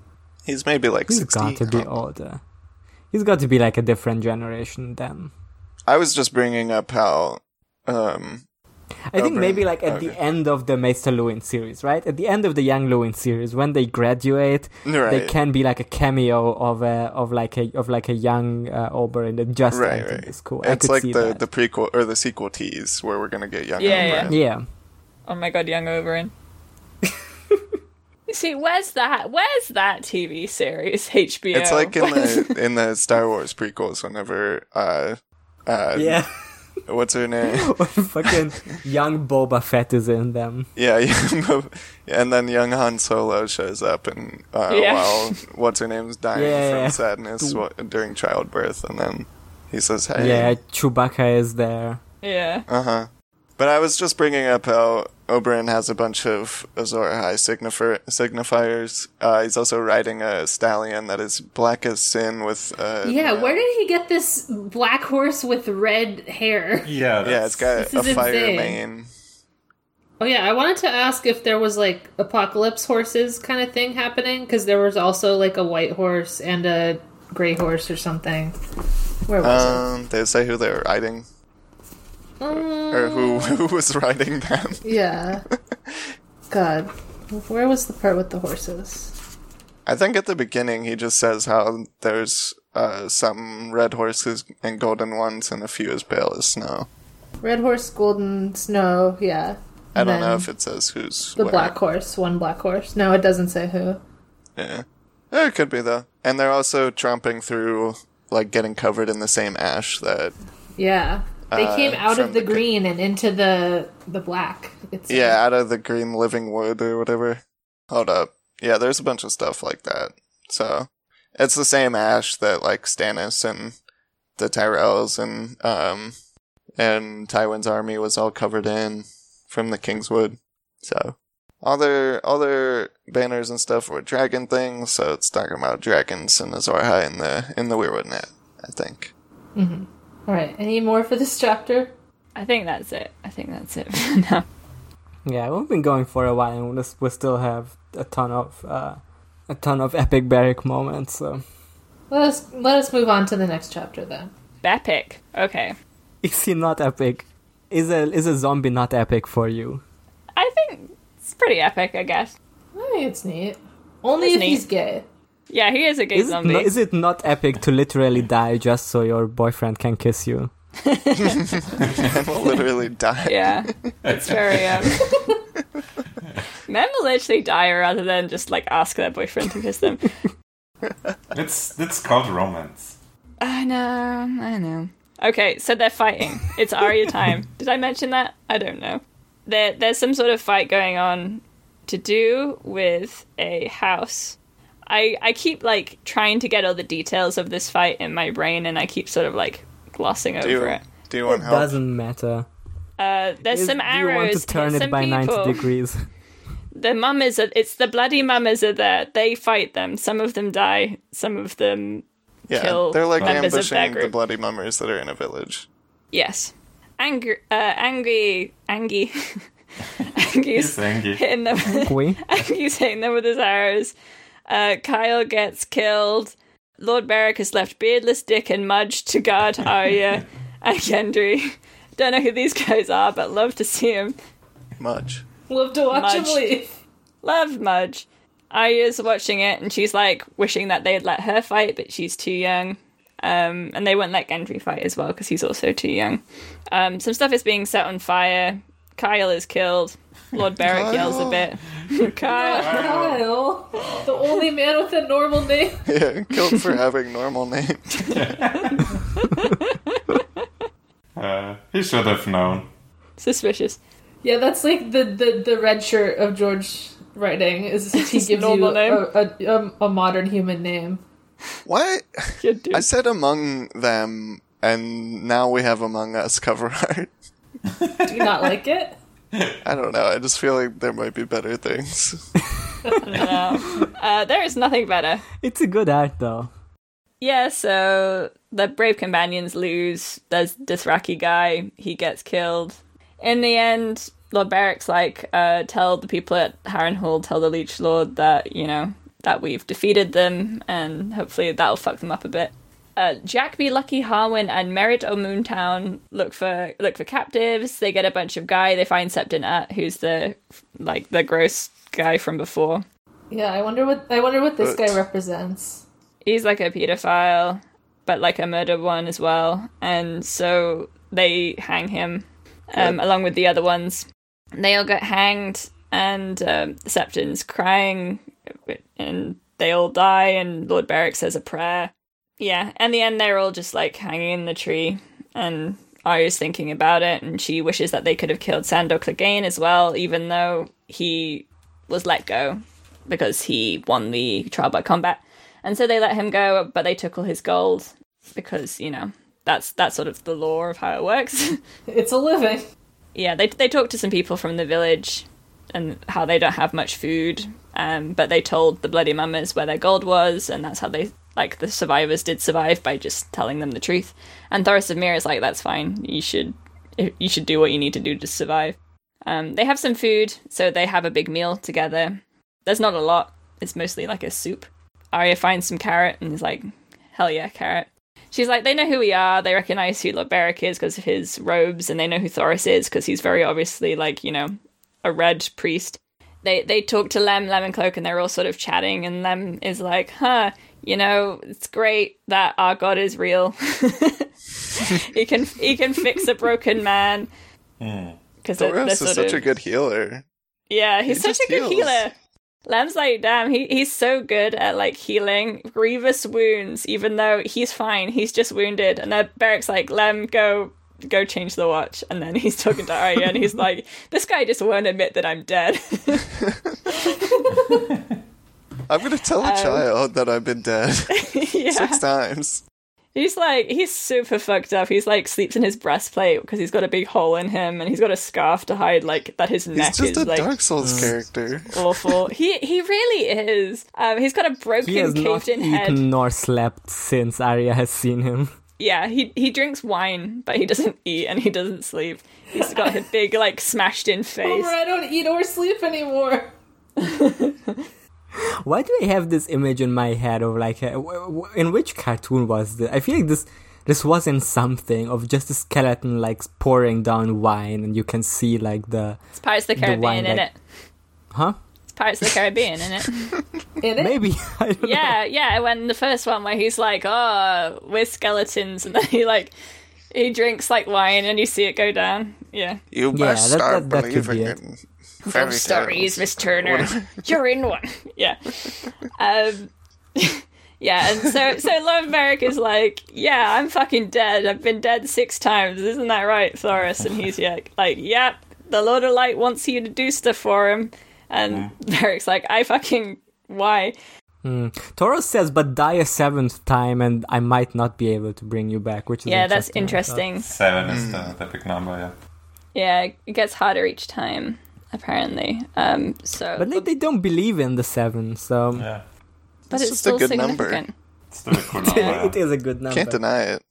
Speaker 6: He's maybe like Oh.
Speaker 5: He's
Speaker 6: 60.
Speaker 5: got to be older. He's got to be like a different generation than.
Speaker 6: I was just bringing up how um
Speaker 5: I think
Speaker 6: Okay.
Speaker 5: maybe like at the
Speaker 6: Okay.
Speaker 5: end of the Maester Lewin series, right? At the end of the Young Lewin series, when they graduate,
Speaker 6: right
Speaker 5: they can be like a cameo of a of like a of like a young uh, Oberyn that just
Speaker 6: right
Speaker 5: entered
Speaker 6: right.
Speaker 5: the school. I
Speaker 6: It's
Speaker 5: could
Speaker 6: like
Speaker 5: see
Speaker 6: the
Speaker 5: that.
Speaker 6: the prequel or the sequel tease where we're gonna get young.
Speaker 2: Yeah,
Speaker 6: Oberyn.
Speaker 2: yeah.
Speaker 5: yeah.
Speaker 2: Oh my god, young Oberyn. You See, where's that? Where's that TV series? HBO.
Speaker 6: It's like in the in the Star Wars prequels whenever uh uh
Speaker 5: Yeah.
Speaker 6: what's her name?
Speaker 5: fucking young Boba Fett is in them.
Speaker 6: yeah, yeah, and then young Han Solo shows up and uh
Speaker 2: Yeah.
Speaker 6: while what's her name's dying
Speaker 5: Yeah,
Speaker 6: from
Speaker 5: yeah.
Speaker 6: sadness wa- during childbirth and then he says hey
Speaker 5: Yeah, Chewbacca is there.
Speaker 2: yeah.
Speaker 6: Uh huh. But I was just bringing up how Oberyn has a bunch of Azor High signifer- signifiers. Uh, he's also riding a stallion that is black as sin with. Uh,
Speaker 1: Yeah, where did he get this black horse with red hair?
Speaker 3: Yeah,
Speaker 6: Yeah, it's got
Speaker 1: This
Speaker 6: a
Speaker 1: is
Speaker 6: fire
Speaker 1: insane.
Speaker 6: mane.
Speaker 1: Oh yeah, I wanted to ask if there was like apocalypse horses kind of thing happening because there was also like a white horse and a gray horse or something. Where was
Speaker 6: Um, they say who they're riding
Speaker 1: it? Um,
Speaker 6: or who who was riding them.
Speaker 1: yeah. God, where was the part with the horses?
Speaker 6: I think at the beginning he just says how there's uh, some red horses and golden ones and a few as pale as snow.
Speaker 1: Red horse, golden snow. Yeah.
Speaker 6: I
Speaker 1: Then
Speaker 6: don't know if it says who's
Speaker 1: the
Speaker 6: where.
Speaker 1: black horse, one black horse. No, it doesn't say who.
Speaker 6: Yeah. Yeah, It could be though. And they're also tromping through like getting covered in the same ash that
Speaker 1: Yeah, they
Speaker 6: Uh,
Speaker 1: came out
Speaker 6: from
Speaker 1: of the
Speaker 6: the-
Speaker 1: green and into the the black. It's
Speaker 6: yeah, out of the green living wood or whatever. Hold up. Yeah, there's a bunch of stuff like that. So it's the same ash that like Stannis and the Tyrells and um and Tywin's army was all covered in from the Kingswood. So all their all their banners and stuff were dragon things, so it's talking about dragons and Azor High in the in the Weirwood net, I think.
Speaker 1: All right. Any more for this chapter?
Speaker 2: I think that's it. I think that's it for now.
Speaker 5: Yeah, we've been going for a while, and we we still have a ton of uh, a ton of epic barrack moments. So
Speaker 1: Let us let us move on to the next chapter then.
Speaker 2: Bepic. Okay.
Speaker 5: is he not epic? Is a is a zombie not epic for you?
Speaker 2: I think it's pretty epic, I guess.
Speaker 1: I think it's neat. Only
Speaker 2: That's
Speaker 1: if
Speaker 2: neat.
Speaker 1: he's gay.
Speaker 2: Yeah, he is a gay
Speaker 5: Is it,
Speaker 2: zombie.
Speaker 5: no, is it not epic to literally die just so your boyfriend can kiss you?
Speaker 6: and will literally die.
Speaker 2: yeah. It's very um Men will literally die rather than just like ask their boyfriend to kiss them.
Speaker 3: It's it's called romance.
Speaker 2: I know, I know. Okay, so they're fighting. It's Arya time. Did I mention that? I don't know. There, there's some sort of fight going on to do with a house. I, I keep like trying to get all the details of this fight in my brain, and I keep sort of like glossing over
Speaker 6: Do you,
Speaker 2: it.
Speaker 6: do you want
Speaker 5: It
Speaker 6: help?
Speaker 5: doesn't matter.
Speaker 2: Uh, there's
Speaker 5: Is-
Speaker 2: some
Speaker 5: do you
Speaker 2: arrows.
Speaker 5: want to turn
Speaker 2: there's
Speaker 5: it
Speaker 2: some
Speaker 5: by
Speaker 2: people.
Speaker 5: ninety degrees?
Speaker 2: The mummies are. It's the bloody mummies are there. They fight them. Some of them die. Some of them
Speaker 6: yeah,
Speaker 2: kill
Speaker 6: they're like
Speaker 2: members of that
Speaker 6: ambushing the
Speaker 2: group.
Speaker 6: bloody mummers that are in a village.
Speaker 2: Yes. Angry, uh, angry, Angie. Angie's
Speaker 3: It's Angie.
Speaker 2: hitting them.
Speaker 5: We
Speaker 2: Angie's hitting them with his arrows. Uh, Kyle gets killed. Lord Beric has left beardless Dick and Mudge to guard Arya and Gendry. Don't know who these guys are, but love to see him.
Speaker 6: Much.
Speaker 1: Love to watch
Speaker 2: Mudged.
Speaker 1: him leave.
Speaker 2: Love Mudge. Arya's watching it and she's like wishing that they'd let her fight, but she's too young. Um, and they won't let Gendry fight as well because he's also too young. Um, some stuff is being set on fire. Kyle is killed. Lord Beric yells a bit. Kyle.
Speaker 1: Kyle, the only man with a normal name.
Speaker 6: Yeah, killed for having normal name.
Speaker 3: Uh, he should have known.
Speaker 2: Suspicious.
Speaker 1: Yeah, that's like the the, the red shirt of George writing. Is he
Speaker 2: His
Speaker 1: gives you
Speaker 2: normal name.
Speaker 1: a, a, um, a modern human name?
Speaker 6: What?
Speaker 2: You're doomed.
Speaker 6: I said among them, and now we have among us cover art.
Speaker 1: Do you not like it?
Speaker 6: I don't know. I just feel like there might be better things.
Speaker 2: Uh, there is nothing better.
Speaker 5: It's a good art though.
Speaker 2: Yeah, so the brave companions lose. There's this Raki guy. He gets killed. In the end, Lord Beric's like, uh, tell the people at Harrenhal, tell the Leech Lord that you know that we've defeated them, and hopefully that'll fuck them up a bit. Uh, Jack be Lucky Harwin and Merritt o' Moontown look for look for captives. They get a bunch of guy. They find Septon At, who's the like the gross guy from before.
Speaker 1: Yeah, I wonder what I wonder what this
Speaker 6: But-
Speaker 1: guy represents.
Speaker 2: he's like a pedophile, but like a murder one as well. And so they hang him um, along with the other ones. They all get hanged, and um, Septon's crying, and they all die. And Lord Beric says a prayer. Yeah, and the end, they're all just like hanging in the tree, and Arya's thinking about it, and she wishes that they could have killed Sandor Clegane as well, even though he was let go because he won the trial by combat. And so they let him go, but they took all his gold because you know that's that's sort of the law of how it works.
Speaker 1: It's a living.
Speaker 2: yeah, they they talked to some people from the village and how they don't have much food, um, but they told the bloody mamas where their gold was, and that's how they like the survivors did survive by just telling them the truth. And Thoris of Mir is like, that's fine. You should you should do what you need to do to survive. Um, they have some food, so they have a big meal together. There's not a lot. It's mostly like a soup. Arya finds some carrot and is like, hell yeah, carrot. She's like, they know who we are. They recognize who Loberic is because of his robes, and they know who Thoris is because he's very obviously like you know a red priest. They they talk to Lem, Lem and Cloak, and they're all sort of chatting. And Lem is like, huh, you know, it's great that our god is real. he can he can fix a broken man.
Speaker 6: Hmm.
Speaker 2: Because
Speaker 6: Thoros is such a good healer.
Speaker 2: yeah, he's
Speaker 6: It
Speaker 2: such
Speaker 6: just
Speaker 2: a good
Speaker 6: heals.
Speaker 2: healer. Lem's like, damn, he, he's so good at like healing grievous wounds, even though he's fine, he's just wounded. And then Beric's like, Lem, go go change the watch. And then he's talking to Arya and he's like, This guy just won't admit that I'm dead.
Speaker 6: I'm gonna tell a child that I've been dead
Speaker 2: Um, yeah.
Speaker 6: six times.
Speaker 2: He's like, he's super fucked up. He's like sleeps in his breastplate because he's got a big hole in him and he's got a scarf to hide like that his neck
Speaker 6: He's just
Speaker 2: is
Speaker 6: a
Speaker 2: like
Speaker 6: Dark Souls character.
Speaker 2: awful. he he really is. Um he's got a broken
Speaker 5: He has not
Speaker 2: caved in
Speaker 5: eaten
Speaker 2: head.
Speaker 5: nor slept since Arya has seen him.
Speaker 2: yeah, he he drinks wine, but he doesn't eat and he doesn't sleep. He's got a big like smashed in face.
Speaker 1: Homer, I don't eat or sleep anymore.
Speaker 5: Why do I have this image in my head of like, uh, w- w- in which cartoon was this? I feel like this this was in something of just a skeleton like pouring down wine, and you can see like the
Speaker 2: It's Pirates of the
Speaker 5: The
Speaker 2: Caribbean
Speaker 5: wine,
Speaker 2: in
Speaker 5: like-
Speaker 2: it.
Speaker 5: huh?
Speaker 2: It's Pirates of the Caribbean in it.
Speaker 1: In it?
Speaker 5: Maybe I don't know.
Speaker 2: Eh? Yeah, yeah. When the first one where he's like, "Oh, we're skeletons," and then he like he drinks like wine, and you see it go down. Yeah.
Speaker 6: You
Speaker 5: Yeah,
Speaker 6: must
Speaker 5: that- that-
Speaker 6: start
Speaker 5: that could
Speaker 6: believing
Speaker 5: be it.
Speaker 6: in fairy
Speaker 2: stories,
Speaker 6: tales.
Speaker 2: Miss Turner. You're in one. Yeah. Um, yeah, and so so Lord Merrick is like, yeah, I'm fucking dead. I've been dead six times. Isn't that right, Thoris? And he's like, like, yep. The Lord of Light wants you to do stuff for him, and Merrick's like, I fucking why?
Speaker 5: Taurus says, but die a seventh time, and I might not be able to bring you back. Which is
Speaker 2: Yeah, that's
Speaker 5: interesting.
Speaker 2: interesting.
Speaker 3: Seven
Speaker 6: Hmm.
Speaker 3: is the, the big number, yeah.
Speaker 2: Yeah, it gets harder each time. Apparently, um, so
Speaker 5: But like, they don't believe in the seven, so
Speaker 3: Yeah.
Speaker 2: but it's
Speaker 6: It's just a
Speaker 2: still
Speaker 6: good number.
Speaker 2: significant.
Speaker 3: It's still a cool number. yeah.
Speaker 5: it is a good number.
Speaker 6: Can't deny it.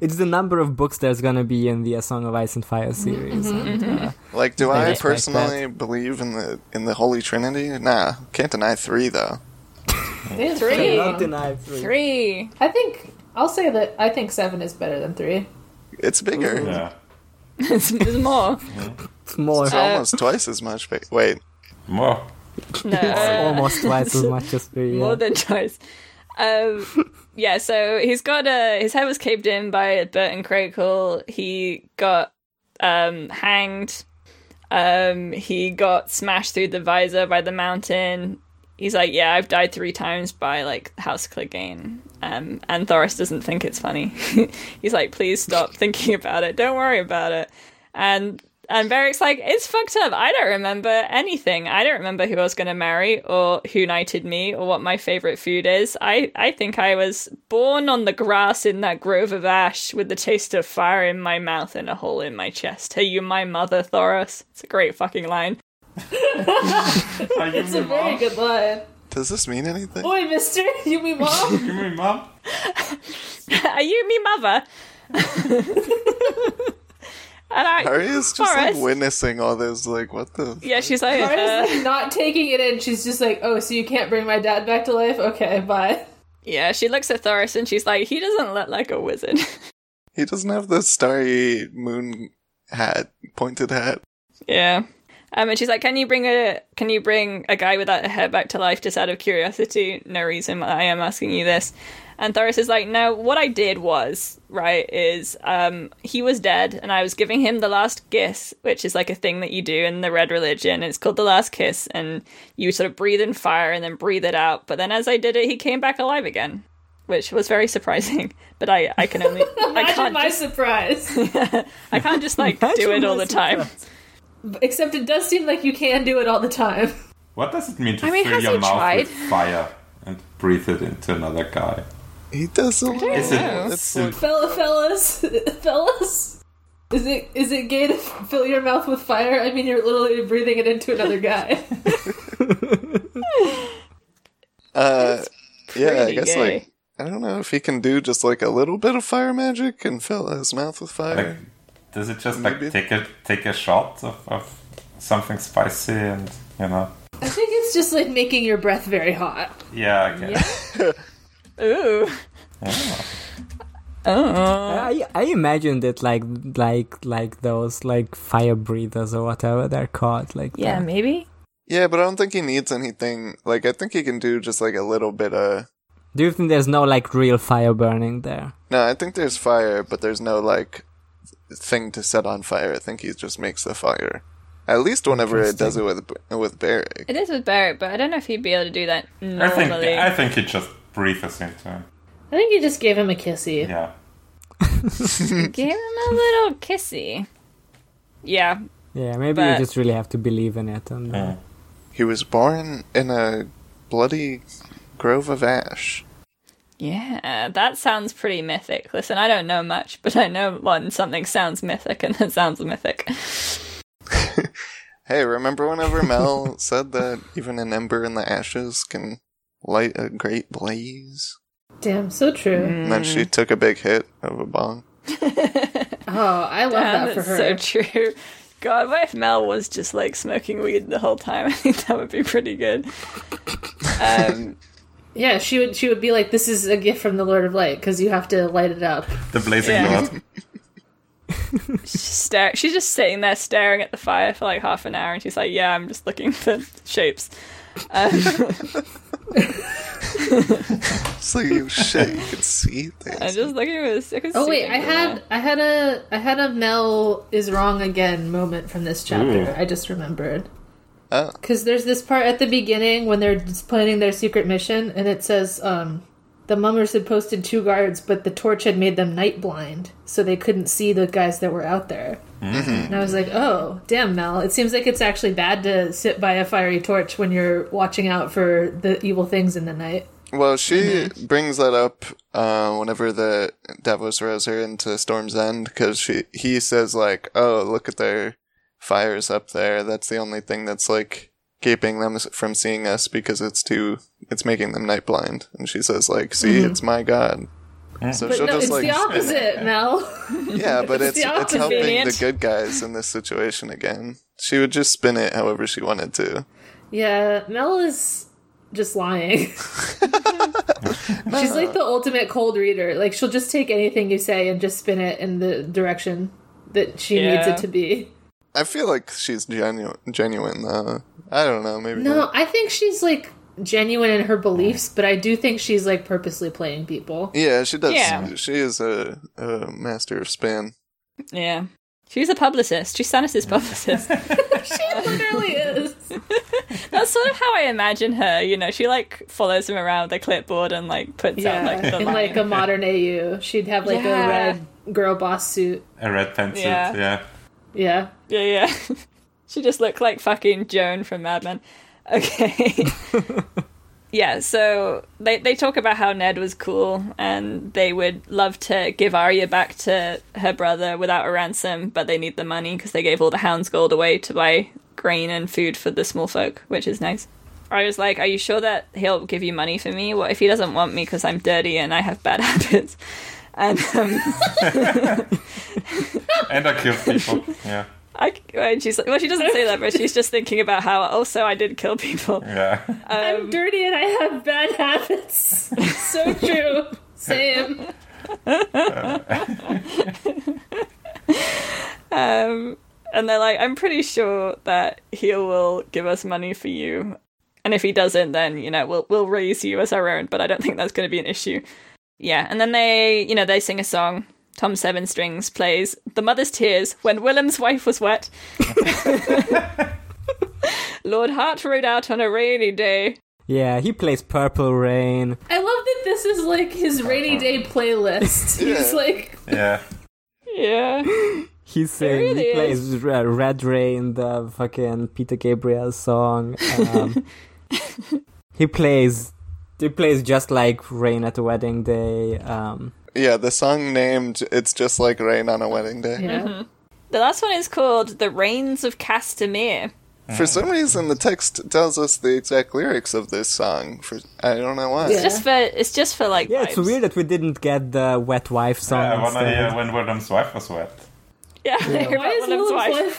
Speaker 5: it's the number of books there's gonna be in the A Song of Ice and Fire
Speaker 2: Mm-hmm.
Speaker 5: series. and, uh,
Speaker 6: Like, do
Speaker 5: They
Speaker 6: I
Speaker 5: respect
Speaker 6: personally believe in the in the Holy Trinity? Nah, can't deny three though.
Speaker 1: They have
Speaker 5: I
Speaker 1: three.
Speaker 5: cannot deny three.
Speaker 2: Three.
Speaker 1: I think I'll say that I think seven is better than three.
Speaker 6: It's bigger.
Speaker 3: Yeah.
Speaker 2: There's more.
Speaker 5: It's more.
Speaker 6: It's almost twice as much. But wait,
Speaker 3: More.
Speaker 2: No, uh,
Speaker 5: almost twice as much as three.
Speaker 2: more
Speaker 5: yeah.
Speaker 2: than twice. Um, yeah, so he's got uh, his head was caved in by Burton Crackle. He got um, hanged. Um, he got smashed through the visor by the mountain. He's like, yeah, I've died three times by like House Clegane. Um, and Thoris doesn't think it's funny. he's like, please stop thinking about it. Don't worry about it. And and Beric's like, it's fucked up. I don't remember anything. I don't remember who I was going to marry or who knighted me or what my favorite food is. I, I think I was born on the grass in that grove of ash with the taste of fire in my mouth and a hole in my chest. Are you my mother, Thoros? It's a great fucking line.
Speaker 3: Are you
Speaker 1: It's
Speaker 3: my
Speaker 1: a very
Speaker 3: mom?
Speaker 1: good line.
Speaker 6: Does this mean anything?
Speaker 1: Boy, mister, you mean mom?
Speaker 3: You mean mom?
Speaker 2: Are you me mother? and I,
Speaker 6: Arya's just like
Speaker 2: Forrest.
Speaker 6: witnessing all this, like, what the?
Speaker 2: yeah, she's like, uh,
Speaker 1: Arya's like not taking it in. She's just like, oh, so you can't bring my dad back to life? Okay, bye.
Speaker 2: yeah, she looks at Thoros and she's like, he doesn't look like a wizard.
Speaker 6: He doesn't have the starry moon hat, pointed hat.
Speaker 2: Yeah. Um, and she's like, "Can you bring a can you bring a guy without a hair back to life just out of curiosity? No reason. I am asking you this." And Thoris is like, "No. What I did was right is um, he was dead, and I was giving him the last kiss, which is like a thing that you do in the Red Religion. It's called the last kiss, and you sort of breathe in fire and then breathe it out. But then as I did it, he came back alive again, which was very surprising. But I I can only I
Speaker 1: Imagine
Speaker 2: can't
Speaker 1: my
Speaker 2: just,
Speaker 1: surprise.
Speaker 2: I can't just like do
Speaker 5: Imagine
Speaker 2: it all
Speaker 5: my
Speaker 2: the time."
Speaker 1: Except it does seem like you can do it all the time.
Speaker 3: What does it mean to
Speaker 2: I mean,
Speaker 3: fill
Speaker 2: has
Speaker 3: your
Speaker 2: he
Speaker 3: mouth
Speaker 2: tried?
Speaker 3: with fire and breathe it into another guy?
Speaker 6: He doesn't.
Speaker 3: Is
Speaker 2: know.
Speaker 3: it sim-
Speaker 1: Fella, fellas, fellas. Is it is it gay to fill your mouth with fire? I mean, you're literally breathing it into another guy.
Speaker 6: Uh, yeah, I
Speaker 2: pretty
Speaker 6: guess
Speaker 2: gay.
Speaker 6: like I don't know if he can do just like a little bit of fire magic and fill his mouth with
Speaker 3: like,
Speaker 6: fire.
Speaker 3: does it just like
Speaker 6: Maybe.
Speaker 3: take a take a shot of, of something spicy and you know?
Speaker 1: I think it's just like making your breath very hot.
Speaker 3: Yeah, okay.
Speaker 2: Ooh. Oh.
Speaker 5: I, I imagined it like like like those like fire breathers or whatever they're called like
Speaker 2: Yeah,
Speaker 5: that.
Speaker 2: maybe.
Speaker 6: Yeah, but I don't think he needs anything. Like I think he can do just like a little bit of.
Speaker 5: Do you think there's no like real fire burning there?
Speaker 6: No, I think there's fire, but there's no like thing to set on fire. I think he just makes the fire. At least whenever it does it with with Barrick.
Speaker 2: It is with Barrett, but I don't know if he'd be able to do that normally.
Speaker 3: I think I think he just breathes into him.
Speaker 1: I think you just gave him a kissy.
Speaker 3: Yeah.
Speaker 2: Give him a little kissy. Yeah.
Speaker 5: Yeah, maybe
Speaker 2: But-
Speaker 5: you just really have to believe in it. And uh,
Speaker 6: He was born in a bloody grove of ash.
Speaker 2: Yeah, that sounds pretty mythic. Listen, I don't know much, but I know when something sounds mythic and it sounds mythic.
Speaker 6: Hey, remember whenever Mel said that even an ember in the ashes can light a great blaze?
Speaker 1: Damn, so true.
Speaker 6: And then she took a big hit of a bong.
Speaker 1: Oh, I love
Speaker 2: Damn,
Speaker 1: that for
Speaker 2: that's
Speaker 1: her.
Speaker 2: so true. God, what if Mel was just like smoking weed the whole time? I think that would be pretty good. Um,
Speaker 1: yeah, she would she would be like, "This is a gift from the Lord of Light because you have to light it up."
Speaker 3: The blazing
Speaker 2: Yeah.
Speaker 3: lord.
Speaker 2: just stare- she's just sitting there staring at the fire for like half an hour and she's like yeah i'm just looking for shapes
Speaker 6: So you shit, you could see
Speaker 2: i'm
Speaker 6: things.
Speaker 2: just looking for this I can
Speaker 1: Oh
Speaker 2: see
Speaker 1: wait, I
Speaker 2: things
Speaker 1: had I had a I had a Mel is wrong again moment from this chapter. I just remembered.
Speaker 6: Oh.
Speaker 1: Because there's this part at the beginning when they're just planning their secret mission, and it says um, the mummers had posted two guards, but the torch had made them night blind, so they couldn't see the guys that were out there.
Speaker 6: Mm-hmm.
Speaker 1: And I was like, oh, damn, Mel. It seems like it's actually bad to sit by a fiery torch when you're watching out for the evil things in the night.
Speaker 6: Well, she brings that up uh, whenever the Davos throws her into Storm's End because she he says like, "Oh, look at their fires up there. That's the only thing that's like keeping them s- from seeing us because it's too it's making them night blind." And she says like, "See, it's my god." So
Speaker 1: But
Speaker 6: she'll
Speaker 1: no,
Speaker 6: just
Speaker 1: it's
Speaker 6: like
Speaker 1: the opposite, Mel.
Speaker 6: yeah, but
Speaker 1: It's
Speaker 6: it's
Speaker 1: the
Speaker 6: it's
Speaker 1: opposite.
Speaker 6: helping the
Speaker 2: Convenient.
Speaker 6: good guys in this situation again. She would just spin it however she wanted to.
Speaker 1: Yeah, Mel is just lying. She's like the ultimate cold reader. Like she'll just take anything you say and just spin it in the direction that she needs
Speaker 2: Yeah.
Speaker 1: it to be.
Speaker 6: I feel like she's genu- genuine though. I don't know. Maybe
Speaker 1: No,
Speaker 6: not.
Speaker 1: I think she's like genuine in her beliefs, but I do think she's like purposely playing people.
Speaker 6: Yeah, she does.
Speaker 2: Yeah.
Speaker 6: She is a, a master of spin.
Speaker 2: Yeah. She's a publicist. She's Stannis' publicist.
Speaker 1: she literally is.
Speaker 2: That's sort of how I imagine her. You know, she like follows him around with a clipboard and like puts out like
Speaker 1: Yeah,
Speaker 2: the
Speaker 1: in
Speaker 2: line.
Speaker 1: like a modern AU, she'd have like
Speaker 2: Yeah.
Speaker 1: a red girl boss suit.
Speaker 3: A red pantsuit,
Speaker 2: Yeah.
Speaker 3: yeah.
Speaker 1: Yeah,
Speaker 2: Yeah, yeah. she just looked like fucking Joan from Mad Men. Okay. yeah, so they they talk about how Ned was cool and they would love to give Arya back to her brother without a ransom, but they need the money because they gave all the hound's gold away to buy grain and food for the small folk, which is nice. Arya's like, "Are you sure that he'll give you money for me? What if he doesn't want me because I'm dirty and I have bad habits?" And um,
Speaker 3: And I killed people. yeah.
Speaker 2: I, and she's like, well, she doesn't say that, but she's just thinking about how also I did kill people.
Speaker 3: Yeah.
Speaker 2: Um,
Speaker 1: I'm dirty and I have bad habits. so true. Same.
Speaker 2: Um, and they're like, I'm pretty sure that he will give us money for you, and if he doesn't, then you know we'll we'll raise you as our own. But I don't think that's going to be an issue. Yeah, and then they, you know, they sing a song. Tom Seven Strings plays "The Mother's Tears" when Willem's wife was wet. Lord Hart rode out on a rainy day.
Speaker 5: Yeah, he plays Purple Rain.
Speaker 1: I love that this is like his rainy day playlist. He's
Speaker 6: Yeah.
Speaker 1: like,
Speaker 3: Yeah.
Speaker 2: Yeah.
Speaker 5: He sings,
Speaker 2: really
Speaker 5: he plays uh, Red Rain, the fucking Peter Gabriel song. Um, he plays, he plays just like Rain at a Wedding Day. Um,
Speaker 6: Yeah, the song named "It's Just Like Rain on a Wedding Day."
Speaker 1: yeah.
Speaker 2: Mm-hmm. The last one is called "The Reigns of Castamere."
Speaker 6: For some reason, the text tells us the exact lyrics of this song. For I don't know why.
Speaker 1: Yeah.
Speaker 2: Just for it's just for like
Speaker 5: yeah, it's
Speaker 2: vibes.
Speaker 5: weird that we didn't get the Wet Wife song.
Speaker 3: I want to
Speaker 5: instead.
Speaker 3: hear when William's wife was wet.
Speaker 2: Yeah,
Speaker 1: Why is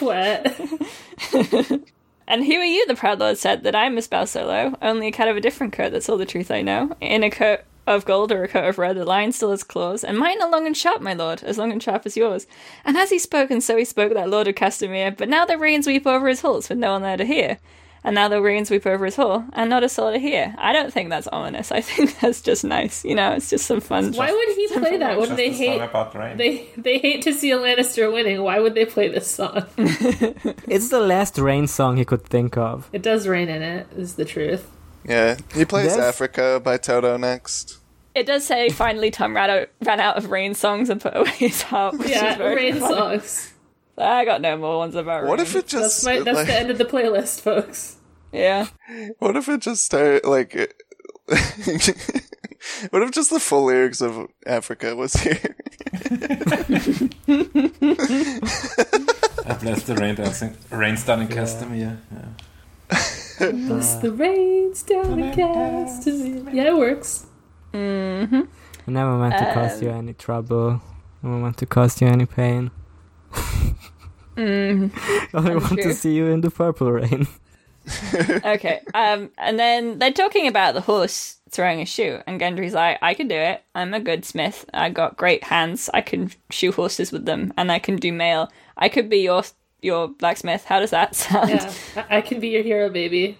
Speaker 1: Willem's wife wet?
Speaker 2: And who are you? The proud lord said that I'm a spouse solo, only a cat of a different coat. That's all the truth I know. In a coat of gold or a coat of red, a lion still has claws, and mine are long and sharp, my lord, as long and sharp as yours. And as he spoke, and so he spoke, that lord of Castamere. But now the rains weep over his halls, with no one there to hear. And now the rains weep over his hall, and not a soul to hear. I don't think that's ominous. I think that's just nice. You know, it's just some fun.
Speaker 1: Why would he play that? Wouldn't
Speaker 3: Just
Speaker 1: they
Speaker 3: a
Speaker 1: hate?
Speaker 3: song about rain.
Speaker 1: They they hate to see a Lannister winning. Why would they play this song?
Speaker 5: It's the last Rain song he could think of.
Speaker 1: It does rain in it. Is the truth.
Speaker 6: Yeah. He plays
Speaker 5: That's-
Speaker 6: "Africa" by Toto next.
Speaker 2: It does say finally Tom ran out, ran out of rain songs and put away his harp. which is
Speaker 1: Yeah,
Speaker 2: very
Speaker 1: rain
Speaker 2: funny.
Speaker 1: songs.
Speaker 2: I got no more ones about rain.
Speaker 6: What if it just
Speaker 1: That's my that's
Speaker 6: like,
Speaker 1: the end of the playlist, folks.
Speaker 2: Yeah.
Speaker 6: What if it just started like? what if just the full lyrics of "Africa" was here?
Speaker 3: I bless the rain dancing. Rain stunning yeah. custom, yeah. yeah.
Speaker 1: Bless the rains down and cast. Yeah, it works.
Speaker 2: Mm-hmm.
Speaker 5: I never meant to cause you any trouble. I never meant to cause you any pain.
Speaker 2: Mm-hmm.
Speaker 5: Only want
Speaker 2: true.
Speaker 5: to see you in the Purple Rain.
Speaker 2: Okay. Um, and then they're talking about the horse throwing a shoe, and Gendry's like, "I can do it. I'm a good smith. I got great hands. I can shoe horses with them, and I can do mail. I could be your your blacksmith. How does that sound?
Speaker 1: Yeah, I, I can be your hero, baby.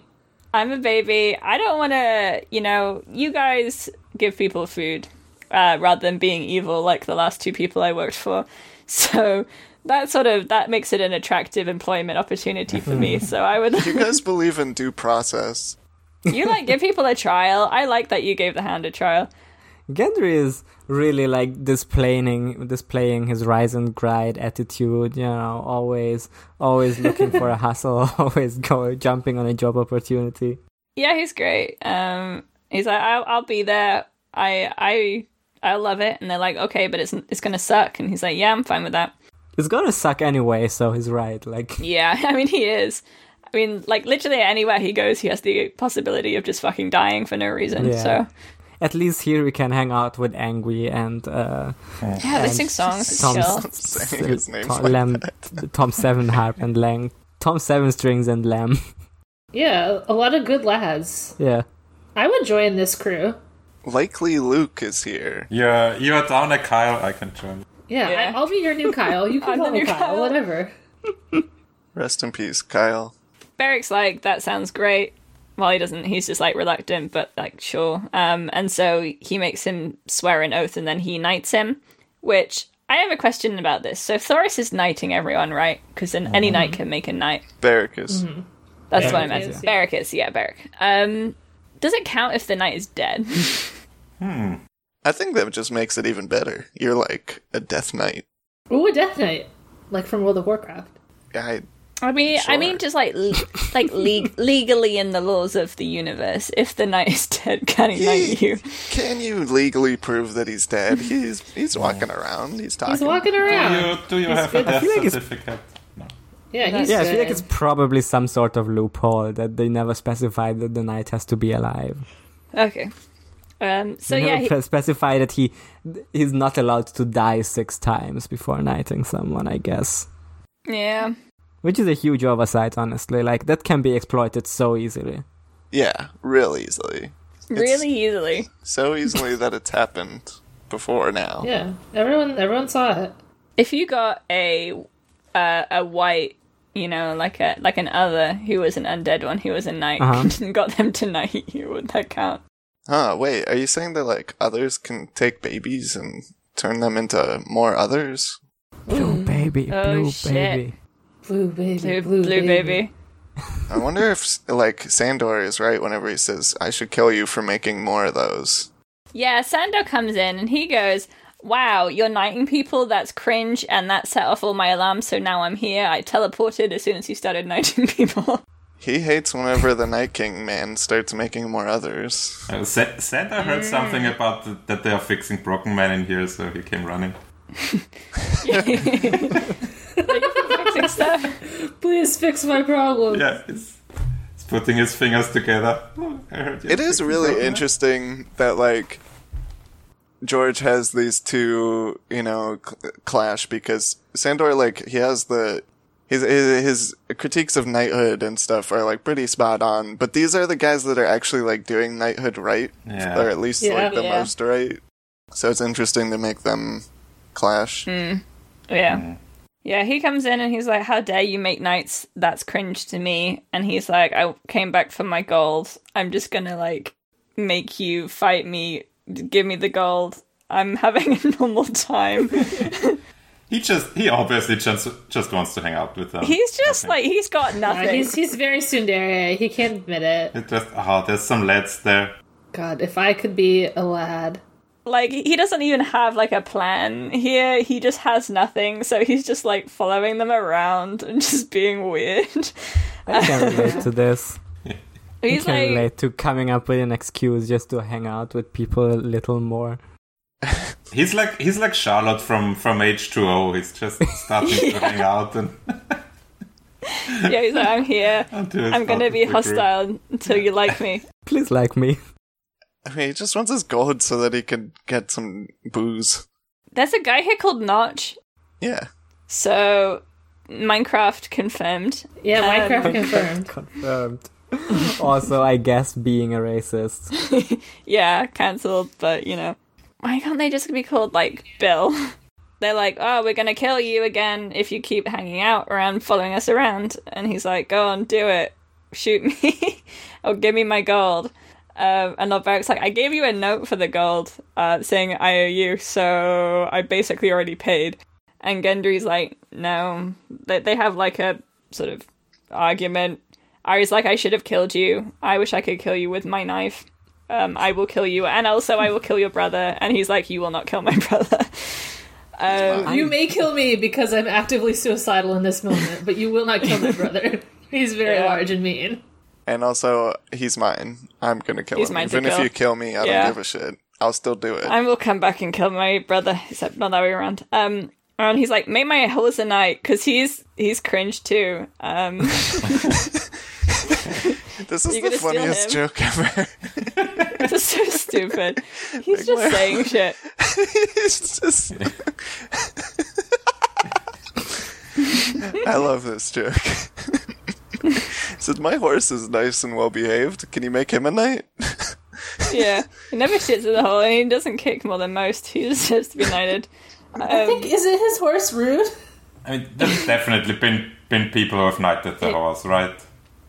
Speaker 2: I'm a baby. I don't want to. You know, you guys give people food uh, rather than being evil like the last two people I worked for. So." That sort of that makes it an attractive employment opportunity for me. So I would
Speaker 6: You guys believe in due process.
Speaker 2: You like give people a trial. I like that you gave the hound a trial.
Speaker 5: Gendry is really like displaying displaying his rise and grind attitude, you know, always always looking for a hustle, always go jumping on a job opportunity.
Speaker 2: Yeah, he's great. Um, he's like, I'll, I'll be there. I, I, I love it. And they're like, okay, but it's it's gonna suck. And he's like, yeah, I'm fine with that.
Speaker 5: It's gonna suck anyway, so he's right. Like
Speaker 2: Yeah, I mean, he is. I mean, like literally anywhere he goes, he has the possibility of just fucking dying for no reason.
Speaker 5: Yeah.
Speaker 2: So
Speaker 5: at least here we can hang out with Angry and uh
Speaker 2: yeah, they
Speaker 5: and
Speaker 2: sing songs. It's
Speaker 5: Tom,
Speaker 2: chill.
Speaker 6: Saying his name
Speaker 5: Tom,
Speaker 6: like
Speaker 5: Lamb- Tom Seven Harp and Lang Tom Seven Strings and Lamb.
Speaker 1: Yeah, a lot of good lads.
Speaker 5: yeah.
Speaker 1: I would join this crew.
Speaker 6: Likely Luke is here.
Speaker 3: You're, you're down a Kyle, I can join.
Speaker 1: Yeah,
Speaker 2: Yeah.
Speaker 1: I, I'll be your new Kyle. You can
Speaker 2: I'm the
Speaker 1: call me
Speaker 2: new
Speaker 1: Kyle,
Speaker 2: Kyle.
Speaker 1: whatever.
Speaker 6: Rest in peace, Kyle.
Speaker 2: Beric's like, that sounds great. Well, he doesn't. He's just like reluctant, but like, sure. Um, and so he makes him swear an oath and then he knights him, which I have a question about this. So Thoris is knighting everyone, right? Because then any knight can make a knight.
Speaker 6: Beric is.
Speaker 2: That's what I
Speaker 1: Beric
Speaker 2: meant.
Speaker 1: is, yeah.
Speaker 2: Beric is, yeah, Beric. Um, does it count if the knight is dead?
Speaker 6: I think that just makes it even better. You're like a death knight.
Speaker 1: Ooh, a Death Knight, like from World of Warcraft.
Speaker 6: I
Speaker 2: I mean, I mean,
Speaker 6: Sure.
Speaker 2: just like le- like le- legally in the laws of the universe, if the knight is dead, can he knight you?
Speaker 6: Can you legally prove that he's dead? He's he's walking around. He's talking.
Speaker 1: He's walking around.
Speaker 3: You, do you have a
Speaker 1: good. I
Speaker 3: death
Speaker 5: feel like it's-
Speaker 3: certificate? No.
Speaker 1: Yeah, he's
Speaker 5: Yeah, I feel
Speaker 1: good.
Speaker 5: like it's probably some sort of loophole that they never specified that the knight has to be alive.
Speaker 2: Okay. Um. So
Speaker 5: They
Speaker 2: yeah,
Speaker 5: never
Speaker 2: he,
Speaker 5: pre- specify that he he's not allowed to die six times before knighting someone, I guess.
Speaker 2: yeah.
Speaker 5: Which is a huge oversight, honestly. Like that can be exploited so easily.
Speaker 6: Yeah, real easily.
Speaker 2: really easily.
Speaker 6: So easily that it's happened before now.
Speaker 1: yeah, everyone, everyone saw it.
Speaker 2: If you got a uh, a white, you know, like a like an other who was an undead one, who was a knight,
Speaker 5: Uh-huh.
Speaker 2: and got them to knight you, would that count?
Speaker 6: Huh, wait, are you saying that like others can take babies and turn them into more others?
Speaker 5: Blue baby,
Speaker 2: Oh,
Speaker 5: blue
Speaker 2: shit.
Speaker 5: baby.
Speaker 1: Blue baby,
Speaker 2: Blue,
Speaker 1: blue,
Speaker 2: blue,
Speaker 1: baby.
Speaker 2: baby.
Speaker 6: I wonder if like Sandor is right whenever he says, I should kill you for making more of those.
Speaker 2: Yeah, Sando comes in and he goes, Wow, you're knighting people, that's cringe, and that set off all my alarms, so now I'm here. I teleported as soon as you started knighting people.
Speaker 6: He hates whenever the Night King man starts making more others.
Speaker 3: Uh, Sa- Santa heard something
Speaker 2: Mm.
Speaker 3: about th- that they are fixing Broken Man in here, so he came running.
Speaker 2: Fixing stuff.
Speaker 1: Please fix my problem.
Speaker 3: Yeah, he's, he's putting his fingers together. Oh, I heard you
Speaker 6: It
Speaker 3: are
Speaker 6: is
Speaker 3: fixing
Speaker 6: really
Speaker 3: Broken Man.
Speaker 6: interesting that like George has these two, you know, cl- clash because Sandor like he has the his, his his critiques of knighthood and stuff are like pretty spot on, but these are the guys that are actually like doing knighthood right,
Speaker 3: Yeah.
Speaker 6: or at least
Speaker 1: Yeah.
Speaker 6: like the
Speaker 2: Yeah.
Speaker 6: most right. So it's interesting to make them clash.
Speaker 2: Yeah. Yeah, he comes in and he's like, How dare you make knights? That's cringe to me. And he's like, I came back for my gold. I'm just gonna, like, make you fight me, give me the gold. I'm having a normal time.
Speaker 3: He just he obviously just just wants to hang out with them.
Speaker 2: he's just
Speaker 3: Okay.
Speaker 2: like, he's got
Speaker 1: Uh,
Speaker 2: nothing.
Speaker 1: he's he's very tsundere. He can't admit it.
Speaker 3: It just oh, there's some lads there.
Speaker 1: God, if I could be a lad.
Speaker 2: like he doesn't even have like a plan here he just has nothing so he's just like following them around and just being weird
Speaker 5: I can relate to this. I
Speaker 2: he's
Speaker 5: can
Speaker 2: like
Speaker 5: relate to coming up with an excuse just to hang out with people a little more.
Speaker 3: He's like he's like Charlotte from from H2O. He's just starting to hang out and
Speaker 2: yeah he's like i'm here
Speaker 3: until he's
Speaker 2: i'm
Speaker 3: part
Speaker 2: gonna
Speaker 3: of
Speaker 2: be
Speaker 3: the
Speaker 2: hostile until you like me
Speaker 5: Please like me.
Speaker 6: I mean, he just wants his gold so that he could get some booze.
Speaker 2: there's a guy here called notch
Speaker 6: Yeah,
Speaker 2: so minecraft confirmed
Speaker 1: Yeah,
Speaker 2: Um,
Speaker 1: Minecraft confirmed.
Speaker 5: Confirmed. also, I guess being a racist.
Speaker 2: yeah cancelled but you know why can't they just be called like bill they're like oh we're gonna kill you again if you keep hanging out around following us around and he's like go on do it shoot me or give me my gold um, and Lord Beric's like, I gave you a note for the gold, uh, saying I owe you, so I basically already paid. And Gendry's like, no. They, they have like a sort of argument. Arya's like, I should have killed you. I wish I could kill you with my knife. Um, I will kill you, and also I will kill your brother. And he's like, you will not kill my brother. Um,
Speaker 1: You may kill me because I'm actively suicidal in this moment, but you will not kill my brother. He's very
Speaker 2: Yeah.
Speaker 1: large and mean.
Speaker 6: And also, he's mine. I'm gonna kill
Speaker 2: He's
Speaker 6: him.
Speaker 2: mine to
Speaker 6: Even if
Speaker 2: kill.
Speaker 6: you kill me, I
Speaker 2: Yeah.
Speaker 6: don't give a shit. I'll still do it.
Speaker 2: I will come back and kill my brother, except not that way around. Um, and he's like, make my horse a knight, because he's he's cringe too. Um,
Speaker 6: this is
Speaker 2: You're gonna steal
Speaker 6: the funniest
Speaker 2: him.
Speaker 6: joke ever.
Speaker 2: this is so stupid. He's just saying shit.
Speaker 6: it's just. I love this joke. Said my horse is nice and well behaved. Can you make him a knight?
Speaker 2: Yeah, he never shits in the hole, and he doesn't kick more than most. He deserves to be knighted. Um,
Speaker 1: I think isn't his horse rude?
Speaker 3: I mean, there's definitely been been people who have knighted the horse, right?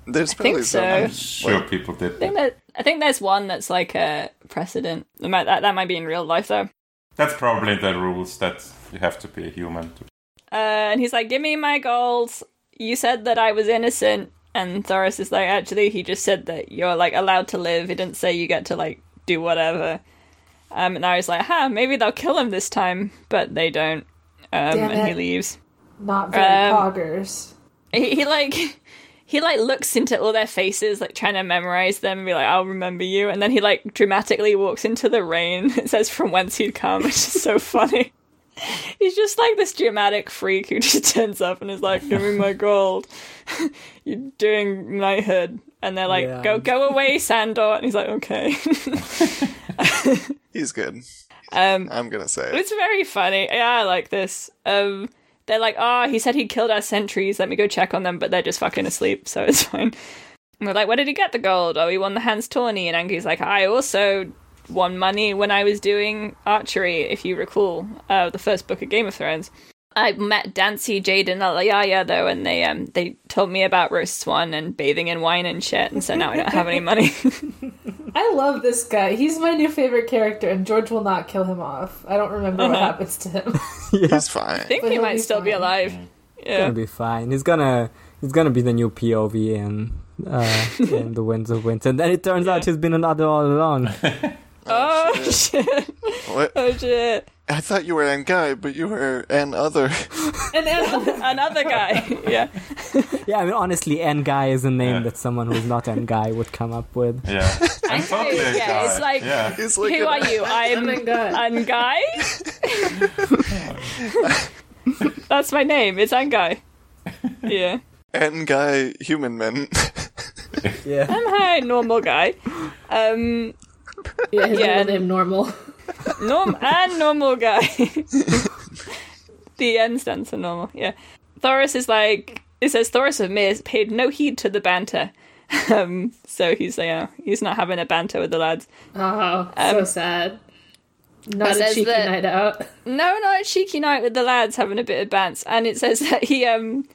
Speaker 6: There's
Speaker 2: I think
Speaker 6: probably
Speaker 2: so.
Speaker 6: some.
Speaker 3: Sure, people did.
Speaker 2: I think that I think there's one that's like a precedent. That might, that, that might be in real life though.
Speaker 3: That's probably the rules that you have to be a human to.
Speaker 2: Uh, and he's like, "Give me my gold. You said that I was innocent." And Thoris is like, "Actually, he just said that you're like allowed to live. He didn't say you get to like do whatever." Um, and I was like, "Ha, maybe they'll kill him this time," but they don't. Um,
Speaker 1: Damn
Speaker 2: and he
Speaker 1: it.
Speaker 2: leaves.
Speaker 1: Not very
Speaker 2: Um,
Speaker 1: poggers.
Speaker 2: He, he like he like looks into all their faces, like trying to memorize them and be like, "I'll remember you." And then he like dramatically walks into the rain. It says from whence he'd come, which is so funny. He's just like this dramatic freak who just turns up and is like, "Give me my gold. You're doing knighthood." And they're like,
Speaker 5: Yeah.
Speaker 2: "Go, go away, Sandor." And he's like, "Okay."
Speaker 6: He's good.
Speaker 2: um,
Speaker 6: I'm gonna say. it.
Speaker 2: it's very funny. Yeah, I like this. Um, they're like, oh, he said he killed our sentries. Let me go check on them, but they're just fucking asleep, so it's fine. And we're like, where did he get the gold? Oh, he won the Hans Tawny. And Angie's like, I also won money when I was doing archery, if you recall, uh, the first book of Game of Thrones. I met Dancy, Jade, and Alayaya though, and they um they told me about roast swan and bathing in wine and shit, and so now I don't have any money.
Speaker 1: I love this guy. He's my new favorite character, and George will not kill him off. I don't remember
Speaker 2: Uh-huh.
Speaker 1: what happens to him.
Speaker 6: He's fine.
Speaker 2: I think
Speaker 1: But
Speaker 2: he
Speaker 1: he'll
Speaker 2: might
Speaker 1: be
Speaker 2: still be
Speaker 1: fine.
Speaker 2: alive.
Speaker 5: It's
Speaker 2: Yeah.
Speaker 5: gonna be fine. He's gonna he's gonna be the new POV in uh, in the Winds of Winter. And then it turns out he's been an other all along.
Speaker 2: Oh shit!
Speaker 6: What?
Speaker 2: Oh shit!
Speaker 6: I thought you were an guy, but you were an other.
Speaker 1: and then
Speaker 2: another guy. yeah.
Speaker 5: yeah, I mean honestly, N guy is a name that someone who's not N guy would come up with.
Speaker 3: Yeah. I'm totally a
Speaker 2: yeah,
Speaker 3: guy.
Speaker 2: it's like-
Speaker 3: yeah.
Speaker 6: He's like
Speaker 2: Who
Speaker 6: an-
Speaker 2: are you? I'm
Speaker 1: my God.
Speaker 2: Angai. That's my name. It's Angai. Yeah.
Speaker 6: an guy human man.
Speaker 5: Yeah.
Speaker 2: I'm hi, normal guy. Um,
Speaker 1: yeah, his
Speaker 2: Yeah.
Speaker 1: real name normal.
Speaker 2: norm and normal guy. the N stands for normal. Yeah. Thoris is like it says Thoris of Mir paid no heed to the banter. Um, so he's like, uh, he's not having a banter with the lads.
Speaker 1: Oh,
Speaker 2: Um,
Speaker 1: so sad. Not a
Speaker 2: says
Speaker 1: cheeky
Speaker 2: that-
Speaker 1: night out.
Speaker 2: No, no, a cheeky night with the lads having a bit of bants, and it says that he, um,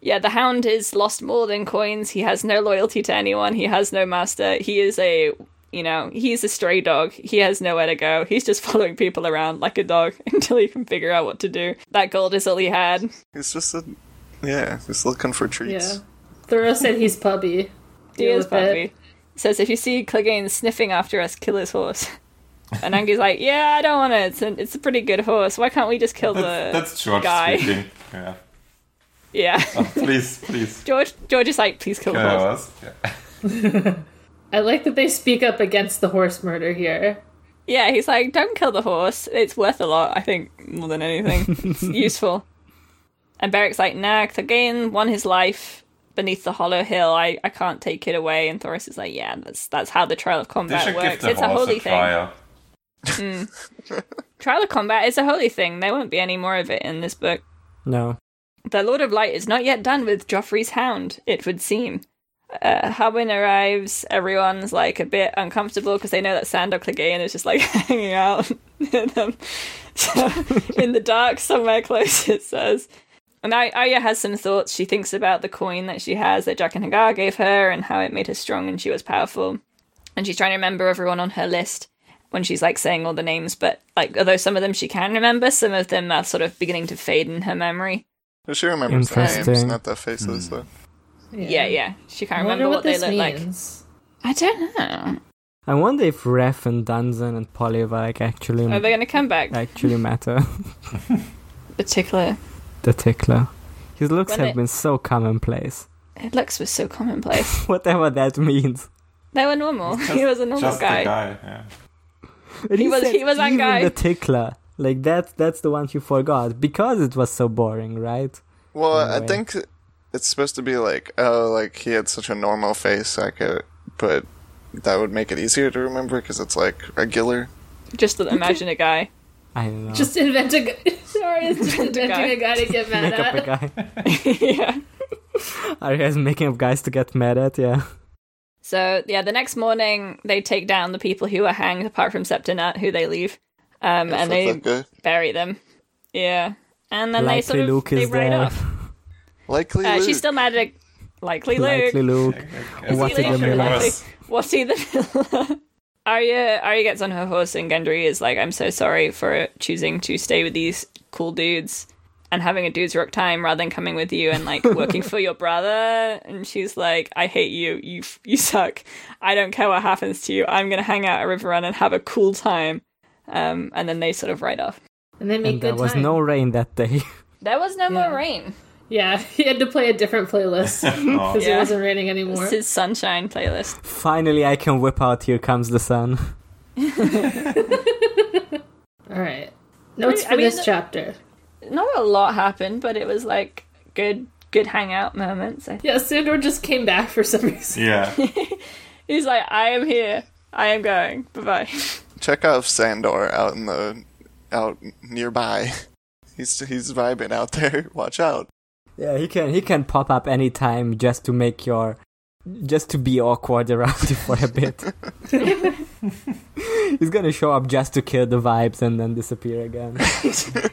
Speaker 2: yeah, the hound is lost more than coins. He has no loyalty to anyone. He has no master. He is a, you know, he's a stray dog. He has nowhere to go. He's just following people around like a dog until he can figure out what to do. That gold is all he had.
Speaker 6: He's just a. Yeah, he's looking for treats.
Speaker 1: Yeah. Thoreau said he's pubby.
Speaker 2: He is
Speaker 1: with it.
Speaker 2: puppy. Says if you see Clegane sniffing after us, kill his horse. And Angie's like, yeah, I don't want it. It's a, it's a pretty good horse. Why can't we just kill the
Speaker 3: That's, that's George
Speaker 2: guy?
Speaker 3: speaking. Yeah.
Speaker 2: Yeah.
Speaker 3: Oh, please, please.
Speaker 2: George George is like, please kill the horse.
Speaker 3: Yeah, us. Yeah.
Speaker 1: I like that they speak up against the horse murder here.
Speaker 2: Yeah, he's like, don't kill the horse. It's worth a lot, I think, more than anything. It's useful. And Beric's like, nah, Clegane won his life beneath the hollow hill. I, I can't take it away. And Thoris is like, yeah, that's that's how the Trial of
Speaker 3: They
Speaker 2: Combat
Speaker 3: should give
Speaker 2: works.
Speaker 3: the
Speaker 2: It's a
Speaker 3: horse
Speaker 2: holy
Speaker 3: a
Speaker 2: thing.
Speaker 3: trial.
Speaker 2: Trial of Combat is a holy thing. There won't be any more of it in this book.
Speaker 5: No.
Speaker 2: The Lord of Light is not yet done with Joffrey's hound, it would seem. Uh, Harwin arrives, everyone's like a bit uncomfortable because they know that Sandor Clegane is just like hanging out near them. So, in the dark, somewhere close, it says. And I- Arya has some thoughts. She thinks about the coin that she has that Jack and Hagar gave her and how it made her strong and she was powerful. And she's trying to remember everyone on her list when she's like saying all the names, but like although some of them she can remember, some of them are sort of beginning to fade in her memory.
Speaker 6: But she remembers the names,
Speaker 5: Interesting. Hmm.
Speaker 6: not the faces. Though.
Speaker 2: Yeah, yeah. She can't
Speaker 1: I wonder
Speaker 2: remember what,
Speaker 1: what,
Speaker 2: they
Speaker 1: this
Speaker 2: look like.
Speaker 1: means.
Speaker 2: I don't know.
Speaker 5: I wonder if Ref and Dungeon and Polyva like actually
Speaker 2: Are they going to come back?
Speaker 5: actually matter.
Speaker 2: Particular.
Speaker 5: the tickler. His looks
Speaker 2: When
Speaker 5: have
Speaker 2: they-
Speaker 5: been so commonplace.
Speaker 2: It looks was so commonplace.
Speaker 5: Whatever that means.
Speaker 2: They were normal.
Speaker 3: Just-
Speaker 2: he was a normal
Speaker 3: Just
Speaker 2: Oh, guy.
Speaker 3: the guy. Yeah.
Speaker 5: And
Speaker 2: He was-
Speaker 5: said
Speaker 2: he was that
Speaker 5: even
Speaker 2: guy.
Speaker 5: The tickler. Like that that's the one you forgot. Because it was so boring, right?
Speaker 6: Well, I
Speaker 5: Anyway.
Speaker 6: think it's supposed to be like, oh, like he had such a normal face, I could, but that would make it easier to remember because it's like regular.
Speaker 2: Just an imagine a guy.
Speaker 5: I don't know.
Speaker 1: Just invent a guy. Sorry, it's just inventing
Speaker 2: guy.
Speaker 1: a guy to get mad
Speaker 5: make up a
Speaker 1: at.
Speaker 5: guy.
Speaker 2: yeah.
Speaker 5: Are you guys making up guys to get mad at? Yeah.
Speaker 2: So yeah, the next morning they take down the people who are hanged, apart from Septinat, who they leave, um, and
Speaker 6: Fuck
Speaker 2: they
Speaker 6: that guy.
Speaker 2: bury them. Yeah, and then
Speaker 5: Likely
Speaker 2: they sort of
Speaker 5: Luke
Speaker 2: they
Speaker 5: is
Speaker 2: ride
Speaker 5: there.
Speaker 2: off.
Speaker 6: Likely
Speaker 2: Uh,
Speaker 6: Luke.
Speaker 2: she's still mad at Likely Luke.
Speaker 5: Likely Luke.
Speaker 2: Is
Speaker 5: What
Speaker 2: he
Speaker 5: did the
Speaker 2: Luke?
Speaker 5: Miller?
Speaker 3: Yes.
Speaker 2: What's he the Miller? Arya, Arya gets on her horse and Gendry is like, I'm so sorry for choosing to stay with these cool dudes and having a dude's rock time rather than coming with you and like working for your brother. And she's like, I hate you. You f- you suck. I don't care what happens to you. I'm going to hang out at River Run and have a cool time. Um, and then they sort of ride off.
Speaker 1: And they make
Speaker 5: And
Speaker 1: good
Speaker 5: there was
Speaker 1: time.
Speaker 5: no rain that day.
Speaker 2: There was no
Speaker 1: Yeah.
Speaker 2: more rain.
Speaker 1: Yeah, he had to play a different playlist
Speaker 3: Oh,
Speaker 1: because it
Speaker 2: Yeah.
Speaker 1: wasn't raining anymore.
Speaker 2: This is Sunshine playlist.
Speaker 5: Finally, I can whip out "Here Comes the Sun."
Speaker 1: All right. Notes
Speaker 2: I
Speaker 1: for
Speaker 2: mean,
Speaker 1: this
Speaker 2: the-
Speaker 1: chapter.
Speaker 2: Not a lot happened, but it was like good good hangout moments. I think.
Speaker 1: Yeah, Sandor just came back for some reason.
Speaker 3: yeah.
Speaker 2: He's like, I am here. I am going. Bye bye.
Speaker 6: Check out Sandor out in the out nearby. He's he's vibing out there. Watch out.
Speaker 5: Yeah, he can he can pop up anytime just to make your just to be awkward around you for a bit. He's gonna show up just to kill the vibes and then disappear again.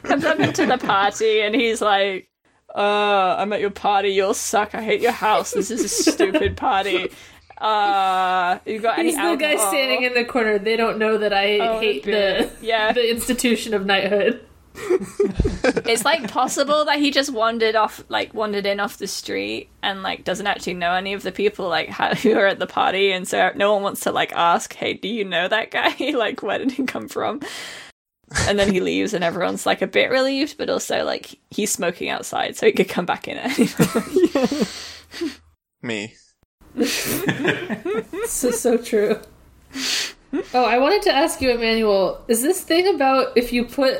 Speaker 2: Comes up into the party and he's like, uh, I'm at your party. You'll suck. I hate your house. This is a stupid party. Uh, you got any
Speaker 1: He's the guy
Speaker 2: alcohol?"
Speaker 1: standing in the corner. They don't know that I
Speaker 2: Oh,
Speaker 1: hate
Speaker 2: dear.
Speaker 1: the
Speaker 2: Yeah.
Speaker 1: the institution of knighthood.
Speaker 2: It's like possible that he just wandered off, like wandered in off the street, and like doesn't actually know any of the people like ha- who are at the party, and so no one wants to like ask, "Hey, do you know that guy? like, where did he come from?" And then he leaves, and everyone's like a bit relieved, but also like he's smoking outside, so he could come back in. It.
Speaker 6: Me.
Speaker 1: This is so true. Oh, I wanted to ask you, Emmanuel. Is this thing about if you put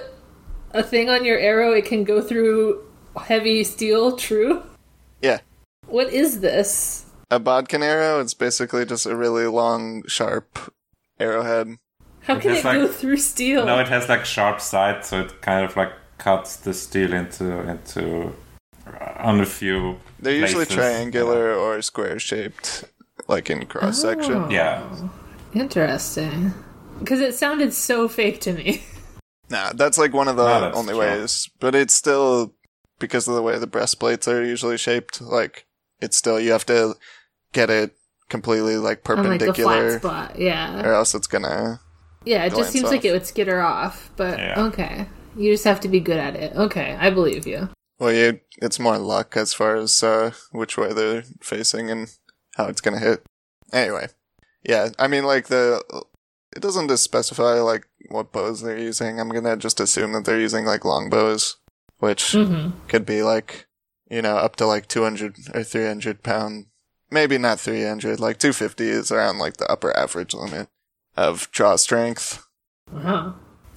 Speaker 1: a thing on your arrow, it can go through heavy steel true?
Speaker 6: Yeah.
Speaker 1: What is this?
Speaker 6: A bodkin arrow. It's basically just a really long, sharp arrowhead.
Speaker 1: How can
Speaker 3: It's
Speaker 1: it
Speaker 3: like-
Speaker 1: go through steel?
Speaker 3: No, it has like sharp sides, so it kind of like cuts the steel into into uh, on a few.
Speaker 6: They're usually
Speaker 3: places.
Speaker 6: triangular or square shaped, like in cross section.
Speaker 1: Oh.
Speaker 3: Yeah.
Speaker 1: Interesting. Because it sounded so fake to me.
Speaker 6: Nah, that's like one of the
Speaker 3: No, that's
Speaker 6: only
Speaker 3: true.
Speaker 6: ways. But it's still because of the way the breastplates are usually shaped, like it's still you have to get it completely like
Speaker 1: On like the flat
Speaker 6: perpendicular
Speaker 1: spot. Yeah.
Speaker 6: or else it's gonna
Speaker 1: Yeah, it just
Speaker 6: glance
Speaker 1: seems like
Speaker 6: off.
Speaker 1: it would skitter off, but
Speaker 3: Yeah.
Speaker 1: okay. You just have to be good at it. Okay, I believe you.
Speaker 6: well you it's more luck as far as uh which way they're facing and how it's gonna hit. Anyway. Yeah, I mean like the it doesn't just specify like what bows they're using. I'm gonna just assume that they're using like long bows, which
Speaker 1: hmm
Speaker 6: could be like you know up to like 200 or 300 pound maybe not 300 like 250 is around like the upper average limit of draw strength
Speaker 1: Wow.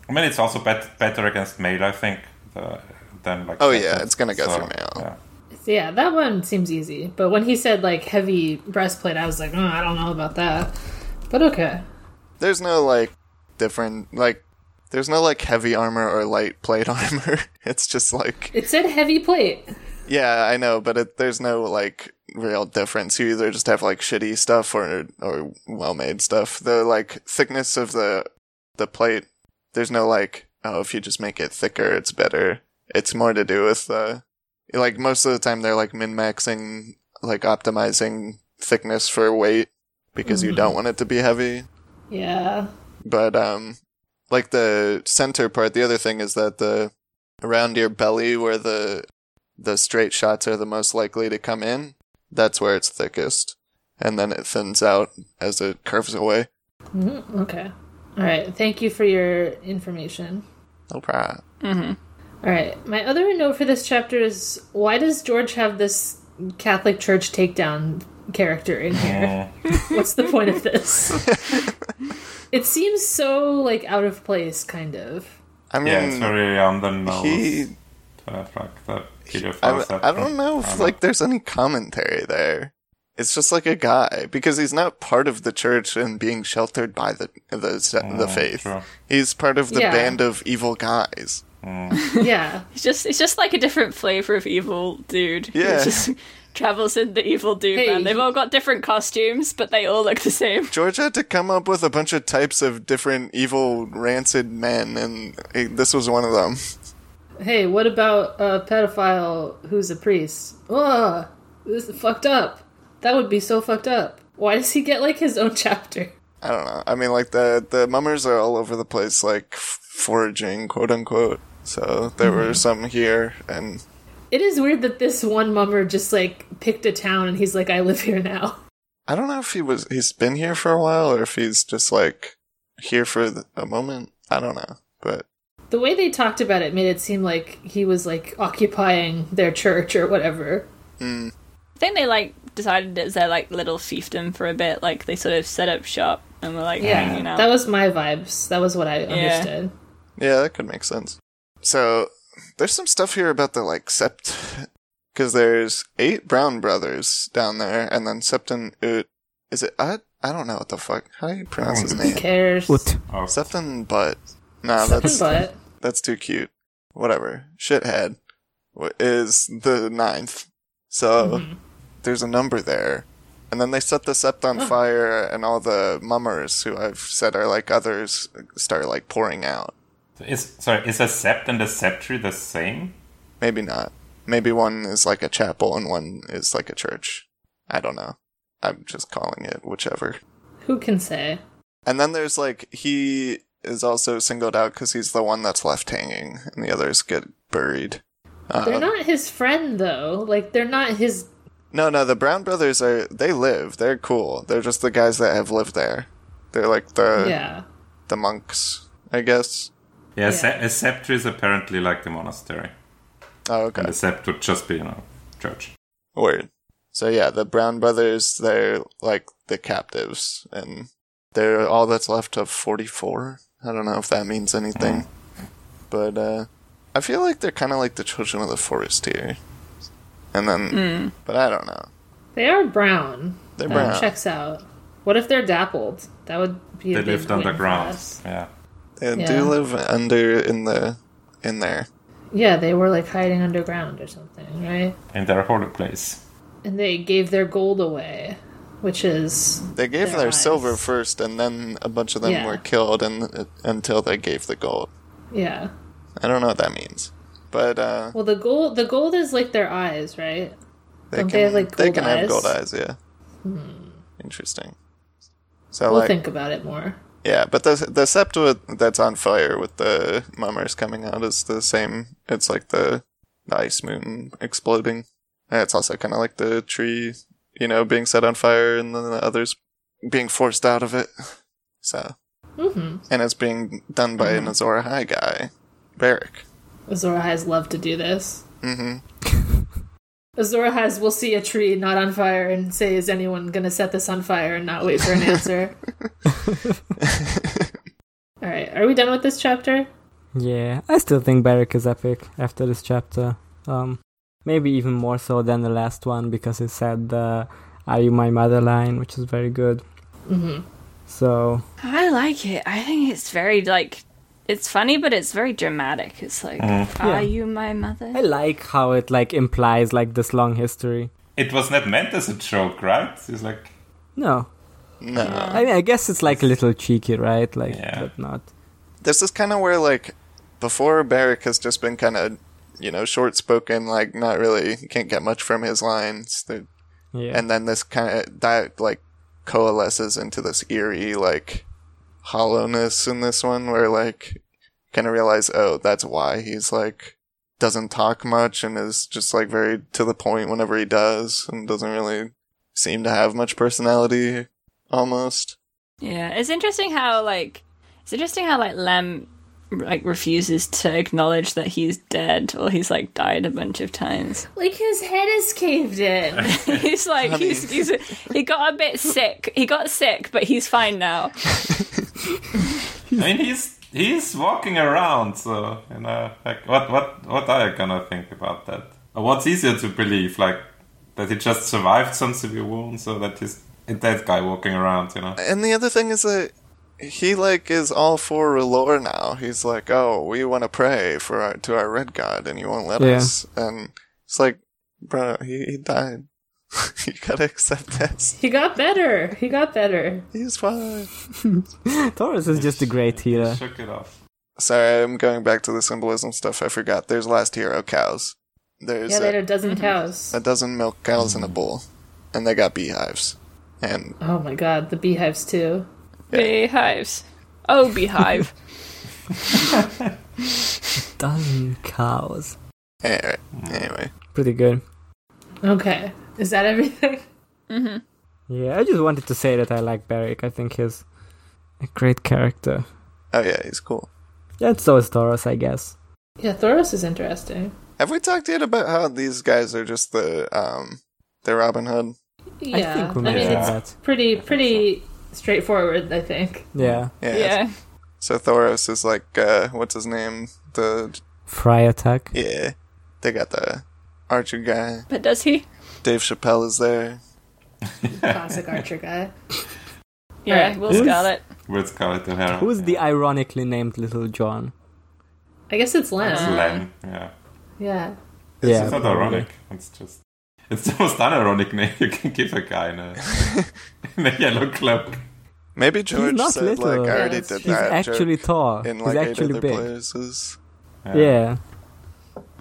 Speaker 3: I mean, it's also bet- better against mail, I think, the, than like.
Speaker 6: Oh, yeah,
Speaker 3: hatchet,
Speaker 6: it's gonna go through mail.
Speaker 3: Yeah.
Speaker 1: So, yeah, that one seems easy. But when he said like heavy breastplate, I was like, oh, I don't know about that. But okay.
Speaker 6: there's no like different like there's no like heavy armor or light plate armor it's just like
Speaker 1: It said heavy plate.
Speaker 6: yeah i know but it, there's no like real difference you either just have like shitty stuff or or well made stuff the like thickness of the the plate there's no like oh if you just make it thicker it's better it's more to do with uh like most of the time they're like min maxing like optimizing thickness for weight because you don't want it to be heavy
Speaker 1: Yeah.
Speaker 6: but um like the center part the other thing is that the around your belly where the the straight shots are the most likely to come in that's where it's thickest and then it thins out as it curves away
Speaker 1: hmm Okay. All right. Thank you for your information.
Speaker 6: no problem
Speaker 1: All right. My other note for this chapter is why does George have this Catholic Church takedown character in
Speaker 3: Mm.
Speaker 1: here? What's the point of this? it seems so like out of place, kind of.
Speaker 6: i mean
Speaker 3: Yeah, it's very on the nose.
Speaker 6: Mm. he
Speaker 3: uh, like the
Speaker 6: I,
Speaker 3: pedophile
Speaker 6: I don't know
Speaker 3: Uh-huh.
Speaker 6: if like there's any commentary there it's just like a guy because he's not part of the church and being sheltered by the the s- the faith
Speaker 3: Mm, true.
Speaker 6: he's part of the
Speaker 1: Yeah.
Speaker 6: band of evil guys
Speaker 1: Yeah,
Speaker 2: It's just it's just like a different flavor of evil dude. who
Speaker 6: Yeah.
Speaker 2: just travels in the evil dude
Speaker 1: Hey.
Speaker 2: band. They've all got different costumes, but they all look the same.
Speaker 6: George had to come up with a bunch of types of different evil, rancid men, and eh, this was one of them.
Speaker 1: Hey, what about a pedophile who's a priest? Ugh, this is fucked up. That would be so fucked up. Why does he get like his own chapter?
Speaker 6: I don't know. I mean, like the the mummers are all over the place, like f- foraging, quote unquote. So there were some here, and
Speaker 1: It is weird that this one mummer just like picked a town and he's like, I live here now.
Speaker 6: I don't know if he was he's been here for a while or if he's just like here for th- a moment. I don't know, but
Speaker 1: The way they talked about it made it seem like he was like occupying their church or whatever.
Speaker 2: I think they like decided it was their like little fiefdom for a bit. Like they sort of set up shop and were like
Speaker 1: Yeah,
Speaker 2: hanging out.
Speaker 1: that was my vibes. That was what I understood.
Speaker 6: yeah, that could make sense. So there's some stuff here about the like sept because there's eight Brown brothers down there, and then Septon Ut. Is it Ut? I don't know what the fuck. How do you pronounce his
Speaker 1: Who
Speaker 6: name?
Speaker 1: cares?
Speaker 5: Ut.
Speaker 3: Oh,
Speaker 6: Septon Butt. No, that's
Speaker 1: But
Speaker 6: that's too cute. Whatever. Shithead wh- is the ninth. So there's a number there. And then they set the sept on fire, and all the mummers who I've said are like others start like pouring out.
Speaker 3: is sorry. Is a sept and a sceptre the same?
Speaker 6: Maybe not. Maybe one is like a chapel and one is like a church. I don't know. I'm just calling it whichever.
Speaker 1: who can say?
Speaker 6: And then there's like he is also singled out because he's the one that's left hanging, and the others get buried. Uh,
Speaker 1: They're not his friend though. Like they're not his.
Speaker 6: No, no, the Brown brothers are they live. They're cool. They're just the guys that have lived there. They're like the
Speaker 1: yeah.
Speaker 6: the monks, I guess.
Speaker 3: Yeah, a se- a sceptre is apparently like the monastery,
Speaker 6: Oh,
Speaker 3: and
Speaker 6: okay.
Speaker 3: the sept would just be you know church.
Speaker 6: Word. So yeah, the Brown brothers, they're like the captives and they're all that's left of 44. I don't know if that means anything. But uh I feel like they're kind of like the children of the forest here. And then
Speaker 1: Hmm.
Speaker 6: but I don't know.
Speaker 1: They are brown.
Speaker 6: They're
Speaker 1: That
Speaker 6: brown.
Speaker 1: checks out. What if they're dappled? That would be. a
Speaker 3: They
Speaker 1: big
Speaker 3: lived
Speaker 1: win for
Speaker 3: underground.
Speaker 1: us.
Speaker 3: Yeah.
Speaker 6: They
Speaker 1: Yeah.
Speaker 6: do live under in the in there.
Speaker 1: Yeah, they were like hiding underground or something, right?
Speaker 3: In their holy place.
Speaker 1: And they gave their gold away, which is
Speaker 6: They gave
Speaker 1: their
Speaker 6: their
Speaker 1: eyes.
Speaker 6: silver first, and then a bunch of them
Speaker 1: Yeah.
Speaker 6: were killed, and uh, until they gave the gold.
Speaker 1: yeah.
Speaker 6: I don't know what that means, but uh,
Speaker 1: Well, the gold the gold is like their eyes, right?
Speaker 6: they
Speaker 1: Don't
Speaker 6: can
Speaker 1: they have, like,
Speaker 6: they
Speaker 1: gold
Speaker 6: can have
Speaker 1: eyes? Hmm.
Speaker 6: gold eyes. Yeah, interesting. So
Speaker 1: We'll
Speaker 6: like
Speaker 1: think about it more.
Speaker 6: yeah, but the the sept with- that's on fire with the mummers coming out is the same. It's like the, the ice moon exploding. And it's also kind of like the tree, you know, being set on fire, and then the others being forced out of it. So
Speaker 1: Mm-hmm.
Speaker 6: and it's being done by an Azora High guy, Barrick.
Speaker 1: Azora Highs love to do this.
Speaker 6: hmm
Speaker 1: Azora Highs will see a tree not on fire and say, "Is anyone gonna set this on fire?" and not wait for an answer. All right, are we done with this chapter?
Speaker 5: Yeah, I still think Barrick is epic after this chapter. Um, maybe even more so than the last one because he said the "Are you my mother?" line, which is very good.
Speaker 1: Mm-hmm.
Speaker 5: So
Speaker 2: I like it. I think it's very like it's funny, but it's very dramatic. It's like,
Speaker 1: Mm.
Speaker 3: Mm.
Speaker 2: are
Speaker 5: Yeah.
Speaker 2: you my mother?
Speaker 5: I like how it like implies like this long history.
Speaker 3: It was not meant as a joke, right? It's like
Speaker 5: No,
Speaker 6: No,
Speaker 5: I mean I guess it's like a little cheeky, right? Like,
Speaker 3: Yeah.
Speaker 5: but not.
Speaker 6: this is kind of where like before Barrick has just been kind of you know short spoken, like not really you can't get much from his lines, They're-
Speaker 5: Yeah.
Speaker 6: and then this kind of that like coalesces into this eerie like hollowness in this one where like kind of realize oh that's why he's like doesn't talk much and is just like very to the point whenever he does and doesn't really seem to have much personality almost
Speaker 2: Yeah, it's interesting how like it's interesting how like Lem like refuses to acknowledge that he's dead or he's like died a bunch of times.
Speaker 1: Like his head is caved in.
Speaker 2: he's like he's, he's he got a bit sick. He got sick, but he's fine now.
Speaker 3: I mean, he's he's walking around, so you know, like what what what are you gonna think about that? Or What's easier to believe, like that he just survived some severe wounds, or that he's a dead guy walking around, you know?
Speaker 6: And the other thing is that he like is all for Relore now. He's like, "Oh, we want to pray for our, to our red god, and you won't let
Speaker 5: Yeah.
Speaker 6: us." And it's like, bro, he, he died. you gotta accept that.
Speaker 1: He got better. He got better.
Speaker 6: He's fine.
Speaker 5: Taurus is just a great healer.
Speaker 3: Shook it off.
Speaker 6: Sorry, I'm going back to the symbolism stuff. I forgot. There's last hero cows. There's
Speaker 1: yeah, they had
Speaker 6: a,
Speaker 1: a dozen cows.
Speaker 6: a dozen milk cows in a bowl. and they got beehives. And
Speaker 1: Oh my god, the beehives too.
Speaker 2: Beehives. Oh, beehive.
Speaker 5: Dozen cows.
Speaker 6: anyway, anyway.
Speaker 5: Pretty good.
Speaker 1: Okay. Is that everything?
Speaker 2: Mm-hmm.
Speaker 5: Yeah, I just wanted to say that I like Beric. I think he's a great character.
Speaker 6: oh yeah, he's cool.
Speaker 5: Yeah, and so is Taurus, I guess.
Speaker 1: Yeah, Thoros is interesting.
Speaker 6: Have we talked yet about how these guys are just the um, the Robin Hood?
Speaker 1: Yeah.
Speaker 5: I think we
Speaker 1: I mean
Speaker 5: mentioned
Speaker 1: it's
Speaker 5: that.
Speaker 1: pretty pretty straightforward, I think.
Speaker 5: Yeah.
Speaker 6: Yeah.
Speaker 2: yeah.
Speaker 6: So Thoros is like, uh, what's his name? The
Speaker 5: Fry attack.
Speaker 6: yeah, they got the Archer guy.
Speaker 2: But does he?
Speaker 6: Dave Chappelle is there.
Speaker 1: Classic Archer guy.
Speaker 2: Yeah,
Speaker 1: Alright.
Speaker 2: Will
Speaker 5: Who's-
Speaker 2: Scarlet.
Speaker 3: with Scarlett O'Hara.
Speaker 5: Who's the ironically named Little John?
Speaker 1: I guess it's Lem.
Speaker 3: It's Len. Yeah,
Speaker 1: yeah.
Speaker 5: yeah,
Speaker 3: it's not
Speaker 5: probably.
Speaker 3: ironic. It's just it's the most unironic name you can give a guy in a, in a yellow cloak.
Speaker 6: Maybe George
Speaker 5: not
Speaker 6: said
Speaker 5: little.
Speaker 6: like I
Speaker 5: Yeah,
Speaker 6: already
Speaker 1: that's
Speaker 6: did
Speaker 5: He's
Speaker 6: that joke
Speaker 5: actually tall.
Speaker 6: in
Speaker 5: He's
Speaker 6: like eight
Speaker 5: actually
Speaker 6: other
Speaker 5: big.
Speaker 6: places.
Speaker 5: Yeah.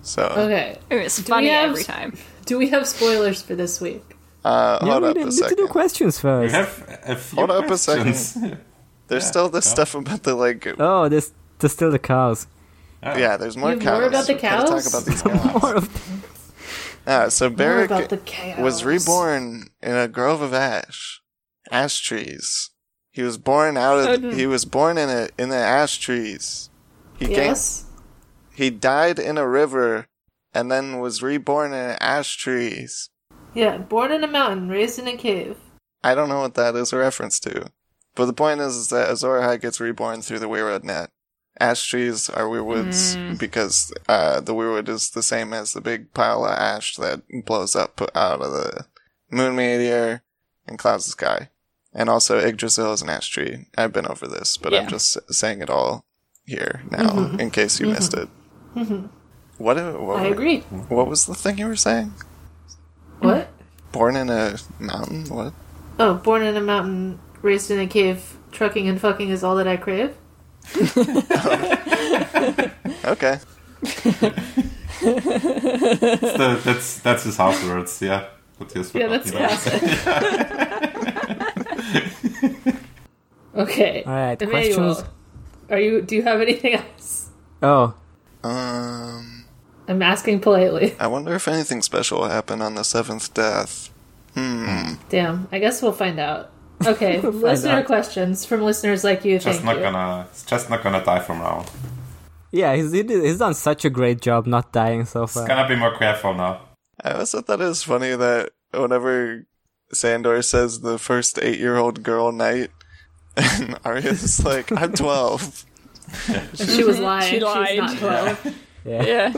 Speaker 6: So
Speaker 1: Okay.
Speaker 2: Ooh, it's
Speaker 1: Do we
Speaker 2: funny
Speaker 1: have-
Speaker 2: every time.
Speaker 1: Do we have spoilers for this week?
Speaker 6: uh,
Speaker 5: yeah,
Speaker 6: hold
Speaker 5: we
Speaker 6: up
Speaker 5: didn't
Speaker 6: a
Speaker 5: need to do
Speaker 6: second.
Speaker 5: questions
Speaker 3: We
Speaker 5: first.
Speaker 3: have a few
Speaker 6: Hold up a second.
Speaker 3: questions.
Speaker 6: There's
Speaker 3: Yeah,
Speaker 6: still this
Speaker 3: yeah.
Speaker 6: stuff about the like.
Speaker 5: Oh, there's, there's still the cows.
Speaker 6: Yeah, there's more
Speaker 1: You have
Speaker 6: cows.
Speaker 1: more about the
Speaker 6: We gotta
Speaker 1: cows?
Speaker 6: Talk about these cows.
Speaker 5: More of
Speaker 6: Ah, so
Speaker 1: More
Speaker 6: Beric
Speaker 1: about the chaos.
Speaker 6: was reborn in a grove of ash, ash trees. He was born out of.
Speaker 2: Odin.
Speaker 6: He was born in a in the ash trees. He gained-
Speaker 1: Yes.
Speaker 6: He died in a river, and then was reborn in ash trees.
Speaker 1: Yeah. Born in a mountain, raised in a cave.
Speaker 6: I don't know what that is a reference to, but the point is, is that Azor Ahai gets reborn through the Weirwood net. Ash trees are weirwoods
Speaker 1: Mm.
Speaker 6: because uh, the weirwood is the same as the big pile of ash that blows up out of the moon meteor and clouds the sky. And also, Yggdrasil is an ash tree. I've been over this, but I'm
Speaker 2: Yeah.
Speaker 6: just saying it all here now in case you missed it. What, uh, what?
Speaker 1: Mm-hmm. I agree.
Speaker 6: What was the thing you were saying?
Speaker 5: Hmm.
Speaker 1: What?
Speaker 6: Born in a mountain? What?
Speaker 1: Oh, born in a mountain, raised in a cave, trucking and fucking is all that I crave.
Speaker 6: Okay.
Speaker 3: It's the- that's that's his house words. Yeah, What he has
Speaker 1: Yeah,
Speaker 3: forgotten
Speaker 1: that's
Speaker 3: about.
Speaker 1: classic. okay.
Speaker 5: All right,
Speaker 1: Emmanuel,
Speaker 5: questions?
Speaker 1: are you? Do you have anything else?
Speaker 5: Oh,
Speaker 6: Um.
Speaker 1: I'm asking politely.
Speaker 6: I wonder if anything special will happen on the seventh death. Hmm.
Speaker 1: Damn. I guess we'll find out. Okay. listener
Speaker 5: out.
Speaker 1: questions from listeners like you.
Speaker 3: Just
Speaker 1: Thank
Speaker 3: not
Speaker 1: you.
Speaker 3: gonna. It's just not gonna die from now.
Speaker 5: yeah, he's, he did- he's done such a great job not dying so
Speaker 3: It's
Speaker 5: far.
Speaker 3: gonna be more careful now.
Speaker 6: I also thought it was funny that whenever Sandor says the first eight year old girl knight, and Arya's like, I'm 12.
Speaker 1: And she was lying.
Speaker 2: She
Speaker 1: She
Speaker 2: lied.
Speaker 1: was not 12.
Speaker 2: Yeah.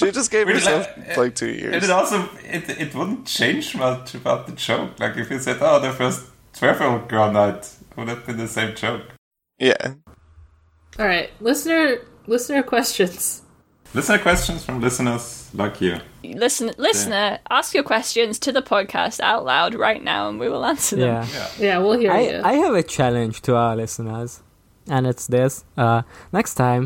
Speaker 6: She just gave
Speaker 3: Really,
Speaker 6: herself
Speaker 3: like,
Speaker 6: like two
Speaker 3: And
Speaker 6: years.
Speaker 3: it also it it wouldn't change much about the joke. Like if you said, "Oh, the first twelve-year-old girl night," would have been the same joke.
Speaker 6: Yeah.
Speaker 1: All right. Listener listener questions.
Speaker 3: Listener questions from listeners like you.
Speaker 2: Listen, listener, ask your questions to the podcast out loud right now, and we will answer them.
Speaker 5: Yeah.
Speaker 1: Yeah, we'll hear you.
Speaker 5: I, I have a challenge to our listeners, and it's this: uh, next time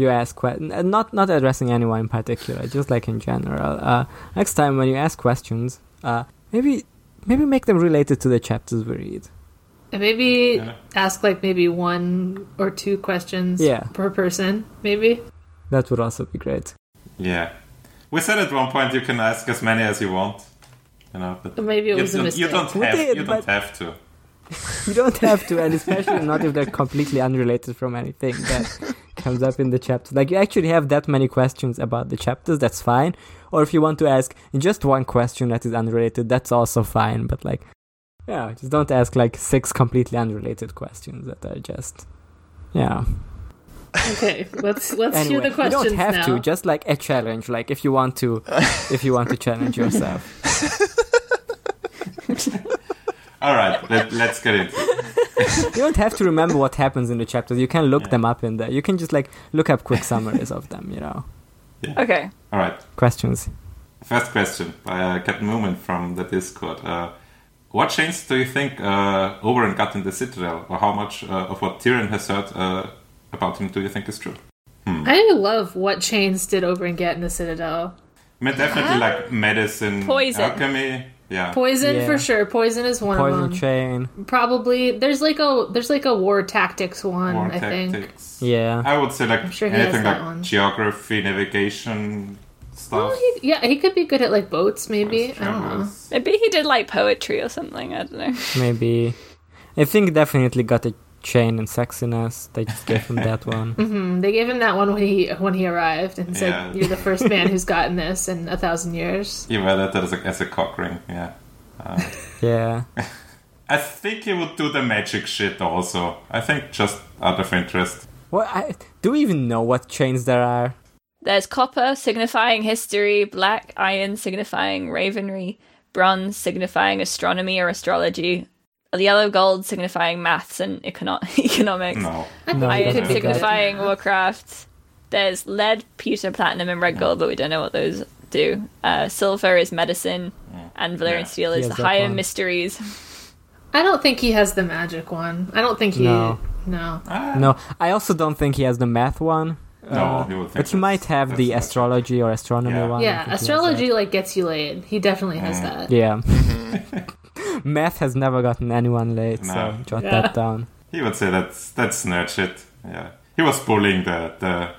Speaker 5: you ask questions, not not addressing anyone in particular, just like in general. Uh, next time when you ask questions, uh, maybe maybe make them related to the chapters we read.
Speaker 1: And maybe
Speaker 3: Yeah.
Speaker 1: ask like maybe one or two questions
Speaker 5: Yeah.
Speaker 1: per person, maybe.
Speaker 5: That would also be great.
Speaker 3: Yeah, we said at one point you can ask as many as you want. You know, but
Speaker 1: Maybe it
Speaker 3: you,
Speaker 1: was a
Speaker 3: don't, you
Speaker 1: mistake.
Speaker 3: don't
Speaker 5: We
Speaker 3: have
Speaker 5: did,
Speaker 3: you don't
Speaker 5: but-
Speaker 3: have to.
Speaker 5: You don't have to, and especially not if they're completely unrelated from anything that comes up in the chapter. Like, you actually have that many questions about the chapters, that's fine. Or if you want to ask just one question that is unrelated, that's also fine. But, like, yeah, just don't ask, like, six completely unrelated questions that are just. Yeah.
Speaker 1: Okay, let's let's hear
Speaker 5: Anyway,
Speaker 1: the
Speaker 5: you
Speaker 1: questions
Speaker 5: don't have
Speaker 1: now.
Speaker 5: to. Just like a challenge. Like if you want to, if you want to challenge yourself.
Speaker 3: All right, let, let's get into it.
Speaker 5: You don't have to remember what happens in the chapters. You can look them up in there. You can just like look up quick summaries of them. You know,
Speaker 2: Okay.
Speaker 3: All right.
Speaker 5: questions.
Speaker 3: First question by uh, Captain Moomin from the Discord. Uh, what change do you think uh, Oberyn got in the Citadel, or how much uh, of what Tyrion has heard uh, about him do you think is true?
Speaker 1: I love what chains did Oberyn get in the Citadel.
Speaker 3: I mean, definitely like medicine,
Speaker 2: Poison.
Speaker 3: alchemy. Yeah.
Speaker 1: Poison
Speaker 5: Yeah.
Speaker 1: for sure. Poison is one of
Speaker 5: Poison
Speaker 1: them.
Speaker 5: chain.
Speaker 1: Probably there's like a there's like a war tactics one.
Speaker 3: War
Speaker 1: I think.
Speaker 3: tactics.
Speaker 5: Yeah.
Speaker 3: I would say like
Speaker 1: sure he has
Speaker 3: anything
Speaker 1: that
Speaker 3: like
Speaker 1: one.
Speaker 3: geography, navigation stuff.
Speaker 1: Well, Oh, he, yeah, he could be good at like boats, maybe. I don't know.
Speaker 3: Travels.
Speaker 2: Maybe he did like poetry or something. I don't know.
Speaker 5: Maybe. I think definitely got a chain and sexiness. They just gave him that one.
Speaker 1: Hmm, They gave him that one when he when he arrived and said,
Speaker 3: Yeah.
Speaker 1: "You're the first man who's gotten this in a thousand years."
Speaker 3: He wear that as a, as a cock ring. Yeah.
Speaker 5: Yeah.
Speaker 3: I think he would do the magic shit also. I think just out of interest.
Speaker 5: Well, I, do we even know what chains there are?
Speaker 2: There's copper signifying history, black iron signifying ravenry, bronze signifying astronomy or astrology, yellow gold signifying maths and econo- economics,
Speaker 3: No.
Speaker 5: No, you
Speaker 2: iron
Speaker 5: don't think that.
Speaker 2: signifying warcraft. There's lead, pewter, platinum, and red gold, but we don't know what those do. Uh, silver is medicine, and Valyrian
Speaker 3: Yeah.
Speaker 2: steel is
Speaker 5: Yeah,
Speaker 2: the
Speaker 5: that
Speaker 2: higher
Speaker 5: one.
Speaker 2: mysteries.
Speaker 1: I don't think he has the magic one. I don't think he.
Speaker 5: No.
Speaker 1: no.
Speaker 5: No, I also don't think he has the math one. Uh,
Speaker 3: No, he would think
Speaker 5: But he might
Speaker 3: that's-
Speaker 5: have the
Speaker 3: that's not-
Speaker 5: astrology or astronomy
Speaker 3: Yeah.
Speaker 5: one. I think he
Speaker 1: yeah,
Speaker 5: has
Speaker 1: astrology like gets you laid. He definitely has that.
Speaker 5: that. Yeah. math has never gotten anyone late, so
Speaker 3: No.
Speaker 5: jot
Speaker 1: Yeah.
Speaker 5: that down.
Speaker 3: He would say that's that's nerd shit. Yeah. He was bullying the the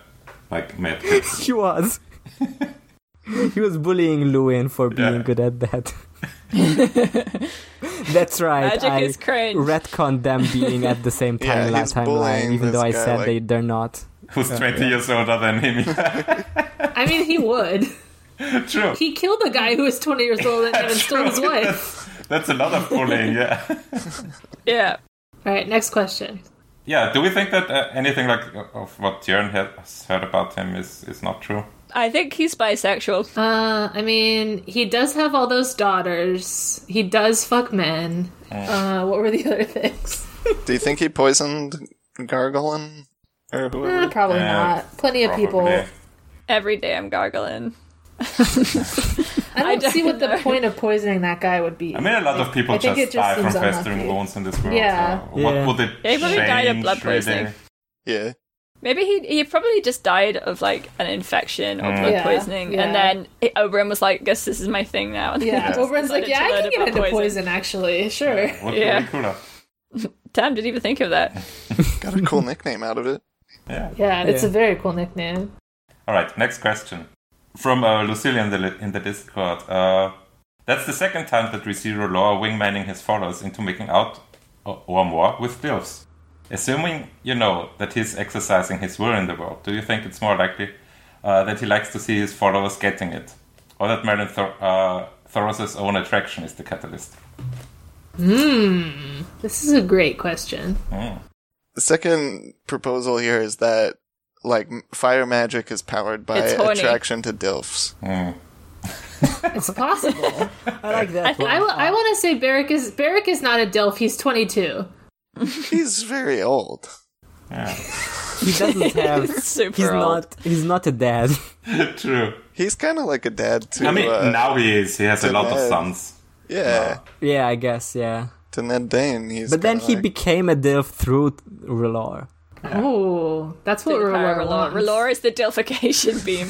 Speaker 3: like mad kids.
Speaker 5: He was. he was bullying Lewin for being
Speaker 3: Yeah.
Speaker 5: good at that. That's right.
Speaker 2: Magic
Speaker 5: I
Speaker 2: is cringe.
Speaker 5: retcon them being at the same time
Speaker 6: Yeah,
Speaker 5: in that
Speaker 6: he's bullying
Speaker 5: timeline, even though
Speaker 6: this
Speaker 5: I
Speaker 6: guy,
Speaker 5: said
Speaker 6: like-
Speaker 5: they, they're not.
Speaker 3: Who's twenty years older than him?
Speaker 1: I mean, he would.
Speaker 3: True.
Speaker 1: He killed a guy who was 20 years old and even stole his wife.
Speaker 3: That's a lot of bullying. Yeah.
Speaker 2: yeah.
Speaker 1: All right, next question.
Speaker 3: Yeah, do we think that uh, anything like of what Jörn has heard about him is, is not true?
Speaker 2: I think he's bisexual.
Speaker 1: Uh, I mean, he does have all those daughters. He does fuck men. Uh, what were the other things?
Speaker 6: Do you think he poisoned Gargolin or
Speaker 1: Eh,
Speaker 6: whoever?
Speaker 1: probably
Speaker 3: Yeah,
Speaker 1: not. Plenty of people.
Speaker 3: Probably.
Speaker 2: Every day I'm gargling.
Speaker 1: I don't,
Speaker 2: I don't
Speaker 1: see what the
Speaker 2: know.
Speaker 1: point of poisoning that guy would be.
Speaker 3: I mean, a lot of people
Speaker 1: I think
Speaker 3: just,
Speaker 1: it just
Speaker 3: die
Speaker 1: seems
Speaker 3: from festering
Speaker 1: unlucky.
Speaker 3: wounds in this world.
Speaker 1: Yeah.
Speaker 3: so What
Speaker 5: Yeah.
Speaker 3: would it
Speaker 2: Yeah, he probably
Speaker 3: change,
Speaker 2: died of blood poisoning.
Speaker 3: really?
Speaker 6: Yeah.
Speaker 2: Maybe he he probably just died of like an infection or blood
Speaker 1: Yeah,
Speaker 2: poisoning,
Speaker 1: yeah.
Speaker 2: and then it, Oberyn was like, "Guess this is my thing now."
Speaker 1: yeah,
Speaker 3: Yeah.
Speaker 1: Oberon's like,
Speaker 2: Decided
Speaker 1: yeah,
Speaker 2: to
Speaker 1: I
Speaker 2: learn
Speaker 1: can get
Speaker 2: about
Speaker 1: into
Speaker 2: poison."
Speaker 1: poison, actually. Sure.
Speaker 3: Would
Speaker 2: Yeah.
Speaker 3: be cooler.
Speaker 2: Damn, didn't even think of that.
Speaker 6: Got a cool nickname out of it.
Speaker 3: Yeah.
Speaker 1: Yeah, it's
Speaker 5: Yeah.
Speaker 1: a very cool nickname.
Speaker 3: All right, next question. From uh, Lucilia in the, in the Discord. Uh, that's the second time that we see Rolor wingmaning his followers into making out o- or more with Dilfs. Assuming you know that he's exercising his will in the world, do you think it's more likely uh, that he likes to see his followers getting it? Or that Merlin Thor- uh, Thoros' own attraction is the catalyst?
Speaker 1: This is a great question.
Speaker 6: The second proposal here is that like m- fire magic is powered by
Speaker 2: It's horny.
Speaker 6: attraction to dilfs.
Speaker 1: It's possible.
Speaker 5: I like that
Speaker 1: I, want to say Barrick is Barrick is not a Delph. He's 22.
Speaker 6: He's very old.
Speaker 3: Yeah.
Speaker 5: He doesn't have.
Speaker 2: Super
Speaker 5: he's
Speaker 2: old.
Speaker 5: not. He's not a dad.
Speaker 3: True.
Speaker 6: He's kind of like a dad to.
Speaker 3: I mean,
Speaker 6: uh,
Speaker 3: now he is. He has a
Speaker 6: to
Speaker 3: lot of
Speaker 6: Ned.
Speaker 3: sons.
Speaker 6: yeah,
Speaker 5: yeah, I guess. Yeah.
Speaker 6: to Ned Dane. He's
Speaker 5: But then
Speaker 6: kinda
Speaker 5: he
Speaker 6: like,
Speaker 5: became a dilf through Relore.
Speaker 1: Oh, that's what Rulor
Speaker 2: Relor
Speaker 1: wants.
Speaker 2: Relor is the dilfication beam.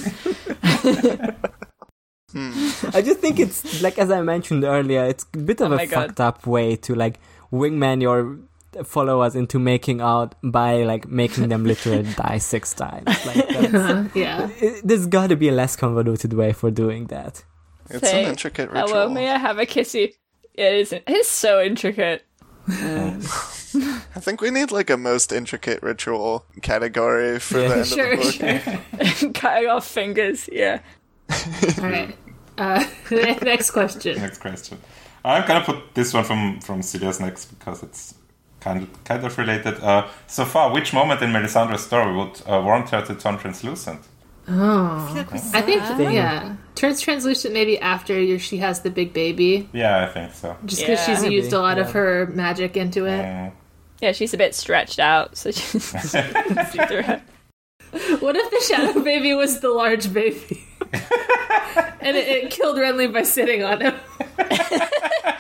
Speaker 5: I just think it's like as I mentioned earlier, it's a bit of
Speaker 2: Oh
Speaker 5: a
Speaker 2: my God.
Speaker 5: fucked up way to like wingman your followers into making out by like making them literally die six times. Like that's,
Speaker 1: Uh, yeah.
Speaker 5: it, there's got to be a less convoluted way for doing that.
Speaker 6: It's
Speaker 2: Say,
Speaker 6: an intricate ritual.
Speaker 2: Hello, Oh, may I have a kissy? It is. It's so intricate.
Speaker 6: I think we need like a most intricate ritual category for
Speaker 5: Yeah.
Speaker 6: the end
Speaker 1: Sure,
Speaker 6: of the book.
Speaker 1: sure.
Speaker 2: Cutting off fingers. Yeah.
Speaker 1: All right. Uh, next question.
Speaker 3: Next question. I'm gonna put this one from from Sirius next because it's kind of, kind of related. Uh, so far, which moment in Melisandre's story would uh, warrant her to turn translucent?
Speaker 1: Oh, I think yeah. Turns translucent maybe after you- she has the big baby,
Speaker 3: Yeah, I think so. Mm.
Speaker 1: just because
Speaker 2: Yeah.
Speaker 1: she's
Speaker 5: Maybe,
Speaker 1: used a lot of
Speaker 5: yeah.
Speaker 1: her magic into it.
Speaker 2: Yeah, she's a bit stretched out, so she's. see through it.
Speaker 1: What if the shadow baby was the large baby, and it, it killed Renly by sitting on him?
Speaker 5: Yeah,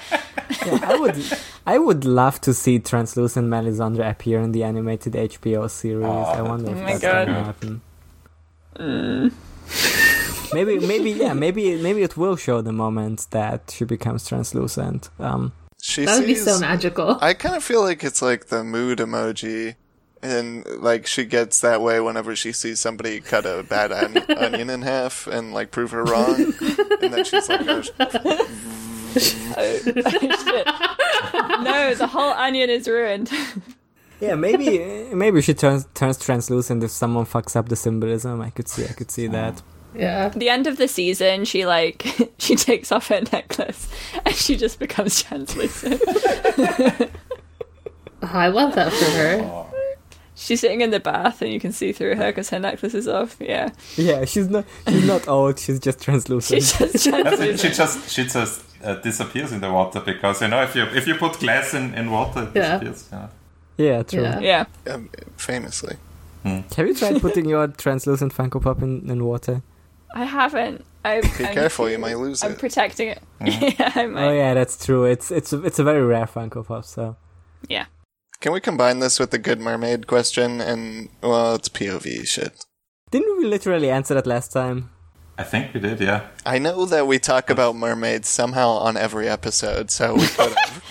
Speaker 5: I would, I would love to see translucent Melisandre appear in the animated HBO series. I wonder if
Speaker 2: my Mm.
Speaker 5: that's
Speaker 2: God.
Speaker 5: gonna happen. maybe, maybe, yeah, maybe, maybe it will show the moment that she becomes translucent. Um,
Speaker 6: She
Speaker 1: That would be
Speaker 6: sees-
Speaker 1: so magical.
Speaker 6: I kind of feel like it's like the mood emoji, and like she gets that way whenever she sees somebody cut a bad on- onion in half and like prove her wrong, and then she's like, oh,
Speaker 2: Shit. no, the whole onion is ruined.
Speaker 5: yeah, maybe, maybe she turns turns translucent if someone fucks up the symbolism. I could see, I could see that.
Speaker 1: Yeah.
Speaker 2: the end of the season, she like she takes off her necklace and she just becomes translucent.
Speaker 1: Oh, I love that for her.
Speaker 2: She's sitting in the bath and you can see through her because her necklace is off. Yeah,
Speaker 5: Yeah, she's not, she's not old. She's just translucent.
Speaker 2: she's just
Speaker 3: That's it. She
Speaker 2: translucent.
Speaker 3: just she just uh, disappears in the water because you know if you if you put glass in, in water, it
Speaker 1: Yeah.
Speaker 3: disappears. Yeah.
Speaker 5: yeah, true.
Speaker 1: Yeah.
Speaker 2: Yeah,
Speaker 6: um, famously.
Speaker 5: Have you tried putting your translucent Funko Pop in, in water?
Speaker 2: I haven't. I,
Speaker 6: Be careful, you might lose
Speaker 2: I'm
Speaker 6: it.
Speaker 2: protecting it. Yeah, I might.
Speaker 5: Oh yeah, that's true. It's it's a, it's a very rare Funko Pop. So
Speaker 2: yeah.
Speaker 6: Can we combine this with the Good Mermaid question? And well, it's POV shit.
Speaker 5: didn't we literally answer that last time?
Speaker 3: I think we did. Yeah.
Speaker 6: I know that we talk about mermaids somehow on every episode, so we could have.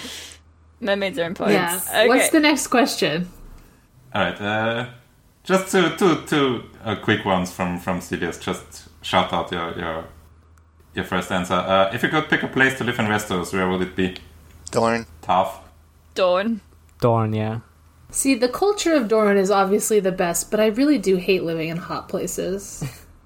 Speaker 2: Mermaids are important.
Speaker 1: Yeah.
Speaker 2: Okay.
Speaker 1: What's the next question?
Speaker 3: All right. Uh, just two two two uh, quick ones from from CBS. Just shout out your your your first answer. Uh, if you could pick a place to live in Westeros, where would it be?
Speaker 6: Darn.
Speaker 3: Tough.
Speaker 2: Dawn?
Speaker 5: Darn, yeah.
Speaker 1: See, the culture of Doran is obviously the best, but I really do hate living in hot places.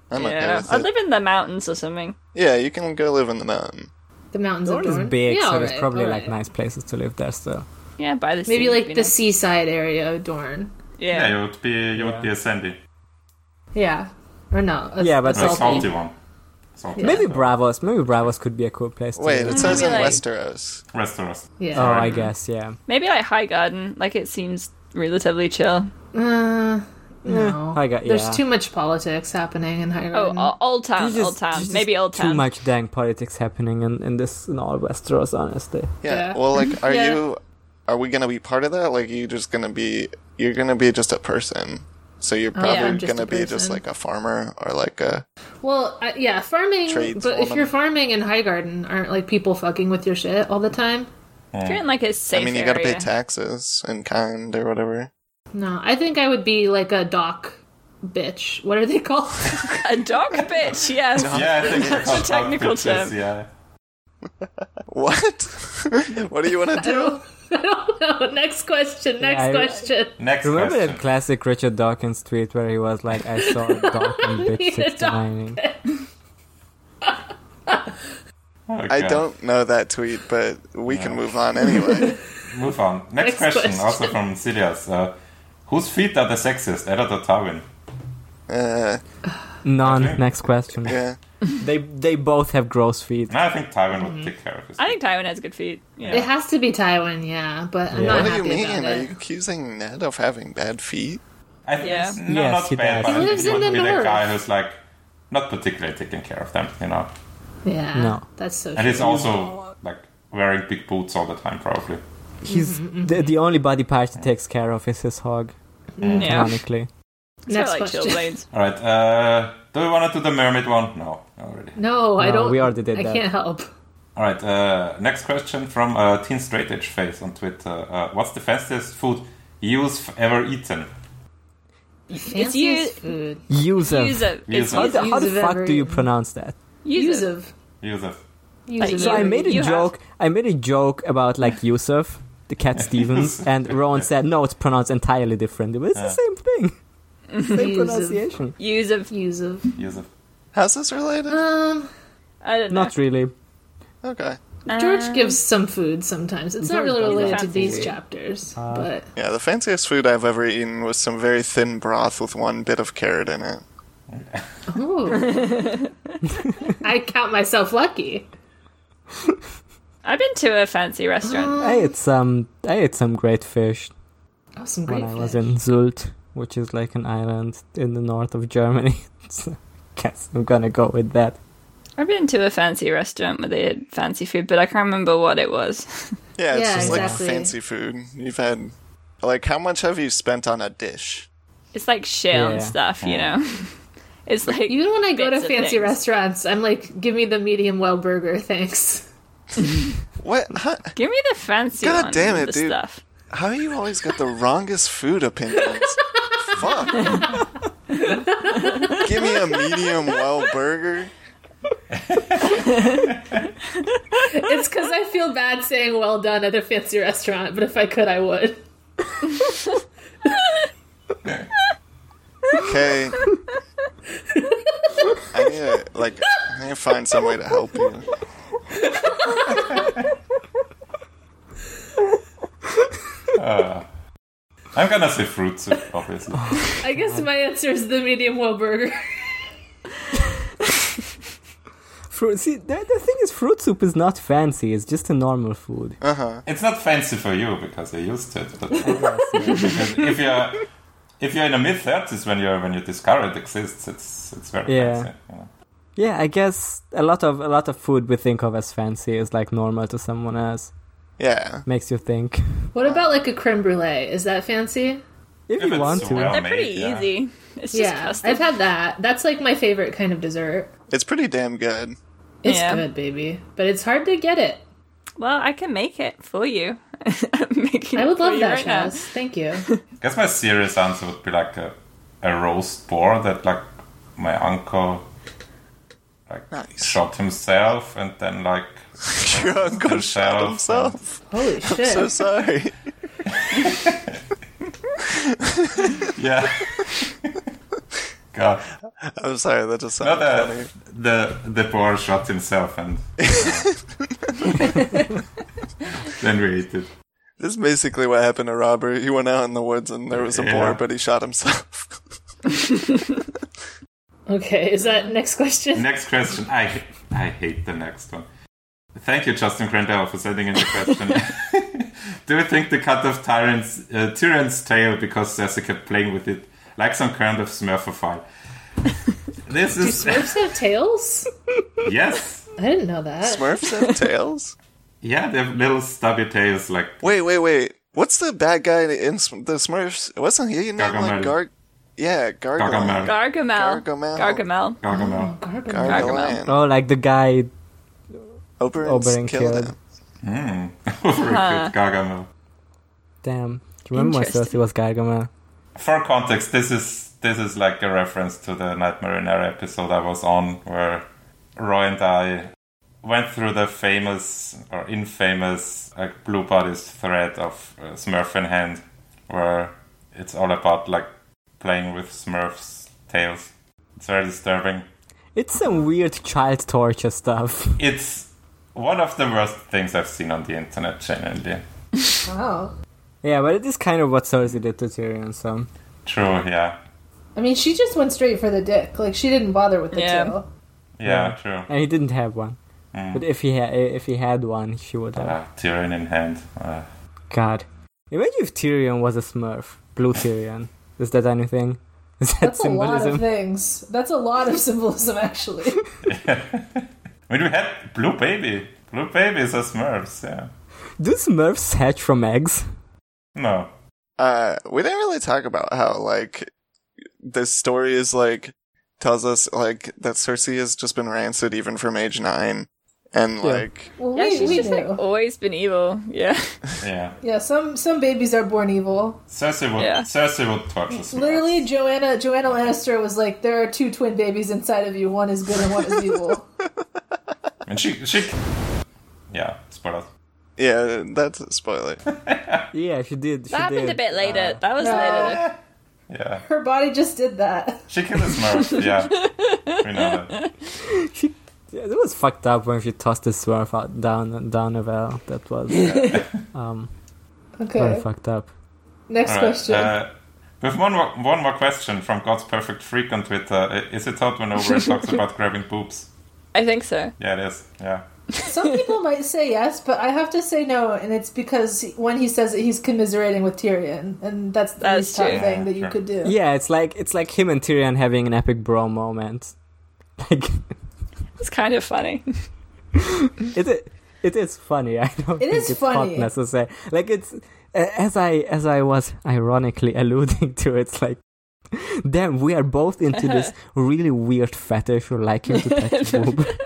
Speaker 6: I'm okay
Speaker 2: Yeah,
Speaker 6: with
Speaker 2: I
Speaker 6: it.
Speaker 2: live in the mountains or something.
Speaker 6: yeah, you can go live in the mountain.
Speaker 1: The mountains
Speaker 5: Dorne
Speaker 1: of
Speaker 5: is
Speaker 1: Doran.
Speaker 5: big, so there's
Speaker 1: alright,
Speaker 5: probably
Speaker 1: alright.
Speaker 5: like nice places to live there. So
Speaker 2: Yeah, by the sea.
Speaker 1: Maybe
Speaker 2: would
Speaker 1: like
Speaker 2: be
Speaker 1: the
Speaker 2: nice.
Speaker 1: seaside area of Dorne.
Speaker 3: Yeah,
Speaker 2: Yeah.
Speaker 3: you would be you would be a sandy,
Speaker 1: Yeah. Or no. a-
Speaker 5: Yeah, but
Speaker 1: a
Speaker 5: like
Speaker 3: a
Speaker 1: salty.
Speaker 3: salty one. Salty.
Speaker 5: maybe Bravos, maybe Bravos could be a cool place. To
Speaker 6: Wait,
Speaker 5: live.
Speaker 6: it says in
Speaker 2: Maybe, like-
Speaker 6: Westeros.
Speaker 3: Westeros.
Speaker 1: Yeah.
Speaker 5: oh, I guess yeah.
Speaker 2: Maybe like High Garden. Like it seems relatively chill.
Speaker 1: Uh, no.
Speaker 5: I got-
Speaker 1: There's
Speaker 5: yeah.
Speaker 1: too much politics happening in High
Speaker 2: Oh,
Speaker 1: Garden.
Speaker 2: o- Old Town.
Speaker 5: There's just-
Speaker 2: old Town.
Speaker 5: there's
Speaker 2: Maybe
Speaker 5: just
Speaker 2: Old Town.
Speaker 5: Too much dang politics happening in, in this in all Westeros, honestly.
Speaker 6: Yeah.
Speaker 1: Yeah.
Speaker 6: Well, like, are
Speaker 2: Yeah.
Speaker 6: you? Are we gonna be part of that? Like, you just gonna be? You're gonna be just a person. So you're
Speaker 1: I'm
Speaker 6: probably
Speaker 1: just a
Speaker 6: gonna be just
Speaker 1: person.
Speaker 6: like a farmer or like a.
Speaker 1: Well, uh, yeah, farming.
Speaker 6: Trades
Speaker 1: but if
Speaker 6: woman.
Speaker 1: you're farming in High Garden, aren't like people fucking with your shit all the time?
Speaker 2: You're in like a safe
Speaker 6: I mean, you
Speaker 2: area.
Speaker 6: gotta pay taxes in kind or whatever.
Speaker 1: No, I think I would be like a dock bitch. What are they called?
Speaker 2: a dog bitch. Yes.
Speaker 3: Yeah, I think
Speaker 2: That's a technical term.
Speaker 3: Yeah.
Speaker 6: What? what do you want to
Speaker 1: I
Speaker 6: do?
Speaker 1: don't, I don't know. Next question. Next
Speaker 5: I-
Speaker 1: question.
Speaker 3: Next
Speaker 5: Remember
Speaker 3: question.
Speaker 5: that classic Richard Dawkins tweet where he was like, "I saw a dog and bitch
Speaker 1: Need a dog
Speaker 5: 69ing."
Speaker 3: Okay.
Speaker 6: I don't know that tweet, but we can move on anyway.
Speaker 3: Move on. Next,
Speaker 1: Next
Speaker 3: question,
Speaker 1: question.
Speaker 3: also from Silias. Uh, whose feet are the sexiest, Eddard or Tarwin?
Speaker 6: uh,
Speaker 5: None.
Speaker 3: Okay.
Speaker 5: Next question.
Speaker 6: yeah.
Speaker 5: They they both have gross feet.
Speaker 3: No, I think Tarwin would take care of his.
Speaker 2: I think Tywin has good feet. Yeah.
Speaker 1: It has to be Tywin, yeah, but I'm
Speaker 5: Yeah.
Speaker 1: not
Speaker 6: What do
Speaker 1: happy
Speaker 6: you mean?
Speaker 1: about
Speaker 6: Are
Speaker 1: it.
Speaker 6: you accusing Ned of having bad feet?
Speaker 3: I think
Speaker 2: Yeah.
Speaker 3: no,
Speaker 5: Yes,
Speaker 3: not
Speaker 5: he
Speaker 3: bad,
Speaker 5: does.
Speaker 3: but
Speaker 1: He
Speaker 3: I think
Speaker 1: lives
Speaker 3: he
Speaker 1: in
Speaker 3: would
Speaker 1: the
Speaker 3: be that
Speaker 1: north.
Speaker 3: guy who's like not particularly taking care of them, you know.
Speaker 1: Yeah,
Speaker 5: No.
Speaker 1: that's so.
Speaker 3: And
Speaker 1: true.
Speaker 3: he's also like wearing big boots all the time, probably.
Speaker 5: He's the, the only body part he takes care of is his hog,
Speaker 2: yeah.
Speaker 5: ironically.
Speaker 2: It's
Speaker 1: Next
Speaker 2: sort of
Speaker 1: question.
Speaker 2: like Chillblades.
Speaker 3: All right. Uh, do we want to do the mermaid one? No, already.
Speaker 1: No, I
Speaker 5: No,
Speaker 1: don't.
Speaker 5: we already did
Speaker 1: I
Speaker 5: that.
Speaker 1: can't help.
Speaker 3: All right. Uh, next question from uh, Teen Straight Edge Face on Twitter. Uh, what's the fastest food you've ever eaten?
Speaker 1: Fanciest
Speaker 2: you-
Speaker 1: food.
Speaker 5: User.
Speaker 2: Use it. It's
Speaker 3: Use
Speaker 5: How
Speaker 3: it.
Speaker 5: the, how the
Speaker 1: Yusuf
Speaker 5: fuck do you
Speaker 1: Everett.
Speaker 5: pronounce that?
Speaker 1: Use
Speaker 2: Use it.
Speaker 1: of.
Speaker 3: Joseph.
Speaker 1: Use of.
Speaker 5: So I made a
Speaker 2: You have-
Speaker 5: joke. I made a joke about like Yusuf, the cat Stevens, and Rowan said no, it's pronounced entirely different. But it's the same thing. Same
Speaker 1: Yusuf.
Speaker 5: pronunciation.
Speaker 2: Use of.
Speaker 1: Use of.
Speaker 3: Joseph.
Speaker 6: How's this related?
Speaker 1: Um,
Speaker 2: I don't know.
Speaker 5: Not really.
Speaker 6: Okay.
Speaker 1: George gives some food sometimes. It's not
Speaker 5: Um, George
Speaker 1: really
Speaker 5: does
Speaker 1: related
Speaker 2: that.
Speaker 1: to these
Speaker 2: Fancy.
Speaker 1: chapters,
Speaker 5: Uh,
Speaker 1: but
Speaker 6: Yeah, the fanciest food I've ever eaten was some very thin broth with one bit of carrot in it.
Speaker 1: oh, I count myself lucky.
Speaker 2: I've been to a fancy restaurant.
Speaker 5: I ate some. I ate some great fish
Speaker 1: Oh, some
Speaker 5: when
Speaker 1: great
Speaker 5: I was
Speaker 1: fish.
Speaker 5: in Sylt, which is like an island in the north of Germany. so guess I'm gonna go with that.
Speaker 2: I've been to a fancy restaurant where they had fancy food, but I can't remember what it was.
Speaker 6: Yeah, it's
Speaker 1: Yeah,
Speaker 6: just
Speaker 1: exactly.
Speaker 6: like fancy food. You've had. Like, how much have you spent on a dish?
Speaker 2: It's like shell
Speaker 5: Yeah.
Speaker 2: and stuff, you know. It's like
Speaker 1: Even when I go to
Speaker 2: bits of
Speaker 1: fancy
Speaker 2: things.
Speaker 1: restaurants, I'm like, give me the medium well burger, thanks.
Speaker 6: What? How,
Speaker 2: Give me the fancy
Speaker 6: God
Speaker 2: one
Speaker 6: damn
Speaker 2: with
Speaker 6: it,
Speaker 2: the
Speaker 6: dude.
Speaker 2: stuff.
Speaker 6: how you always got the wrongest food opinions? Fuck. Give me a medium well burger.
Speaker 1: It's because I feel bad saying well done at a fancy restaurant, but if I could, I would.
Speaker 6: Okay. I need to, like, I need to find some way to help you.
Speaker 3: I'm gonna say fruit soup, obviously.
Speaker 1: I guess my answer is the medium well burger.
Speaker 5: Fruit. See, the, the thing is, fruit soup is not fancy. It's just a normal food.
Speaker 3: It's not fancy for you because you're used to it, but if you're if you're in the mid thirties when you're when you discover it exists, it's it's very
Speaker 5: Yeah.
Speaker 3: fancy. You know?
Speaker 5: Yeah, I guess a lot of a lot of food we think of as fancy is like normal to someone else.
Speaker 6: Yeah.
Speaker 5: Makes you think.
Speaker 1: What about like a creme brulee? Is that fancy?
Speaker 5: If
Speaker 3: If
Speaker 5: you
Speaker 3: it's
Speaker 5: want to.
Speaker 3: well-
Speaker 2: They're
Speaker 3: made,
Speaker 2: pretty
Speaker 3: yeah.
Speaker 2: easy. It's just
Speaker 1: yeah,
Speaker 2: custard.
Speaker 1: I've had that. That's like my favorite kind of dessert.
Speaker 6: It's pretty damn good.
Speaker 1: It's
Speaker 2: Yeah.
Speaker 1: good, baby, but it's hard to get it.
Speaker 2: Well, I can make it for you. I'm making
Speaker 1: I
Speaker 2: it
Speaker 1: would
Speaker 2: for
Speaker 1: love
Speaker 2: you
Speaker 1: that,
Speaker 2: right now.
Speaker 1: Chaz. Thank you.
Speaker 3: guess my serious answer would be like a, a roast boar that like my uncle like
Speaker 6: Nice.
Speaker 3: shot himself and then like
Speaker 6: Your uncle shot
Speaker 3: Himself.
Speaker 6: himself.
Speaker 1: Holy shit!
Speaker 6: So sorry.
Speaker 3: yeah. God,
Speaker 6: I'm sorry, that just
Speaker 3: not
Speaker 6: sounded funny.
Speaker 3: the the the boar shot himself and then we ate it.
Speaker 6: This is basically what happened to Robert. He went out in the woods and there was a
Speaker 3: Yeah.
Speaker 6: boar, but he shot himself.
Speaker 1: Okay, is that next question?
Speaker 3: Next question. I I hate the next one. Thank you, Justin Grandel, for sending in the question. Do you think the cut off Tyrant's, uh, Tyrant's tail because Cersei kept playing with it like some kind of smurfophile? This
Speaker 1: Do
Speaker 3: is
Speaker 1: Smurfs have tails?
Speaker 3: yes,
Speaker 1: I didn't know that.
Speaker 6: Smurfs have tails?
Speaker 3: yeah. They have little stubby tails like
Speaker 6: Wait, wait, wait. What's the bad guy in S- the Smurfs? Wasn't he named like
Speaker 3: Gargamel.
Speaker 6: Gar? Yeah, Gargamel.
Speaker 3: Gargamel.
Speaker 2: Gargamel.
Speaker 6: Gargamel.
Speaker 2: Gargamel.
Speaker 3: Gargamel.
Speaker 1: Gargamel.
Speaker 6: Gargamel.
Speaker 5: Oh, like the guy.
Speaker 6: Oberyn's
Speaker 5: Oberyn
Speaker 6: killed
Speaker 5: killed.
Speaker 6: him.
Speaker 3: Mm. Very good, Gargamel.
Speaker 5: Damn. Do you remember when
Speaker 2: Interesting.
Speaker 5: Cersei was Gargamel?
Speaker 3: For context, this is this is like a reference to the Nightmare in Air episode I was on, where Roy and I went through the famous or infamous like Blue Body's thread of uh, Smurf in Hand, where it's all about like playing with Smurf's tails. It's very disturbing.
Speaker 5: It's some weird child torture stuff.
Speaker 3: It's one of the worst things I've seen on the internet, genuinely.
Speaker 1: Wow.
Speaker 5: yeah, but it is kind of what Cersei did to Tyrion. So
Speaker 3: True, yeah.
Speaker 1: I mean, she just went straight for the dick. Like she didn't bother with the
Speaker 2: Yeah.
Speaker 1: tail.
Speaker 3: Yeah, true.
Speaker 5: and he didn't have one. But if he ha- if he had one, she would have.
Speaker 3: Uh, Tyrion in hand. Uh,
Speaker 5: God, imagine if Tyrion was a Smurf, blue Tyrion. Is that anything? Is that
Speaker 1: That's a lot
Speaker 5: symbolism?
Speaker 1: of things. That's a lot of symbolism, actually.
Speaker 3: I mean, we had Blue Baby. Blue Babies are Smurfs, yeah.
Speaker 5: Do Smurfs hatch from eggs?
Speaker 3: No.
Speaker 6: Uh, we didn't really talk about how like this story is like tells us like that Cersei has just been rancid even from age nine, and like
Speaker 1: Well,
Speaker 2: Yeah,
Speaker 1: we,
Speaker 2: she's
Speaker 1: we
Speaker 2: just
Speaker 1: do.
Speaker 2: like always been evil. Yeah.
Speaker 3: Yeah.
Speaker 1: yeah, some some babies are born evil.
Speaker 3: Cersei would,
Speaker 2: Yeah.
Speaker 3: Cersei would torture Smurfs.
Speaker 1: Literally, Joanna Joanna Lannister was like, "There are two twin babies inside of you. One is good and one is evil."
Speaker 3: And she, she... Yeah, spoilers.
Speaker 6: yeah, that's a spoiler.
Speaker 5: Yeah, she did. She
Speaker 2: That happened
Speaker 5: did. Uh,
Speaker 2: a bit later. that was
Speaker 1: No.
Speaker 2: later.
Speaker 3: Yeah.
Speaker 1: Her body just did that.
Speaker 3: She killed a Smurf, yeah. We know that.
Speaker 5: She, yeah, it was fucked up when she tossed the Smurf out down down a well. That was um very
Speaker 1: Okay,
Speaker 5: fucked up.
Speaker 1: next
Speaker 3: All right,
Speaker 1: question.
Speaker 3: Uh, with one more, one more question from God's Perfect Freak on Twitter. I- Is it hot when Oberyn talks about grabbing boobs?
Speaker 2: I think so.
Speaker 3: Yeah, it is. Yeah.
Speaker 1: Some people might say yes, but I have to say no, and it's because when he says it, he's commiserating with Tyrion, and that's the
Speaker 2: That's
Speaker 1: least top
Speaker 2: true.
Speaker 1: thing that you
Speaker 3: Sure.
Speaker 1: could do.
Speaker 5: Yeah, it's like it's like him and Tyrion having an epic bro moment. Like
Speaker 2: It's kind of funny.
Speaker 5: it i- it is funny. I don't.
Speaker 1: It
Speaker 5: think
Speaker 1: is
Speaker 5: it's not
Speaker 1: funny.
Speaker 5: necessary. Like it's a- as I as I was ironically alluding to. It's like Damn, we are both into this really weird fetish or liking to touch boob.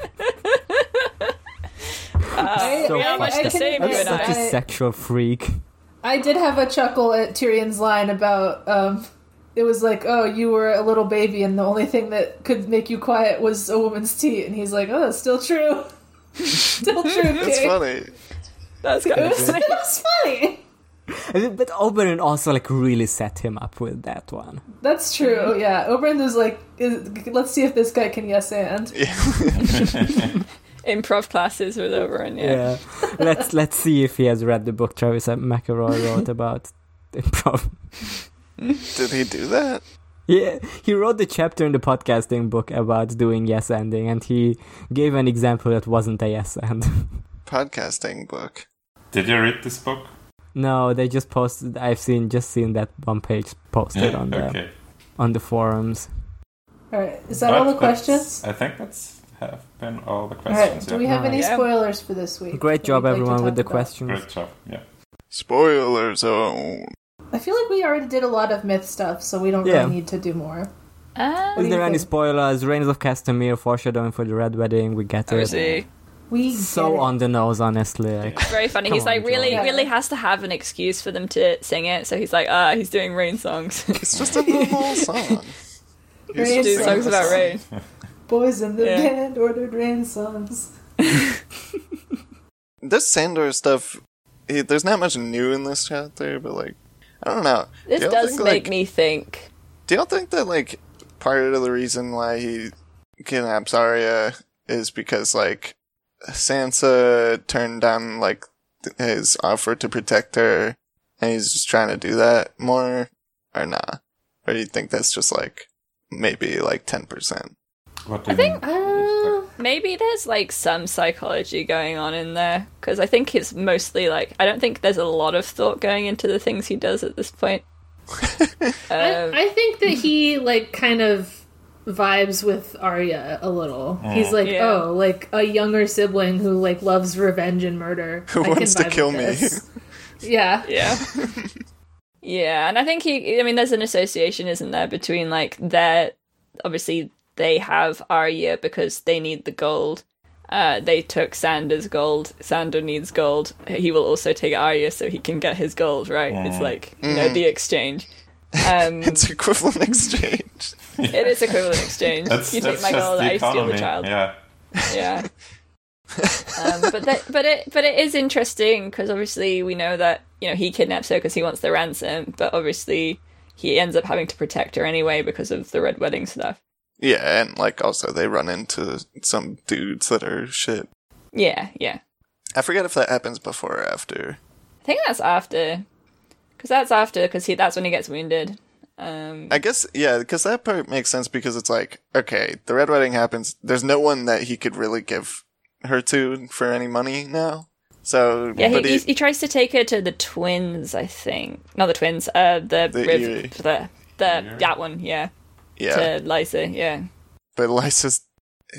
Speaker 2: Uh,
Speaker 5: So
Speaker 2: we are much
Speaker 5: fucked
Speaker 2: the
Speaker 5: up.
Speaker 2: same,
Speaker 5: I'm
Speaker 2: you and
Speaker 5: such a
Speaker 2: I.
Speaker 1: I-
Speaker 5: sexual freak.
Speaker 1: I did have a chuckle at Tyrion's line about um, it was like, oh, you were a little baby, and the only thing that could make you quiet was a woman's teat, and he's like, oh, that's still true, still true.
Speaker 6: It's
Speaker 1: Tyrion.
Speaker 6: funny.
Speaker 2: That's kind
Speaker 1: It
Speaker 2: of
Speaker 1: was, it was funny.
Speaker 5: I mean, But Oberyn also like really set him up with that one.
Speaker 1: That's true. Yeah, Oberyn was like, is, let's see if this guy can yes and.
Speaker 2: improv classes with Oberon. Yeah.
Speaker 5: Yeah. let's let's see if he has read the book Travis McElroy wrote about improv.
Speaker 6: Did he do that?
Speaker 5: Yeah, he wrote the chapter in the podcasting book about doing yes ending, and he gave an example that wasn't a yes end.
Speaker 6: Podcasting book.
Speaker 3: Did you read this book?
Speaker 5: no, they just posted. I've seen just seen that one page posted on the
Speaker 3: okay.
Speaker 5: on the forums.
Speaker 1: All right, is that all the
Speaker 3: But that's-
Speaker 1: questions?
Speaker 3: I think that's have been all the
Speaker 1: All right.
Speaker 3: questions.
Speaker 1: Do we
Speaker 3: yeah.
Speaker 1: have any
Speaker 2: Yeah.
Speaker 1: spoilers for this week?
Speaker 5: Great
Speaker 1: that
Speaker 5: job,
Speaker 1: we'd like to
Speaker 5: everyone,
Speaker 1: talk
Speaker 5: with the
Speaker 1: about?
Speaker 5: questions.
Speaker 3: Great job. Yeah.
Speaker 6: Spoiler zone.
Speaker 1: I feel like we already did a lot of myth stuff, so we don't
Speaker 5: Yeah.
Speaker 1: really need to do more.
Speaker 2: Ah,
Speaker 1: What do
Speaker 5: Is
Speaker 1: you
Speaker 5: there any
Speaker 1: think?
Speaker 5: spoilers? Reigns of Castamere foreshadowing for the Red Wedding. We get
Speaker 2: was
Speaker 5: it.
Speaker 2: he?
Speaker 1: We get
Speaker 5: So
Speaker 1: it.
Speaker 5: on the nose, honestly. Like,
Speaker 2: Very funny.
Speaker 5: Come
Speaker 2: he's like
Speaker 5: on,
Speaker 2: really,
Speaker 1: John.
Speaker 2: really has to have an excuse for them to sing it. So he's like, ah, he's doing rain songs.
Speaker 6: It's just a normal song.
Speaker 1: Rain
Speaker 6: He's just
Speaker 2: Do
Speaker 6: singing
Speaker 2: songs
Speaker 6: a
Speaker 2: about
Speaker 6: song.
Speaker 2: rain.
Speaker 1: Boys in the
Speaker 2: Yeah.
Speaker 1: band ordered rain songs.
Speaker 6: This Sandor stuff, he, there's not much new in this chapter, but like, I don't know.
Speaker 2: This
Speaker 6: Do y'all
Speaker 2: does
Speaker 6: think,
Speaker 2: make
Speaker 6: like-
Speaker 2: me think.
Speaker 6: Do y'all think that like part of the reason why he kidnaps Arya is because like Sansa turned down like th- his offer to protect her, and he's just trying to do that more, or nah? Or do you think that's just like maybe like ten percent?
Speaker 3: What do
Speaker 2: I
Speaker 3: you
Speaker 2: think-
Speaker 3: mean?
Speaker 1: Uh,
Speaker 2: Maybe there's like some psychology going on in there because I think it's mostly like I don't think there's a lot of thought going into the things he does at this point. um,
Speaker 1: I, I think that he like kind of vibes with Arya a little. He's like,
Speaker 2: Yeah.
Speaker 1: oh, like a younger sibling who like loves revenge and murder.
Speaker 6: Who wants to
Speaker 1: vibe
Speaker 6: kill
Speaker 1: with
Speaker 6: me.
Speaker 1: this. yeah.
Speaker 2: yeah, yeah, and I think he. I mean, there's an association, isn't there, between like their obviously they have Arya because they need the gold. Uh, they took Sander's gold. Sander needs gold. He will also take Arya so he can get his gold. Right? It's like you know the exchange. Um,
Speaker 6: Mm. It's equivalent exchange.
Speaker 2: It is equivalent exchange.
Speaker 3: That's,
Speaker 2: you take
Speaker 3: that's
Speaker 2: my
Speaker 3: just
Speaker 2: gold,
Speaker 3: the
Speaker 2: I steal
Speaker 3: economy.
Speaker 2: the child.
Speaker 3: Yeah.
Speaker 2: Yeah. um, but that, but it, but it is interesting because obviously we know that you know he kidnaps her because he wants the ransom, but obviously he ends up having to protect her anyway because of the red wedding stuff.
Speaker 6: Yeah, and like also they run into some dudes that are shit.
Speaker 2: Yeah, yeah.
Speaker 6: I forget if that happens before or after.
Speaker 2: I think that's after, because that's after because he that's when he gets wounded. Um,
Speaker 6: I guess yeah, because that part makes sense because it's like okay, the red wedding happens. There's no one that he could really give her to for any money now. So
Speaker 2: yeah, he,
Speaker 6: but
Speaker 2: he,
Speaker 6: he,
Speaker 2: he tries to take her to the twins. I think not the twins. Uh, the
Speaker 6: The
Speaker 3: E
Speaker 2: riv-
Speaker 6: Eerie.
Speaker 2: the, the that one. Yeah,
Speaker 6: yeah,
Speaker 2: to Lysa. Yeah.
Speaker 6: but Lysa's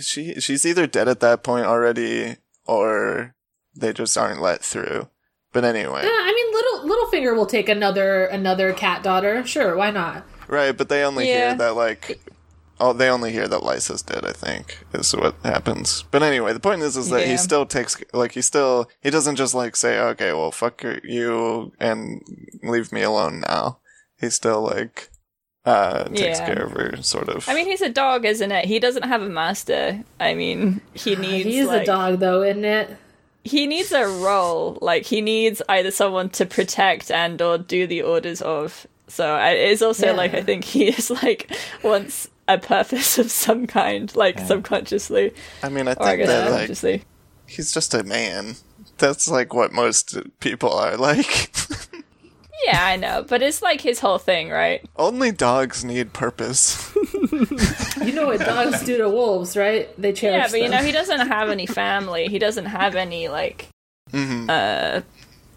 Speaker 6: she she's either dead at that point already or they just aren't let through. But anyway,
Speaker 1: Yeah, Uh, I mean, little Littlefinger will take another another cat daughter. Sure, why not?
Speaker 6: right? But they only
Speaker 2: Yeah.
Speaker 6: hear that like. Oh, they only hear that Lysa's dead, I think, is what happens. But anyway, the point is, is that
Speaker 2: Yeah.
Speaker 6: he still takes, like, he still, he doesn't just, like, say, okay, well, fuck your- you and leave me alone now. He still, like, uh, takes
Speaker 2: Yeah.
Speaker 6: care of her, sort of.
Speaker 2: I mean, he's a dog, isn't it? He doesn't have a master. I mean, he needs.
Speaker 1: He's
Speaker 2: like-
Speaker 1: a dog, though, isn't it?
Speaker 2: He needs a role. Like he needs either someone to protect and or do the orders of. So I, it's also
Speaker 1: Yeah.
Speaker 2: like I think he is like wants a purpose of some kind, like subconsciously
Speaker 6: I mean, I
Speaker 2: or I
Speaker 6: think
Speaker 2: guess
Speaker 6: that, like,
Speaker 2: consciously.
Speaker 6: he's just a man. That's, like, what most people are like.
Speaker 2: Yeah, I know, but it's like his whole thing, right?
Speaker 6: Only dogs need purpose.
Speaker 1: You know what dogs do to wolves, right? They
Speaker 2: Yeah,
Speaker 1: cherish.
Speaker 2: but you know,
Speaker 1: them.
Speaker 2: he doesn't have any family. He doesn't have any like uh,
Speaker 6: Mhm.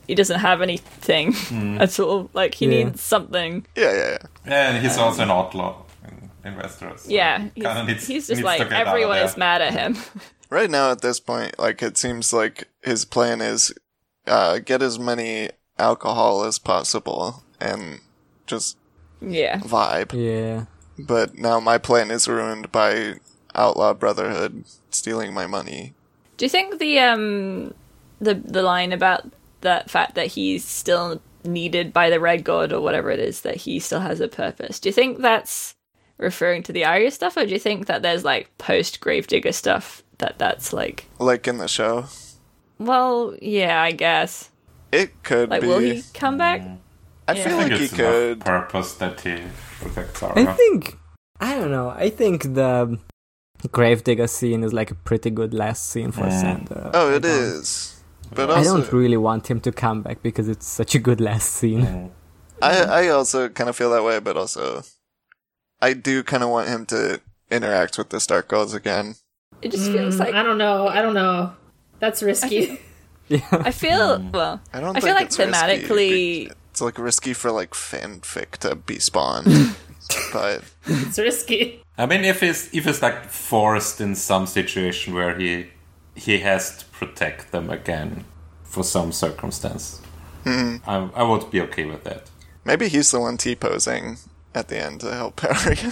Speaker 2: he doesn't have anything at all. Like he
Speaker 5: Yeah.
Speaker 2: needs something.
Speaker 6: Yeah, yeah, yeah.
Speaker 3: Yeah, and he's also an outlaw in, in Westeros. so
Speaker 2: Yeah,
Speaker 3: he kinda
Speaker 2: he's,
Speaker 3: needs-
Speaker 2: he's just
Speaker 3: needs
Speaker 2: like
Speaker 3: to get out of
Speaker 2: everyone
Speaker 3: there.
Speaker 2: is mad at him.
Speaker 6: right now at this point like it seems like his plan is uh get as many alcohol as possible and just
Speaker 2: Yeah.
Speaker 6: vibe.
Speaker 5: Yeah.
Speaker 6: But now my plan is ruined by Outlaw Brotherhood stealing my money.
Speaker 2: Do you think the um the the line about the fact that he's still needed by the Red God or whatever it is that he still has a purpose? Do you think that's referring to the Arya stuff, or do you think that there's like post Gravedigger stuff that that's like?
Speaker 6: Like in the show.
Speaker 2: Well, yeah, I guess.
Speaker 6: It could
Speaker 2: Like,
Speaker 6: be.
Speaker 2: will he come back?
Speaker 6: I
Speaker 2: Yeah.
Speaker 6: feel
Speaker 3: Mm. I think
Speaker 6: like he
Speaker 3: it's enough
Speaker 6: could.
Speaker 3: purpose that he protects
Speaker 5: I
Speaker 3: Arya.
Speaker 5: think I don't know. I think the Gravedigger scene is like a pretty good last scene for Sander.
Speaker 6: Oh,
Speaker 5: I
Speaker 6: it
Speaker 5: don't-
Speaker 6: is. But
Speaker 5: I
Speaker 6: also,
Speaker 5: don't really want him to come back because it's such a good last scene.
Speaker 3: Mm.
Speaker 6: I, I also kind of feel that way, but also, I do kind of want him to interact with the Stark Girls again.
Speaker 2: It just
Speaker 3: Mm,
Speaker 2: feels like
Speaker 1: Mm, I don't know. I don't know. That's risky.
Speaker 2: I feel well.
Speaker 6: I don't.
Speaker 2: I feel
Speaker 6: think
Speaker 2: like
Speaker 6: it's risky.
Speaker 2: thematically-
Speaker 6: it's like risky for like fanfic to be spawned, but
Speaker 1: it's risky.
Speaker 3: I mean, if he's if he's like forced in some situation where he he has to protect them again for some circumstance,
Speaker 6: Mm-hmm.
Speaker 3: I, I would be okay with that.
Speaker 6: maybe he's the one t posing at the end to help Arya.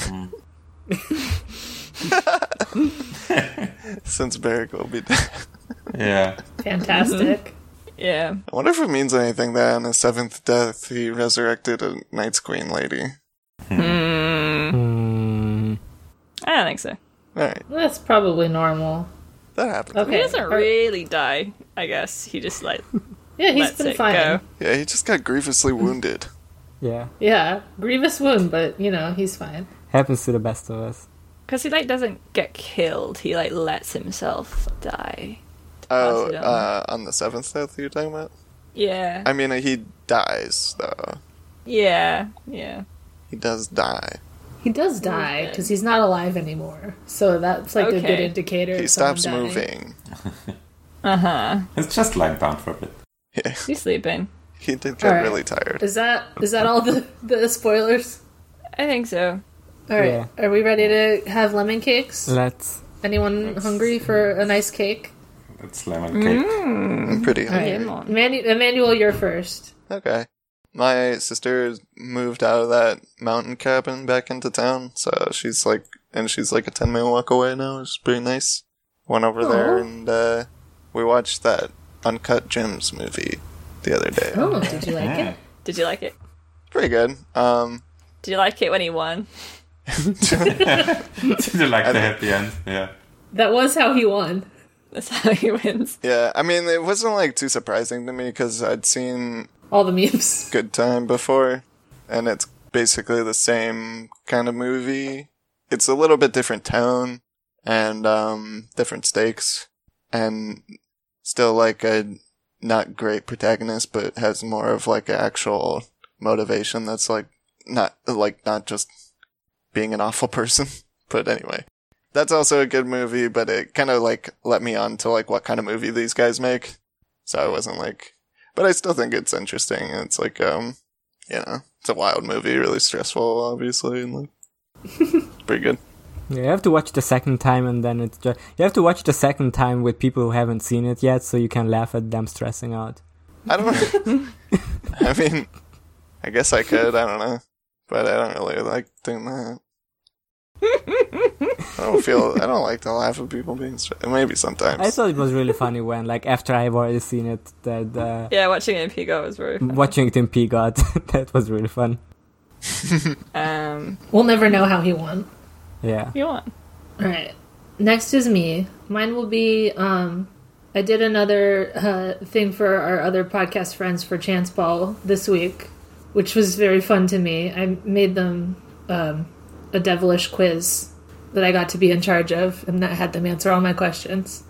Speaker 6: Since Beric will be dead,
Speaker 3: Yeah,
Speaker 1: Fantastic.
Speaker 2: Yeah.
Speaker 6: I wonder if it means anything that on his seventh death he resurrected a Night's Queen lady.
Speaker 5: Hmm.
Speaker 2: I don't think so.
Speaker 6: All right,
Speaker 1: That's probably normal.
Speaker 6: that happened.
Speaker 1: Okay.
Speaker 2: He doesn't
Speaker 1: Or-
Speaker 2: really die. I guess he just like
Speaker 1: yeah, he's
Speaker 2: lets
Speaker 1: been
Speaker 2: it
Speaker 1: fine.
Speaker 2: go.
Speaker 6: Yeah, he just got grievously wounded.
Speaker 5: Yeah,
Speaker 1: Yeah, grievous wound, but you know he's fine.
Speaker 5: happens to the best of us.
Speaker 2: Because he like doesn't get killed. He like lets himself die.
Speaker 6: Oh,
Speaker 2: it on.
Speaker 6: uh, on the seventh death you're talking about?
Speaker 2: Yeah.
Speaker 6: I mean, he dies though.
Speaker 2: yeah. Yeah.
Speaker 6: He does die.
Speaker 1: He does die because he's not alive anymore. So that's like a good
Speaker 2: Okay.
Speaker 1: indicator.
Speaker 6: He
Speaker 1: of someone
Speaker 6: stops
Speaker 1: dying.
Speaker 6: moving.
Speaker 2: Uh huh.
Speaker 3: it's just lying down for a bit.
Speaker 6: Yeah,
Speaker 2: He's sleeping.
Speaker 6: he did get
Speaker 1: All right.
Speaker 6: really tired.
Speaker 1: Is that is that all the the spoilers?
Speaker 2: I think so.
Speaker 1: All right,
Speaker 5: Yeah.
Speaker 1: are we ready to have lemon cakes?
Speaker 5: Let's.
Speaker 1: Anyone hungry for a nice cake?
Speaker 3: It's lemon cake.
Speaker 2: Mm,
Speaker 6: I'm pretty
Speaker 1: All right,
Speaker 6: hungry.
Speaker 1: Manu- Emmanuel, you're first.
Speaker 6: Okay. My sister moved out of that mountain cabin back into town, so she's like, and she's like a 10 minute walk away now, which is pretty nice. Went over there and, uh, we watched that Uncut Gems movie the other day.
Speaker 1: Oh, did you like it?
Speaker 2: Did you like it?
Speaker 6: Pretty good. Um,
Speaker 2: Did you like it when he won?
Speaker 3: Did you like the happy end? Yeah.
Speaker 1: That was how he won.
Speaker 2: That's how he wins.
Speaker 6: yeah, I mean, it wasn't like too surprising to me because I'd seen
Speaker 1: All the memes.
Speaker 6: Good Time before, and it's basically the same kind of movie. It's a little bit different tone and um, different stakes, and still like a not great protagonist, but has more of like an actual motivation that's like not like not just being an awful person. but anyway, that's also a good movie, but it kind of like let me on to like what kind of movie these guys make. So I wasn't like but I still think it's interesting. and It's like, um, you know, it's a wild movie, really stressful, obviously, and like, pretty good.
Speaker 5: Yeah, you have to watch the second time, and then it's just you have to watch the second time with people who haven't seen it yet, so you can laugh at them stressing out.
Speaker 6: I don't know. I mean, I guess I could. I don't know, but I don't really like doing that. I don't feel. I don't like to laugh at people being stressed. Maybe sometimes.
Speaker 5: I thought it was really funny when, like, after I've already seen it, that uh,
Speaker 2: Yeah, watching it in Pigo was very fun.
Speaker 5: watching it in P God, that was really fun.
Speaker 2: Um,
Speaker 1: We'll never know how he won.
Speaker 5: Yeah.
Speaker 2: you want?
Speaker 1: All right. Next is me. Mine will be. Um, I did another uh, thing for our other podcast friends for Chance Ball this week, which was very fun to me. I made them um, a devilish quiz that I got to be in charge of, and that had them answer all my questions.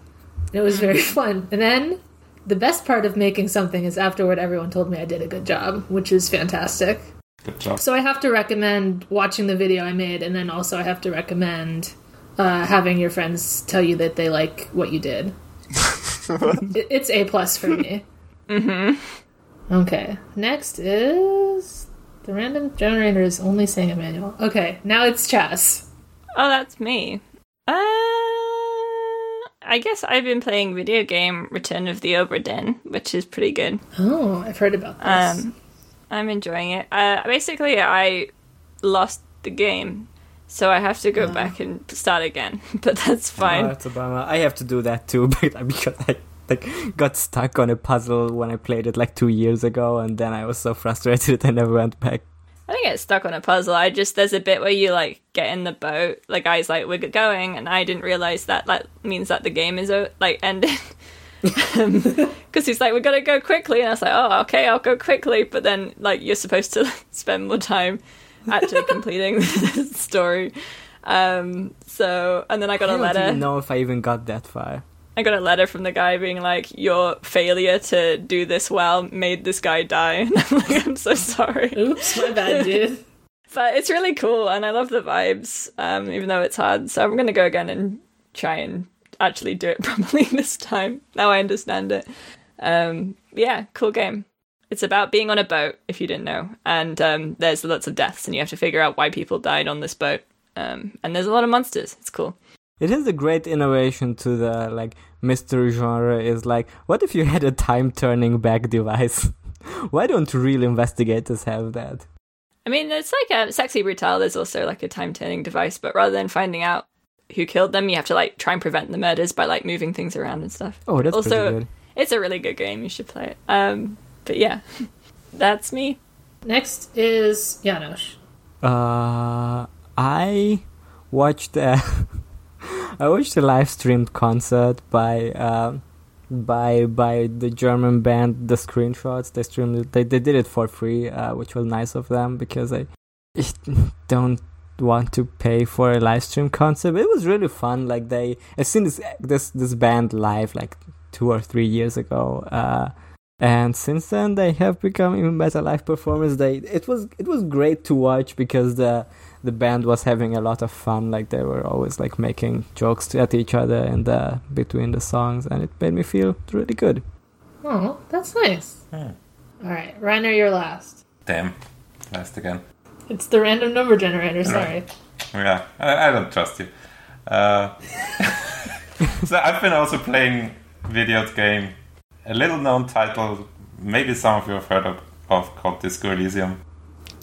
Speaker 1: And it was very fun. And then the best part of making something is afterward, everyone told me I did a good job, which is fantastic.
Speaker 3: Good job.
Speaker 1: So I have to recommend watching the video I made, and then also I have to recommend uh, having your friends tell you that they like what you did. It- it's a plus for me. mm-hmm. Okay. Next is the random generator is only saying Emmanuel. Okay, now it's Chas.
Speaker 2: Oh, that's me. Uh, I guess I've been playing video game Return of the Obra Dinn, which is pretty good.
Speaker 1: Oh, I've heard about this.
Speaker 2: Um, I'm enjoying it. Uh, basically, I lost the game, so I have to go back and start again. But that's fine.
Speaker 5: Oh, that's a bummer. I have to do that too, but because I like got stuck on a puzzle when I played it like two years ago, and then I was so frustrated that I never went back.
Speaker 2: I didn't get stuck on a puzzle. I just there's a bit where you like get in the boat. Like I was like we're going, and I didn't realize that that means that the game is o- like ended. Because he's like, we gotta go quickly, and I was like, oh, okay, I'll go quickly. But then, like, you're supposed to spend more time actually completing the story. Um, so, and then I got a
Speaker 5: I don't
Speaker 2: letter.
Speaker 5: even know if I even got that far.
Speaker 2: I got a letter from the guy being like, your failure to do this well made this guy die. And I'm like, I'm so sorry.
Speaker 1: Oops, my bad, dude.
Speaker 2: but it's really cool and I love the vibes, um, even though it's hard. So I'm gonna go again and try and actually do it properly this time. Now I understand it. Um, yeah, cool game. It's about being on a boat, if you didn't know, and um, there's lots of deaths, and you have to figure out why people died on this boat. Um, and there's a lot of monsters. It's cool.
Speaker 5: It is a great innovation to the like mystery genre. Is like, what if you had a time turning back device? Why don't real investigators have that?
Speaker 2: I mean, it's like a sexy brutal. There's also like a time turning device, but rather than finding out who killed them, you have to like try and prevent the murders by like moving things around and stuff.
Speaker 5: Oh, that's
Speaker 2: also
Speaker 5: pretty good.
Speaker 2: it's a really good game. You should play it. Um, but yeah, that's me.
Speaker 1: Next is Janosch.
Speaker 5: Uh, I watched a I watched a live streamed concert by uh, by by the German band The Screenshots. They streamed it, they they did it for free, uh, which was nice of them because I don't want to pay for a live stream concert. But it was really fun. Like they I've seen this this this band live like two or three years ago. Uh, and since then they have become even better live performers they it was it was great to watch because the the band was having a lot of fun like they were always like making jokes to- at each other and uh, between the songs and it made me feel really good
Speaker 1: Oh, that's nice. All right, Reiner, you're last.
Speaker 3: Damn. Last again.
Speaker 1: It's the random number generator. Sorry.
Speaker 3: Yeah, I, I don't trust you. Uh, so I've been also playing video game, a little known title, maybe some of you have heard of, of called Disco Elysium.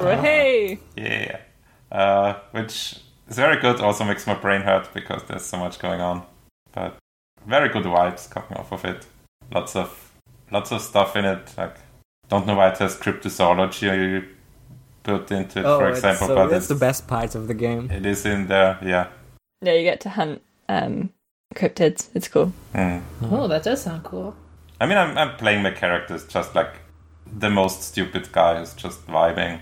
Speaker 2: hey,
Speaker 3: Yeah, uh, which is very good. Also makes my brain hurt because there's so much going on, but very good vibes coming off of it. Lots of lots of stuff in it. Like don't know why it has cryptozoology built into it, for example.
Speaker 5: so
Speaker 3: but
Speaker 5: that's the best part of the game
Speaker 3: It is in there. Yeah.
Speaker 2: yeah, you get to hunt um, cryptids. It's cool.
Speaker 3: Mm.
Speaker 1: Oh, that does sound cool.
Speaker 3: I mean, I'm, I'm playing my characters just like the most stupid guy is just vibing.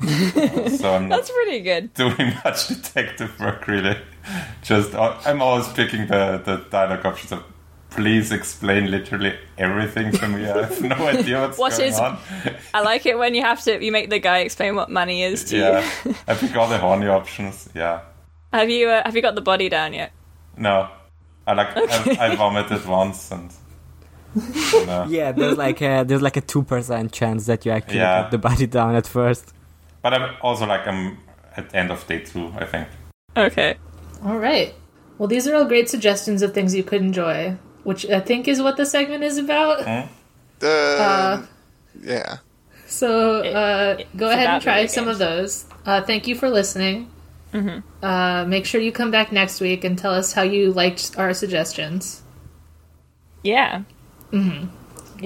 Speaker 3: so I'm not
Speaker 2: That's pretty good.
Speaker 3: doing much detective work really. Just uh, I'm always picking the, the dialogue options of please explain literally everything to me. I have no idea what's
Speaker 2: What
Speaker 3: going
Speaker 2: is-
Speaker 3: on.
Speaker 2: I like it when you have to you make the guy explain what money is to
Speaker 3: Yeah,
Speaker 2: you.
Speaker 3: I pick all the horny options. Yeah,
Speaker 2: have you uh, have you got the body down yet?
Speaker 3: no, I like I, I vomited once and. uh, No.
Speaker 5: yeah there's like a there's like a 2% chance that you actually
Speaker 3: Yeah.
Speaker 5: put the body down at first
Speaker 3: But I'm also like I'm at the end of day two, I think.
Speaker 2: Okay.
Speaker 1: All right. Well, these are all great suggestions of things you could enjoy, which I think is what the segment is about.
Speaker 6: Um,
Speaker 1: Uh,
Speaker 6: yeah.
Speaker 1: So uh,
Speaker 2: it-
Speaker 1: go
Speaker 2: it's
Speaker 1: ahead and
Speaker 2: about
Speaker 1: try
Speaker 2: video
Speaker 1: some of
Speaker 2: games.
Speaker 1: those. Uh, thank you for listening.
Speaker 2: Mm-hmm.
Speaker 1: Uh, make sure you come back next week and tell us how you liked our suggestions.
Speaker 2: Yeah. Mm-hmm.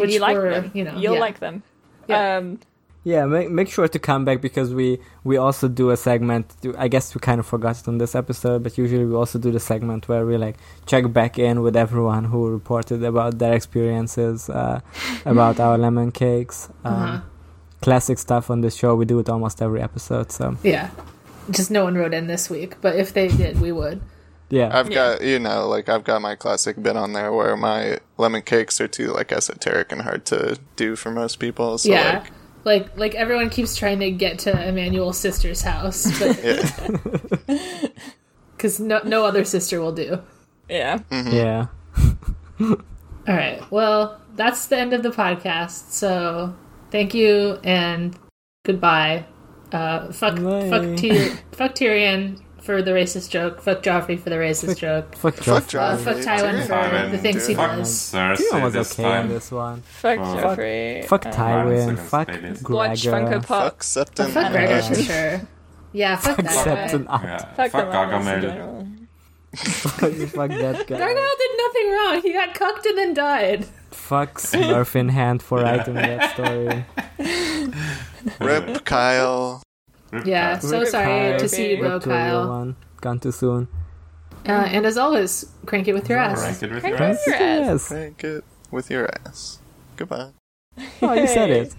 Speaker 1: Which
Speaker 2: you like
Speaker 1: were,
Speaker 2: them,
Speaker 1: you know,
Speaker 2: you'll
Speaker 1: yeah.
Speaker 2: like them.
Speaker 1: Yeah.
Speaker 2: Um,
Speaker 5: Yeah, make make sure to come back because we we also do a segment. I guess we kind of forgot it on this episode, but usually we also do the segment where we like check back in with everyone who reported about their experiences uh, about our lemon cakes. Um,
Speaker 1: Uh-huh.
Speaker 5: Classic stuff on this show. We do it almost every episode. So
Speaker 1: Yeah. Just no one wrote in this week, but if they did, we would.
Speaker 3: Uh,
Speaker 5: yeah,
Speaker 6: I've got you know, like I've got my classic bit on there where my lemon cakes are too like esoteric and hard to do for most people. So
Speaker 1: yeah.
Speaker 6: like
Speaker 1: Like, like everyone keeps trying to get to Emmanuel's sister's house, but
Speaker 6: yeah.
Speaker 1: because no, no other sister will do.
Speaker 2: yeah.
Speaker 5: yeah.
Speaker 1: All right. Well, that's the end of the podcast. So thank you and goodbye. Uh, fuck,
Speaker 5: Bye.
Speaker 1: fuck, Tyr- fuck Tyrion for the racist joke. Fuck Joffrey for the racist joke.
Speaker 5: Fuck,
Speaker 6: Fuck
Speaker 5: Joff-
Speaker 1: Uh,
Speaker 6: John.
Speaker 1: fuck Tywin for
Speaker 3: Tywin,
Speaker 1: the things he
Speaker 6: dude.
Speaker 3: Fuck
Speaker 1: does.
Speaker 5: Tyrion
Speaker 3: Cersei
Speaker 5: was
Speaker 3: this
Speaker 5: okay
Speaker 3: time.
Speaker 5: on this one.
Speaker 2: Fuck
Speaker 3: Oh.
Speaker 2: Joffrey.
Speaker 5: Fuck
Speaker 2: Uh,
Speaker 5: Tywin.
Speaker 3: Second
Speaker 5: Fuck
Speaker 3: playlist.
Speaker 5: Gregor.
Speaker 2: Watch Funko Pop.
Speaker 6: Fuck Septon.
Speaker 1: Fuck
Speaker 6: uh,
Speaker 1: Gregor for sure. Yeah, fuck that guy.
Speaker 5: except an art.
Speaker 3: Yeah.
Speaker 2: Fuck,
Speaker 3: Fuck,
Speaker 2: the llamas in
Speaker 3: Gargamel.
Speaker 2: general.
Speaker 5: Fuck that guy.
Speaker 1: Gargoyle did nothing wrong. He got cucked and then died.
Speaker 5: Fuck Smurf in hand for writing that story.
Speaker 6: Rip Kyle.
Speaker 3: Rip
Speaker 1: Yeah,
Speaker 3: Tide.
Speaker 1: so
Speaker 5: Rip
Speaker 1: sorry
Speaker 5: Kyle.
Speaker 1: to see you
Speaker 2: Rip
Speaker 1: go,
Speaker 5: Rip to a real
Speaker 1: Kyle.
Speaker 5: one. Gone too soon.
Speaker 1: Uh, and as always, crank it with your ass.
Speaker 3: Rank it with
Speaker 2: Crank
Speaker 3: your
Speaker 2: it.
Speaker 3: ass.
Speaker 2: Your ass.
Speaker 5: Yes.
Speaker 6: Crank it with your ass. Goodbye.
Speaker 5: Oh, you said
Speaker 2: Hey.
Speaker 5: it.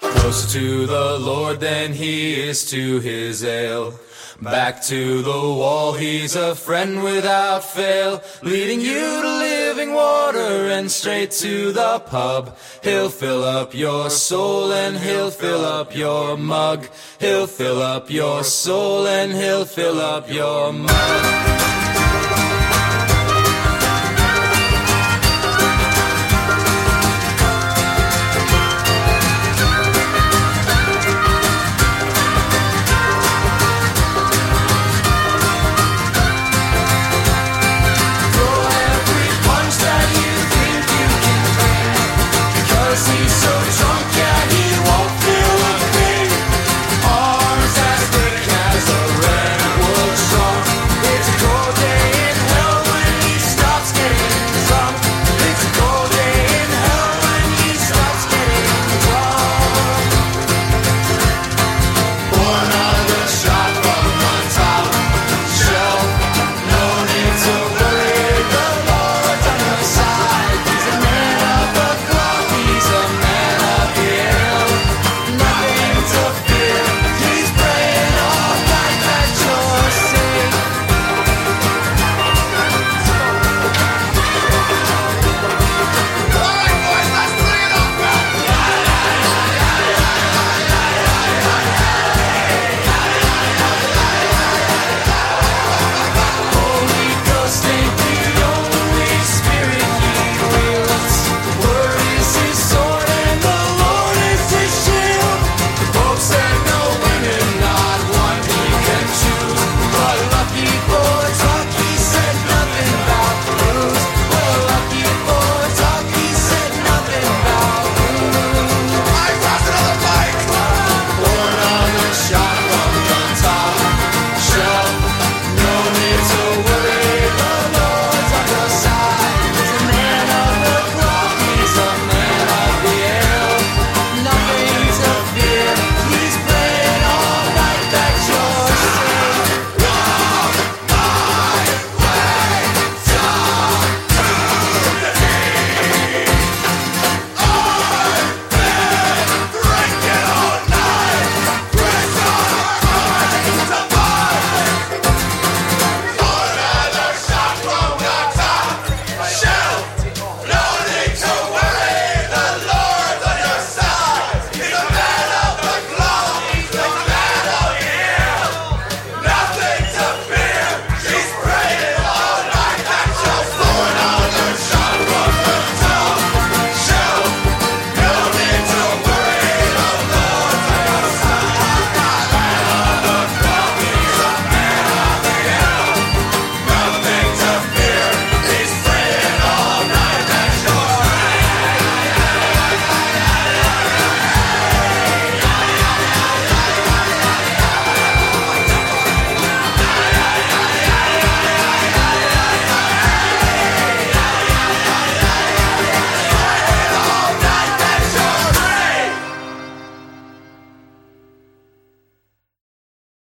Speaker 7: Closer to the Lord than he is to his ale. Back to the wall, he's a friend without fail. Leading you to living water and straight to the pub. He'll fill up your soul and he'll fill up your mug. He'll fill up your soul and he'll fill up your mug.